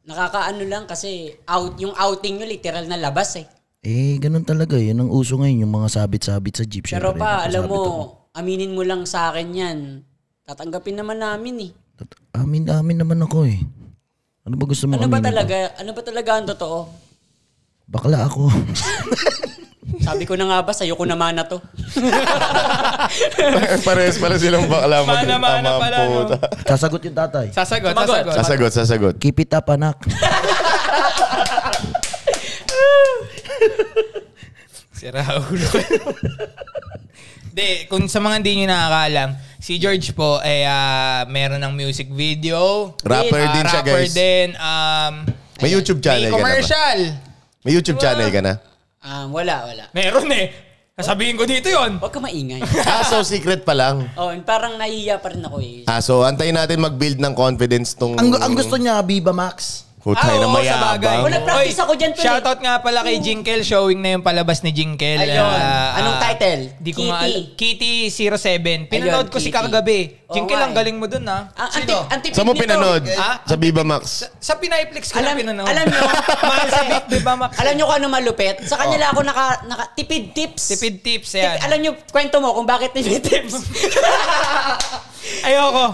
[SPEAKER 4] Nakakaano lang kasi out, yung outing nyo literal na labas eh.
[SPEAKER 3] Eh, ganun talaga. Yun ang uso ngayon, yung mga sabit-sabit sa jeep.
[SPEAKER 4] Pero
[SPEAKER 3] Syempre,
[SPEAKER 4] pa, alam
[SPEAKER 3] nakasabit
[SPEAKER 4] mo,
[SPEAKER 3] ako.
[SPEAKER 4] aminin mo lang sa akin yan. Tatanggapin naman namin eh.
[SPEAKER 3] Tot- Amin, amin naman ako eh. Ano ba gusto mo
[SPEAKER 4] Ano ba
[SPEAKER 3] aminin?
[SPEAKER 4] talaga, ano ba talaga ang totoo?
[SPEAKER 3] Bakla ako.
[SPEAKER 4] Sabi ko na nga ba, sa'yo ko naman na to.
[SPEAKER 2] Pares pala silang bakla.
[SPEAKER 1] Mana-mana
[SPEAKER 2] Magtama ang
[SPEAKER 1] pala, no?
[SPEAKER 2] puta.
[SPEAKER 3] Sasagot yung tatay.
[SPEAKER 1] Sasagot,
[SPEAKER 4] Sumagot.
[SPEAKER 1] sasagot.
[SPEAKER 2] Sasagot, sasagot.
[SPEAKER 3] Keep it up, anak.
[SPEAKER 1] Sira ulo. Hindi, kung sa mga hindi nyo nakakaalam, si George po, eh, ah, meron ng music video.
[SPEAKER 2] Rapper
[SPEAKER 1] Ah,
[SPEAKER 2] din siya,
[SPEAKER 1] rapper
[SPEAKER 2] guys.
[SPEAKER 1] din. Um,
[SPEAKER 2] May YouTube channel
[SPEAKER 1] may
[SPEAKER 2] ka na ba?
[SPEAKER 1] commercial.
[SPEAKER 2] May YouTube channel ka na?
[SPEAKER 4] Um, wala, wala.
[SPEAKER 1] Meron eh. Sasabihin ko dito yon.
[SPEAKER 4] Huwag ka maingay.
[SPEAKER 2] Ah, so secret pa lang.
[SPEAKER 4] Oh, and parang nahihiya pa rin ako eh.
[SPEAKER 2] Ah, so antayin natin mag-build ng confidence tong...
[SPEAKER 3] Ang, ang gusto niya, Viva Max.
[SPEAKER 4] Ah,
[SPEAKER 2] Hutay na
[SPEAKER 1] oo, sa bagay.
[SPEAKER 4] Wala,
[SPEAKER 2] mayabang.
[SPEAKER 4] practice
[SPEAKER 1] Oy,
[SPEAKER 4] ako dyan, Tol, eh.
[SPEAKER 1] Shoutout nga pala kay Jinkel. Showing na yung palabas ni Jinkel.
[SPEAKER 4] Ayun.
[SPEAKER 1] Ah,
[SPEAKER 4] Anong
[SPEAKER 1] ah,
[SPEAKER 4] title?
[SPEAKER 1] Di ko
[SPEAKER 4] Kitty.
[SPEAKER 1] nga alam. Kitty 07. Pinanood
[SPEAKER 4] Ayun,
[SPEAKER 1] ko si
[SPEAKER 4] Kitty.
[SPEAKER 1] kagabi.
[SPEAKER 4] Oo
[SPEAKER 1] Jinkel,
[SPEAKER 4] nga
[SPEAKER 1] ang
[SPEAKER 4] eh.
[SPEAKER 1] galing mo dun ah.
[SPEAKER 4] Ang, ang,
[SPEAKER 3] Sino?
[SPEAKER 4] tip- ang tipid
[SPEAKER 2] Saan mo
[SPEAKER 4] nito.
[SPEAKER 2] pinanood?
[SPEAKER 1] Ah?
[SPEAKER 2] Sa Viva Max.
[SPEAKER 1] Sa Pinayplex ko
[SPEAKER 4] Alam,
[SPEAKER 1] na pinanood.
[SPEAKER 4] alam nyo,
[SPEAKER 1] Mahal sa Vic, di ba, Max?
[SPEAKER 4] alam nyo kung ano malupit? Sa kanila ako naka, naka tipid tips.
[SPEAKER 1] Oh. Tipid tips
[SPEAKER 4] Tip-
[SPEAKER 1] yan.
[SPEAKER 4] alam nyo, kwento mo kung bakit tipid tips.
[SPEAKER 1] Ayoko.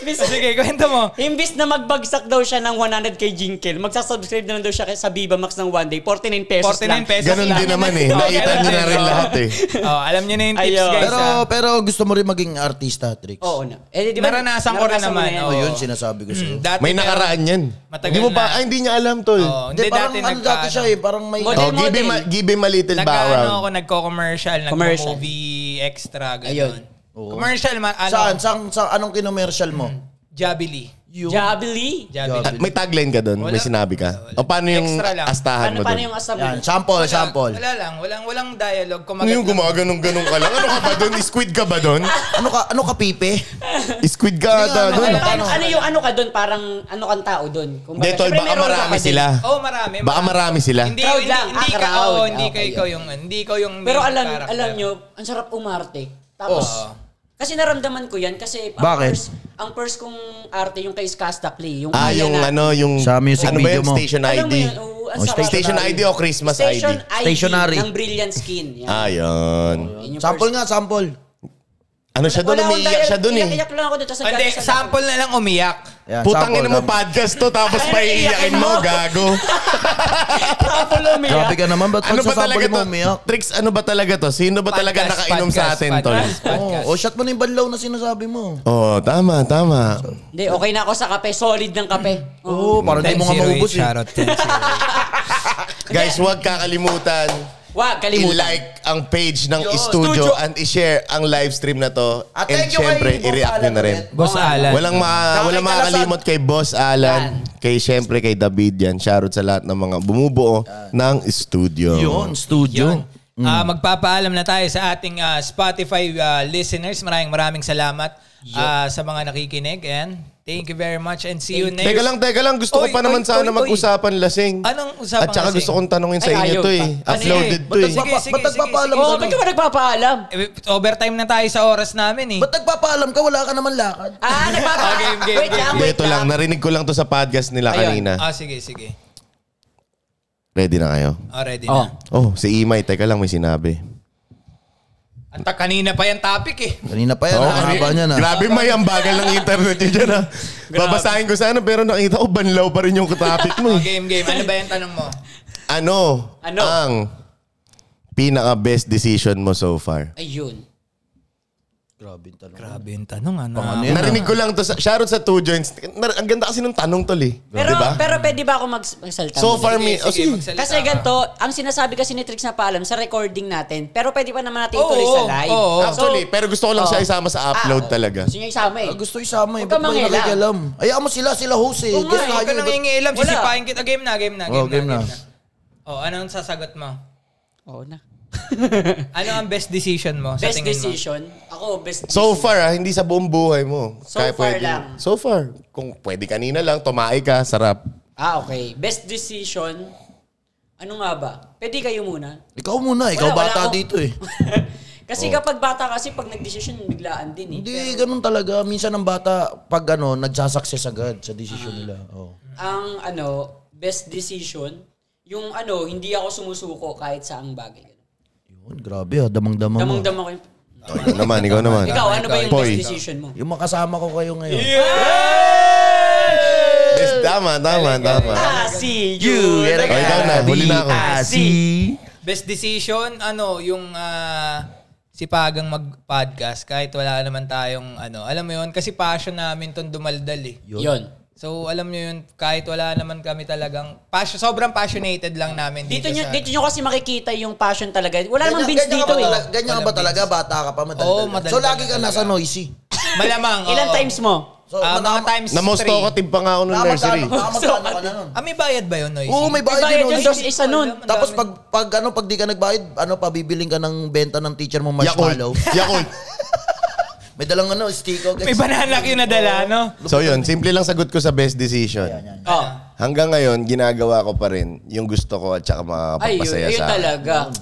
[SPEAKER 4] imbis,
[SPEAKER 1] Sige, kwento mo.
[SPEAKER 4] imbis na magbagsak daw siya ng 100k jinkel, magsasubscribe na lang daw siya kay- sa Viva Max ng one day, 49 pesos
[SPEAKER 1] 49
[SPEAKER 4] lang.
[SPEAKER 1] pesos
[SPEAKER 2] Ganon
[SPEAKER 1] lang.
[SPEAKER 2] din naman eh.
[SPEAKER 1] Oo,
[SPEAKER 2] Nakita
[SPEAKER 1] ganon
[SPEAKER 2] nyo
[SPEAKER 1] din.
[SPEAKER 2] na rin
[SPEAKER 1] Oo.
[SPEAKER 2] lahat eh.
[SPEAKER 1] Oo, alam nyo na yung tips,
[SPEAKER 4] Ayun.
[SPEAKER 1] guys.
[SPEAKER 4] Pero,
[SPEAKER 1] ah.
[SPEAKER 3] Pero pero gusto mo rin maging artista, Trix.
[SPEAKER 4] Oo na. Eh, di ba,
[SPEAKER 1] Naranasan ko rin
[SPEAKER 4] naranasan mo
[SPEAKER 1] naman,
[SPEAKER 4] na yan.
[SPEAKER 1] oo.
[SPEAKER 3] Ayun, sinasabi ko sa'yo.
[SPEAKER 1] Mm, dati
[SPEAKER 2] May
[SPEAKER 1] meron-
[SPEAKER 2] nakaraan yan.
[SPEAKER 1] Matagal
[SPEAKER 2] Hindi mo
[SPEAKER 1] na.
[SPEAKER 2] pa, ay hindi niya alam tol.
[SPEAKER 1] Oo,
[SPEAKER 3] Hindi, parang ano dati
[SPEAKER 1] nagkaano.
[SPEAKER 3] siya eh. Parang may...
[SPEAKER 4] Model.
[SPEAKER 2] Oh, give him, a- give him a little
[SPEAKER 1] Nagkaano ako,
[SPEAKER 2] background.
[SPEAKER 1] nagko-commercial,
[SPEAKER 4] Commercial.
[SPEAKER 1] nagko-movie extra,
[SPEAKER 4] Ayun.
[SPEAKER 1] gano'n.
[SPEAKER 3] Oo.
[SPEAKER 1] Commercial, ma- ano,
[SPEAKER 3] Saan? Saan? Saan? Anong kinomercial mo?
[SPEAKER 1] Jabili.
[SPEAKER 3] Yung...
[SPEAKER 4] Jabili.
[SPEAKER 1] Jabili.
[SPEAKER 2] Ah, May tagline ka doon? May
[SPEAKER 1] Wala.
[SPEAKER 2] sinabi ka? O paano yung
[SPEAKER 1] Extra lang.
[SPEAKER 2] astahan mo
[SPEAKER 4] Paano, Ano, paano
[SPEAKER 2] doon?
[SPEAKER 4] yung asam?
[SPEAKER 3] Yan, sample, sample.
[SPEAKER 1] Wala lang, walang, walang dialogue. Kumagat
[SPEAKER 2] Ano yung gumaganong-ganong ka lang? Ano ka ba doon? Squid ka ba doon?
[SPEAKER 3] Ano ka, ano ka, Pipe?
[SPEAKER 2] Squid ka ata
[SPEAKER 1] nga,
[SPEAKER 2] doon.
[SPEAKER 4] Ano,
[SPEAKER 1] Ano?
[SPEAKER 4] ano, ano yung ano ka doon? Parang ano kang tao doon? Kung
[SPEAKER 2] Hindi, tol, baka marami sila.
[SPEAKER 1] Oo, marami.
[SPEAKER 2] Baka marami sila.
[SPEAKER 1] Hindi,
[SPEAKER 4] Crowd
[SPEAKER 1] hindi,
[SPEAKER 4] lang.
[SPEAKER 1] hindi, ka,
[SPEAKER 4] Ah, crowd.
[SPEAKER 1] oo, hindi
[SPEAKER 4] Okay,
[SPEAKER 1] ka ikaw yung, hindi ko yung main
[SPEAKER 4] Pero alam
[SPEAKER 1] character.
[SPEAKER 4] alam nyo, ang sarap umarte. Tapos,
[SPEAKER 1] Oo.
[SPEAKER 4] kasi naramdaman ko yan kasi ang
[SPEAKER 3] Bakit?
[SPEAKER 4] first- ang first kong arte yung kay Skasta Clay. Yung
[SPEAKER 2] Ah,
[SPEAKER 4] kaya
[SPEAKER 2] yung
[SPEAKER 4] na-
[SPEAKER 2] ano, yung...
[SPEAKER 3] Sa music
[SPEAKER 2] ano ba
[SPEAKER 3] video
[SPEAKER 2] yun?
[SPEAKER 3] mo.
[SPEAKER 2] Station
[SPEAKER 4] Alam
[SPEAKER 2] ID.
[SPEAKER 4] mo yun, oo, ang
[SPEAKER 2] Oh,
[SPEAKER 4] sarap.
[SPEAKER 2] Station ID o Christmas Ah.
[SPEAKER 4] Station
[SPEAKER 2] ID?
[SPEAKER 4] ID.
[SPEAKER 3] Stationary.
[SPEAKER 4] ng Brilliant Skin. Yan.
[SPEAKER 2] Ayun.
[SPEAKER 4] Yun yung
[SPEAKER 3] Sample
[SPEAKER 4] first-
[SPEAKER 3] nga, sample.
[SPEAKER 2] Ano siya doon?
[SPEAKER 4] Wala akong
[SPEAKER 2] Umiiyak
[SPEAKER 4] dialogue.
[SPEAKER 2] siya doon eh.
[SPEAKER 4] Iyak-iyak lang ako doon. Tapos
[SPEAKER 1] Hindi,
[SPEAKER 4] nagdadasal ako.
[SPEAKER 1] sample na lang umiyak.
[SPEAKER 3] Yan,
[SPEAKER 2] Putang
[SPEAKER 3] sample,
[SPEAKER 2] ina mo
[SPEAKER 3] sample.
[SPEAKER 2] podcast to tapos
[SPEAKER 4] Ay,
[SPEAKER 2] paiiyakin mo,
[SPEAKER 4] mo.
[SPEAKER 2] gago.
[SPEAKER 4] Sample umiyak.
[SPEAKER 3] Grabe ka naman, ba't
[SPEAKER 2] ano
[SPEAKER 3] ano
[SPEAKER 2] ba talaga
[SPEAKER 3] sasample mo
[SPEAKER 2] to?
[SPEAKER 3] umiyak?
[SPEAKER 2] Tricks, ano ba talaga to? Sino ba talaga
[SPEAKER 1] Podcast,
[SPEAKER 2] nakainom sa
[SPEAKER 1] podcast,
[SPEAKER 2] atin, tol?
[SPEAKER 1] podcast, podcast.
[SPEAKER 3] Oo, oh, shot mo na yung banlaw na sinasabi mo.
[SPEAKER 2] Oh, tama, tama.
[SPEAKER 4] Hindi, okay na ako sa kape. Solid ng kape.
[SPEAKER 3] Oo, parang di mo nga
[SPEAKER 1] 10-0 yung
[SPEAKER 3] maubos eh.
[SPEAKER 1] charot, 10-0.
[SPEAKER 2] Guys, huwag kakalimutan
[SPEAKER 4] Wag, kalimutan.
[SPEAKER 2] i-like ang page ng
[SPEAKER 3] Yun,
[SPEAKER 2] studio,
[SPEAKER 3] studio.
[SPEAKER 2] and i-share ang live stream na to.
[SPEAKER 3] At
[SPEAKER 2] and
[SPEAKER 3] thank you kay
[SPEAKER 2] syempre,
[SPEAKER 3] Boss
[SPEAKER 2] i-react nyo
[SPEAKER 3] Alan
[SPEAKER 2] na rin.
[SPEAKER 3] ulit.
[SPEAKER 1] Boss Alan.
[SPEAKER 2] Walang, ma-
[SPEAKER 3] Saka
[SPEAKER 2] walang
[SPEAKER 3] kay Kalasan.
[SPEAKER 2] makakalimot kay Boss Alan. Kay syempre kay David yan. Shoutout sa lahat ng mga bumubuo ng studio.
[SPEAKER 3] Yun, studio.
[SPEAKER 1] Yun. Ah,
[SPEAKER 2] Mm.
[SPEAKER 1] magpapaalam na tayo sa ating ah, Spotify ah, listeners. Maraming maraming salamat ah, sa mga nakikinig. And thank you very much and see you next.
[SPEAKER 2] Teka lang, teka lang. Gusto ko
[SPEAKER 1] Oy,
[SPEAKER 2] pa
[SPEAKER 1] oy,
[SPEAKER 2] naman sana
[SPEAKER 1] oy, oy.
[SPEAKER 2] mag-usapan lasing.
[SPEAKER 1] Anong usapan
[SPEAKER 2] At saka
[SPEAKER 1] lasing?
[SPEAKER 2] gusto kong tanungin sa
[SPEAKER 4] Ay,
[SPEAKER 2] inyo
[SPEAKER 4] ayaw
[SPEAKER 2] to eh.
[SPEAKER 1] Ano
[SPEAKER 4] pa. Ano
[SPEAKER 2] Uploaded
[SPEAKER 1] Sige,
[SPEAKER 2] to eh.
[SPEAKER 1] sige, sige,
[SPEAKER 3] Ba't
[SPEAKER 1] sige,
[SPEAKER 3] nagpapaalam
[SPEAKER 1] sige.
[SPEAKER 4] Oo, ba't ka ba nagpapaalam?
[SPEAKER 1] Eh, Overtime na tayo sa oras namin eh.
[SPEAKER 3] Ba't nagpapaalam ka? Wala ka naman lakad.
[SPEAKER 4] Ah, nagpapaalam.
[SPEAKER 1] game, game,
[SPEAKER 4] Wait ah.
[SPEAKER 1] game.
[SPEAKER 4] lang,
[SPEAKER 2] Hindi,
[SPEAKER 4] wait
[SPEAKER 2] ito lang.
[SPEAKER 4] lang.
[SPEAKER 2] Narinig ko lang to sa podcast nila
[SPEAKER 4] Ayun.
[SPEAKER 2] kanina.
[SPEAKER 1] Ah, sige, sige.
[SPEAKER 2] Ready na kayo?
[SPEAKER 1] Already
[SPEAKER 4] Oh.
[SPEAKER 1] na.
[SPEAKER 2] Oh, si Imay. Teka lang, may sinabi.
[SPEAKER 1] At ta- kanina pa yung topic eh.
[SPEAKER 3] Kanina pa yan, oh, haba niya na.
[SPEAKER 2] Grabe may ang bagal ng internet yun dyan ha. Babasahin ko sana pero nakita ko banlaw pa rin yung topic mo.
[SPEAKER 1] Oh,
[SPEAKER 2] eh.
[SPEAKER 1] game, game. Ano ba yung tanong mo?
[SPEAKER 2] Ano,
[SPEAKER 4] Ano?
[SPEAKER 2] ang pinaka-best decision mo so far?
[SPEAKER 4] Ayun.
[SPEAKER 3] Grabe yung tanong.
[SPEAKER 1] Grabe yung tanong. Ano?
[SPEAKER 3] Ano yun?
[SPEAKER 2] Narinig ko lang to. Sa, shoutout sa Two Joints. Nar- Ang ganda kasi ng tanong tol eh.
[SPEAKER 4] Pero,
[SPEAKER 2] Diba?
[SPEAKER 4] pero pwede ba ako mags- magsalita?
[SPEAKER 2] so
[SPEAKER 4] muna?
[SPEAKER 2] far, may...
[SPEAKER 1] Sige,
[SPEAKER 2] Oh,
[SPEAKER 1] sige,
[SPEAKER 2] sige.
[SPEAKER 1] magsalita
[SPEAKER 4] Kasi
[SPEAKER 1] ka.
[SPEAKER 4] ganito, ang sinasabi kasi ni Trix na paalam sa recording natin. Pero pwede pa naman natin
[SPEAKER 1] Oo,
[SPEAKER 4] ituloy sa live.
[SPEAKER 1] oo.
[SPEAKER 2] Actually, pero gusto ko lang
[SPEAKER 4] Oo.
[SPEAKER 2] siya isama sa upload
[SPEAKER 4] Ah,
[SPEAKER 2] talaga.
[SPEAKER 4] Gusto niya isama eh.
[SPEAKER 3] Ah, gusto isama eh.
[SPEAKER 4] Huwag ka
[SPEAKER 3] Ba't may
[SPEAKER 4] mangialam.
[SPEAKER 3] nakikialam? Ayaw mo sila, sila host eh.
[SPEAKER 4] Oo nga eh,
[SPEAKER 3] Guess
[SPEAKER 1] Huwag
[SPEAKER 3] tayo,
[SPEAKER 1] ka nang
[SPEAKER 3] ba't-
[SPEAKER 1] hingiilam.
[SPEAKER 4] Wala.
[SPEAKER 1] Sisipain kita. Game na, game na. Game,
[SPEAKER 3] Oh, game
[SPEAKER 1] na,
[SPEAKER 3] na.
[SPEAKER 1] Oh, anong sasagot mo?
[SPEAKER 4] Oo na.
[SPEAKER 1] Ano ang best decision mo sa
[SPEAKER 4] Best
[SPEAKER 1] tingin mo?
[SPEAKER 4] decision. Ako, best
[SPEAKER 2] So far, ah, hindi sa buong buhay mo.
[SPEAKER 4] So far lang.
[SPEAKER 2] So far. Kung pwede kanina lang, tumae ka, sarap.
[SPEAKER 4] Ah, okay. Best decision. Ano nga ba? Pwede kayo muna.
[SPEAKER 3] Ikaw muna, ikaw
[SPEAKER 4] Wala, wala
[SPEAKER 3] bata
[SPEAKER 4] akong-
[SPEAKER 3] dito eh.
[SPEAKER 4] kasi
[SPEAKER 2] Oh.
[SPEAKER 4] kapag bata kasi, pag nag-decision, biglaan din eh.
[SPEAKER 3] Hindi, ganun talaga. Minsan ang bata, pag ano, nagsasucess agad sa decision nila.
[SPEAKER 4] Ah.
[SPEAKER 3] Oh.
[SPEAKER 4] Ang ano, best decision, yung ano, hindi ako sumusuko kahit saang bagay.
[SPEAKER 3] Yun, grabe ah, damang-dama mo.
[SPEAKER 4] Damang-dama ko yung...
[SPEAKER 2] Oh, ikaw naman, ikaw naman.
[SPEAKER 4] Ikaw, ano ba yung
[SPEAKER 2] Poy.
[SPEAKER 4] best decision mo?
[SPEAKER 3] Yung makasama ko kayo ngayon.
[SPEAKER 2] Yes, tama, tama, tama.
[SPEAKER 4] Ah, see
[SPEAKER 2] Oh,
[SPEAKER 4] you.
[SPEAKER 2] ikaw na, huli na ako.
[SPEAKER 4] Ah, see.
[SPEAKER 1] Best decision, ano, yung ah, sipagang mag-podcast kahit wala naman tayong ano. Alam mo yun, kasi passion namin tong dumaldal eh.
[SPEAKER 4] Yun.
[SPEAKER 1] So, alam nyo yun, kahit wala naman kami talagang, passion, sobrang passionated lang namin dito,
[SPEAKER 4] Dito nyo,
[SPEAKER 1] sa...
[SPEAKER 4] dito nyo kasi makikita yung passion talaga. Wala namang beats
[SPEAKER 3] ganyan ka
[SPEAKER 4] dito
[SPEAKER 3] ba
[SPEAKER 4] eh.
[SPEAKER 3] talaga- Ganyan ka ba
[SPEAKER 1] Walang
[SPEAKER 3] talaga? Bata ka pa, madali.
[SPEAKER 1] Oo,
[SPEAKER 3] talaga.
[SPEAKER 1] madali
[SPEAKER 3] So, lagi ka
[SPEAKER 1] talaga.
[SPEAKER 3] nasa noisy.
[SPEAKER 1] Malamang,
[SPEAKER 4] Ilan
[SPEAKER 1] oo.
[SPEAKER 4] times mo?
[SPEAKER 3] So,
[SPEAKER 1] Ah, mga
[SPEAKER 3] manama-
[SPEAKER 1] times
[SPEAKER 2] Namosto
[SPEAKER 1] three.
[SPEAKER 2] ako, tib pa nga ako nung
[SPEAKER 3] Tama,
[SPEAKER 2] nursery.
[SPEAKER 3] tama, tama, tama ka na nun.
[SPEAKER 1] Ah, may bayad ba yun, Noisy?
[SPEAKER 3] Oo, may
[SPEAKER 4] May
[SPEAKER 3] bayad
[SPEAKER 4] bayad
[SPEAKER 3] yun.
[SPEAKER 4] yun,
[SPEAKER 3] Noisy.
[SPEAKER 4] dos isa nun.
[SPEAKER 1] Ang
[SPEAKER 3] Tapos
[SPEAKER 1] dami.
[SPEAKER 3] pag pag ano pag di ka nagbayad, ano pabibiling ka ng benta ng teacher mo
[SPEAKER 2] Yakult.
[SPEAKER 3] marshmallow.
[SPEAKER 2] Yakult.
[SPEAKER 3] May dalang ano, stiko.
[SPEAKER 1] May banana kayo na dala, no?
[SPEAKER 2] So yun, simple lang sagot ko sa best decision.
[SPEAKER 4] Oh.
[SPEAKER 2] Hanggang ngayon, ginagawa ko pa rin yung gusto ko at saka
[SPEAKER 4] Ay, yun,
[SPEAKER 2] makakapagpasaya
[SPEAKER 4] yun
[SPEAKER 2] sa akin.
[SPEAKER 4] talaga. Mm.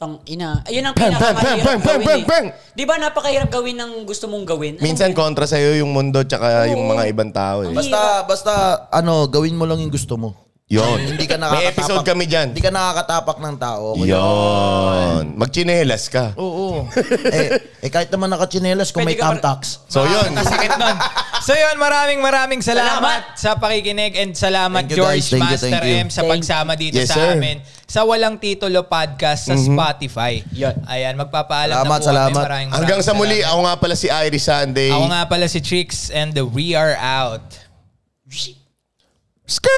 [SPEAKER 4] Tang ina. Ayun ang
[SPEAKER 2] Bang, bang, bang,
[SPEAKER 4] pinakamahirap
[SPEAKER 2] bang,
[SPEAKER 4] gawin
[SPEAKER 2] bang,
[SPEAKER 4] eh.
[SPEAKER 2] bang.
[SPEAKER 4] Di ba napakahirap gawin ng gusto mong gawin? Alam
[SPEAKER 2] Minsan kontra sa'yo yung mundo at saka yung mga ibang tao. Eh.
[SPEAKER 3] Basta basta ano, gawin mo lang yung gusto mo.
[SPEAKER 2] Yun.
[SPEAKER 3] Hindi ka nakakatapak.
[SPEAKER 2] May episode kami dyan.
[SPEAKER 3] Hindi ka nakakatapak ng tao. Kaya-
[SPEAKER 2] Yun. Magchinelas ka.
[SPEAKER 3] Oo. eh, eh, kahit naman nakachinelas kung
[SPEAKER 4] Pwede
[SPEAKER 3] may
[SPEAKER 4] ka pa-
[SPEAKER 3] thumbtacks.
[SPEAKER 2] So yun.
[SPEAKER 1] Kasakit nun. So yun, maraming maraming salamat, sa pakikinig and salamat
[SPEAKER 3] Thank you,
[SPEAKER 1] George
[SPEAKER 3] guys. Thank you,
[SPEAKER 1] Master
[SPEAKER 3] thank
[SPEAKER 1] M
[SPEAKER 3] you.
[SPEAKER 1] sa
[SPEAKER 4] Thank-
[SPEAKER 1] pagsama dito
[SPEAKER 2] Yes,
[SPEAKER 1] sa
[SPEAKER 2] sir.
[SPEAKER 1] amin sa Walang Titulo Podcast sa Spotify.
[SPEAKER 4] Yan.
[SPEAKER 1] Ayan, magpapaalam na po
[SPEAKER 3] Mm-hmm. Salamat,
[SPEAKER 1] kami.
[SPEAKER 3] salamat.
[SPEAKER 1] Maraming, maraming
[SPEAKER 2] Hanggang sa muli,
[SPEAKER 1] salamat.
[SPEAKER 2] ako nga pala si Iris Sunday.
[SPEAKER 1] Ako nga pala si Chicks and we are out.
[SPEAKER 4] mo?
[SPEAKER 2] Skirt!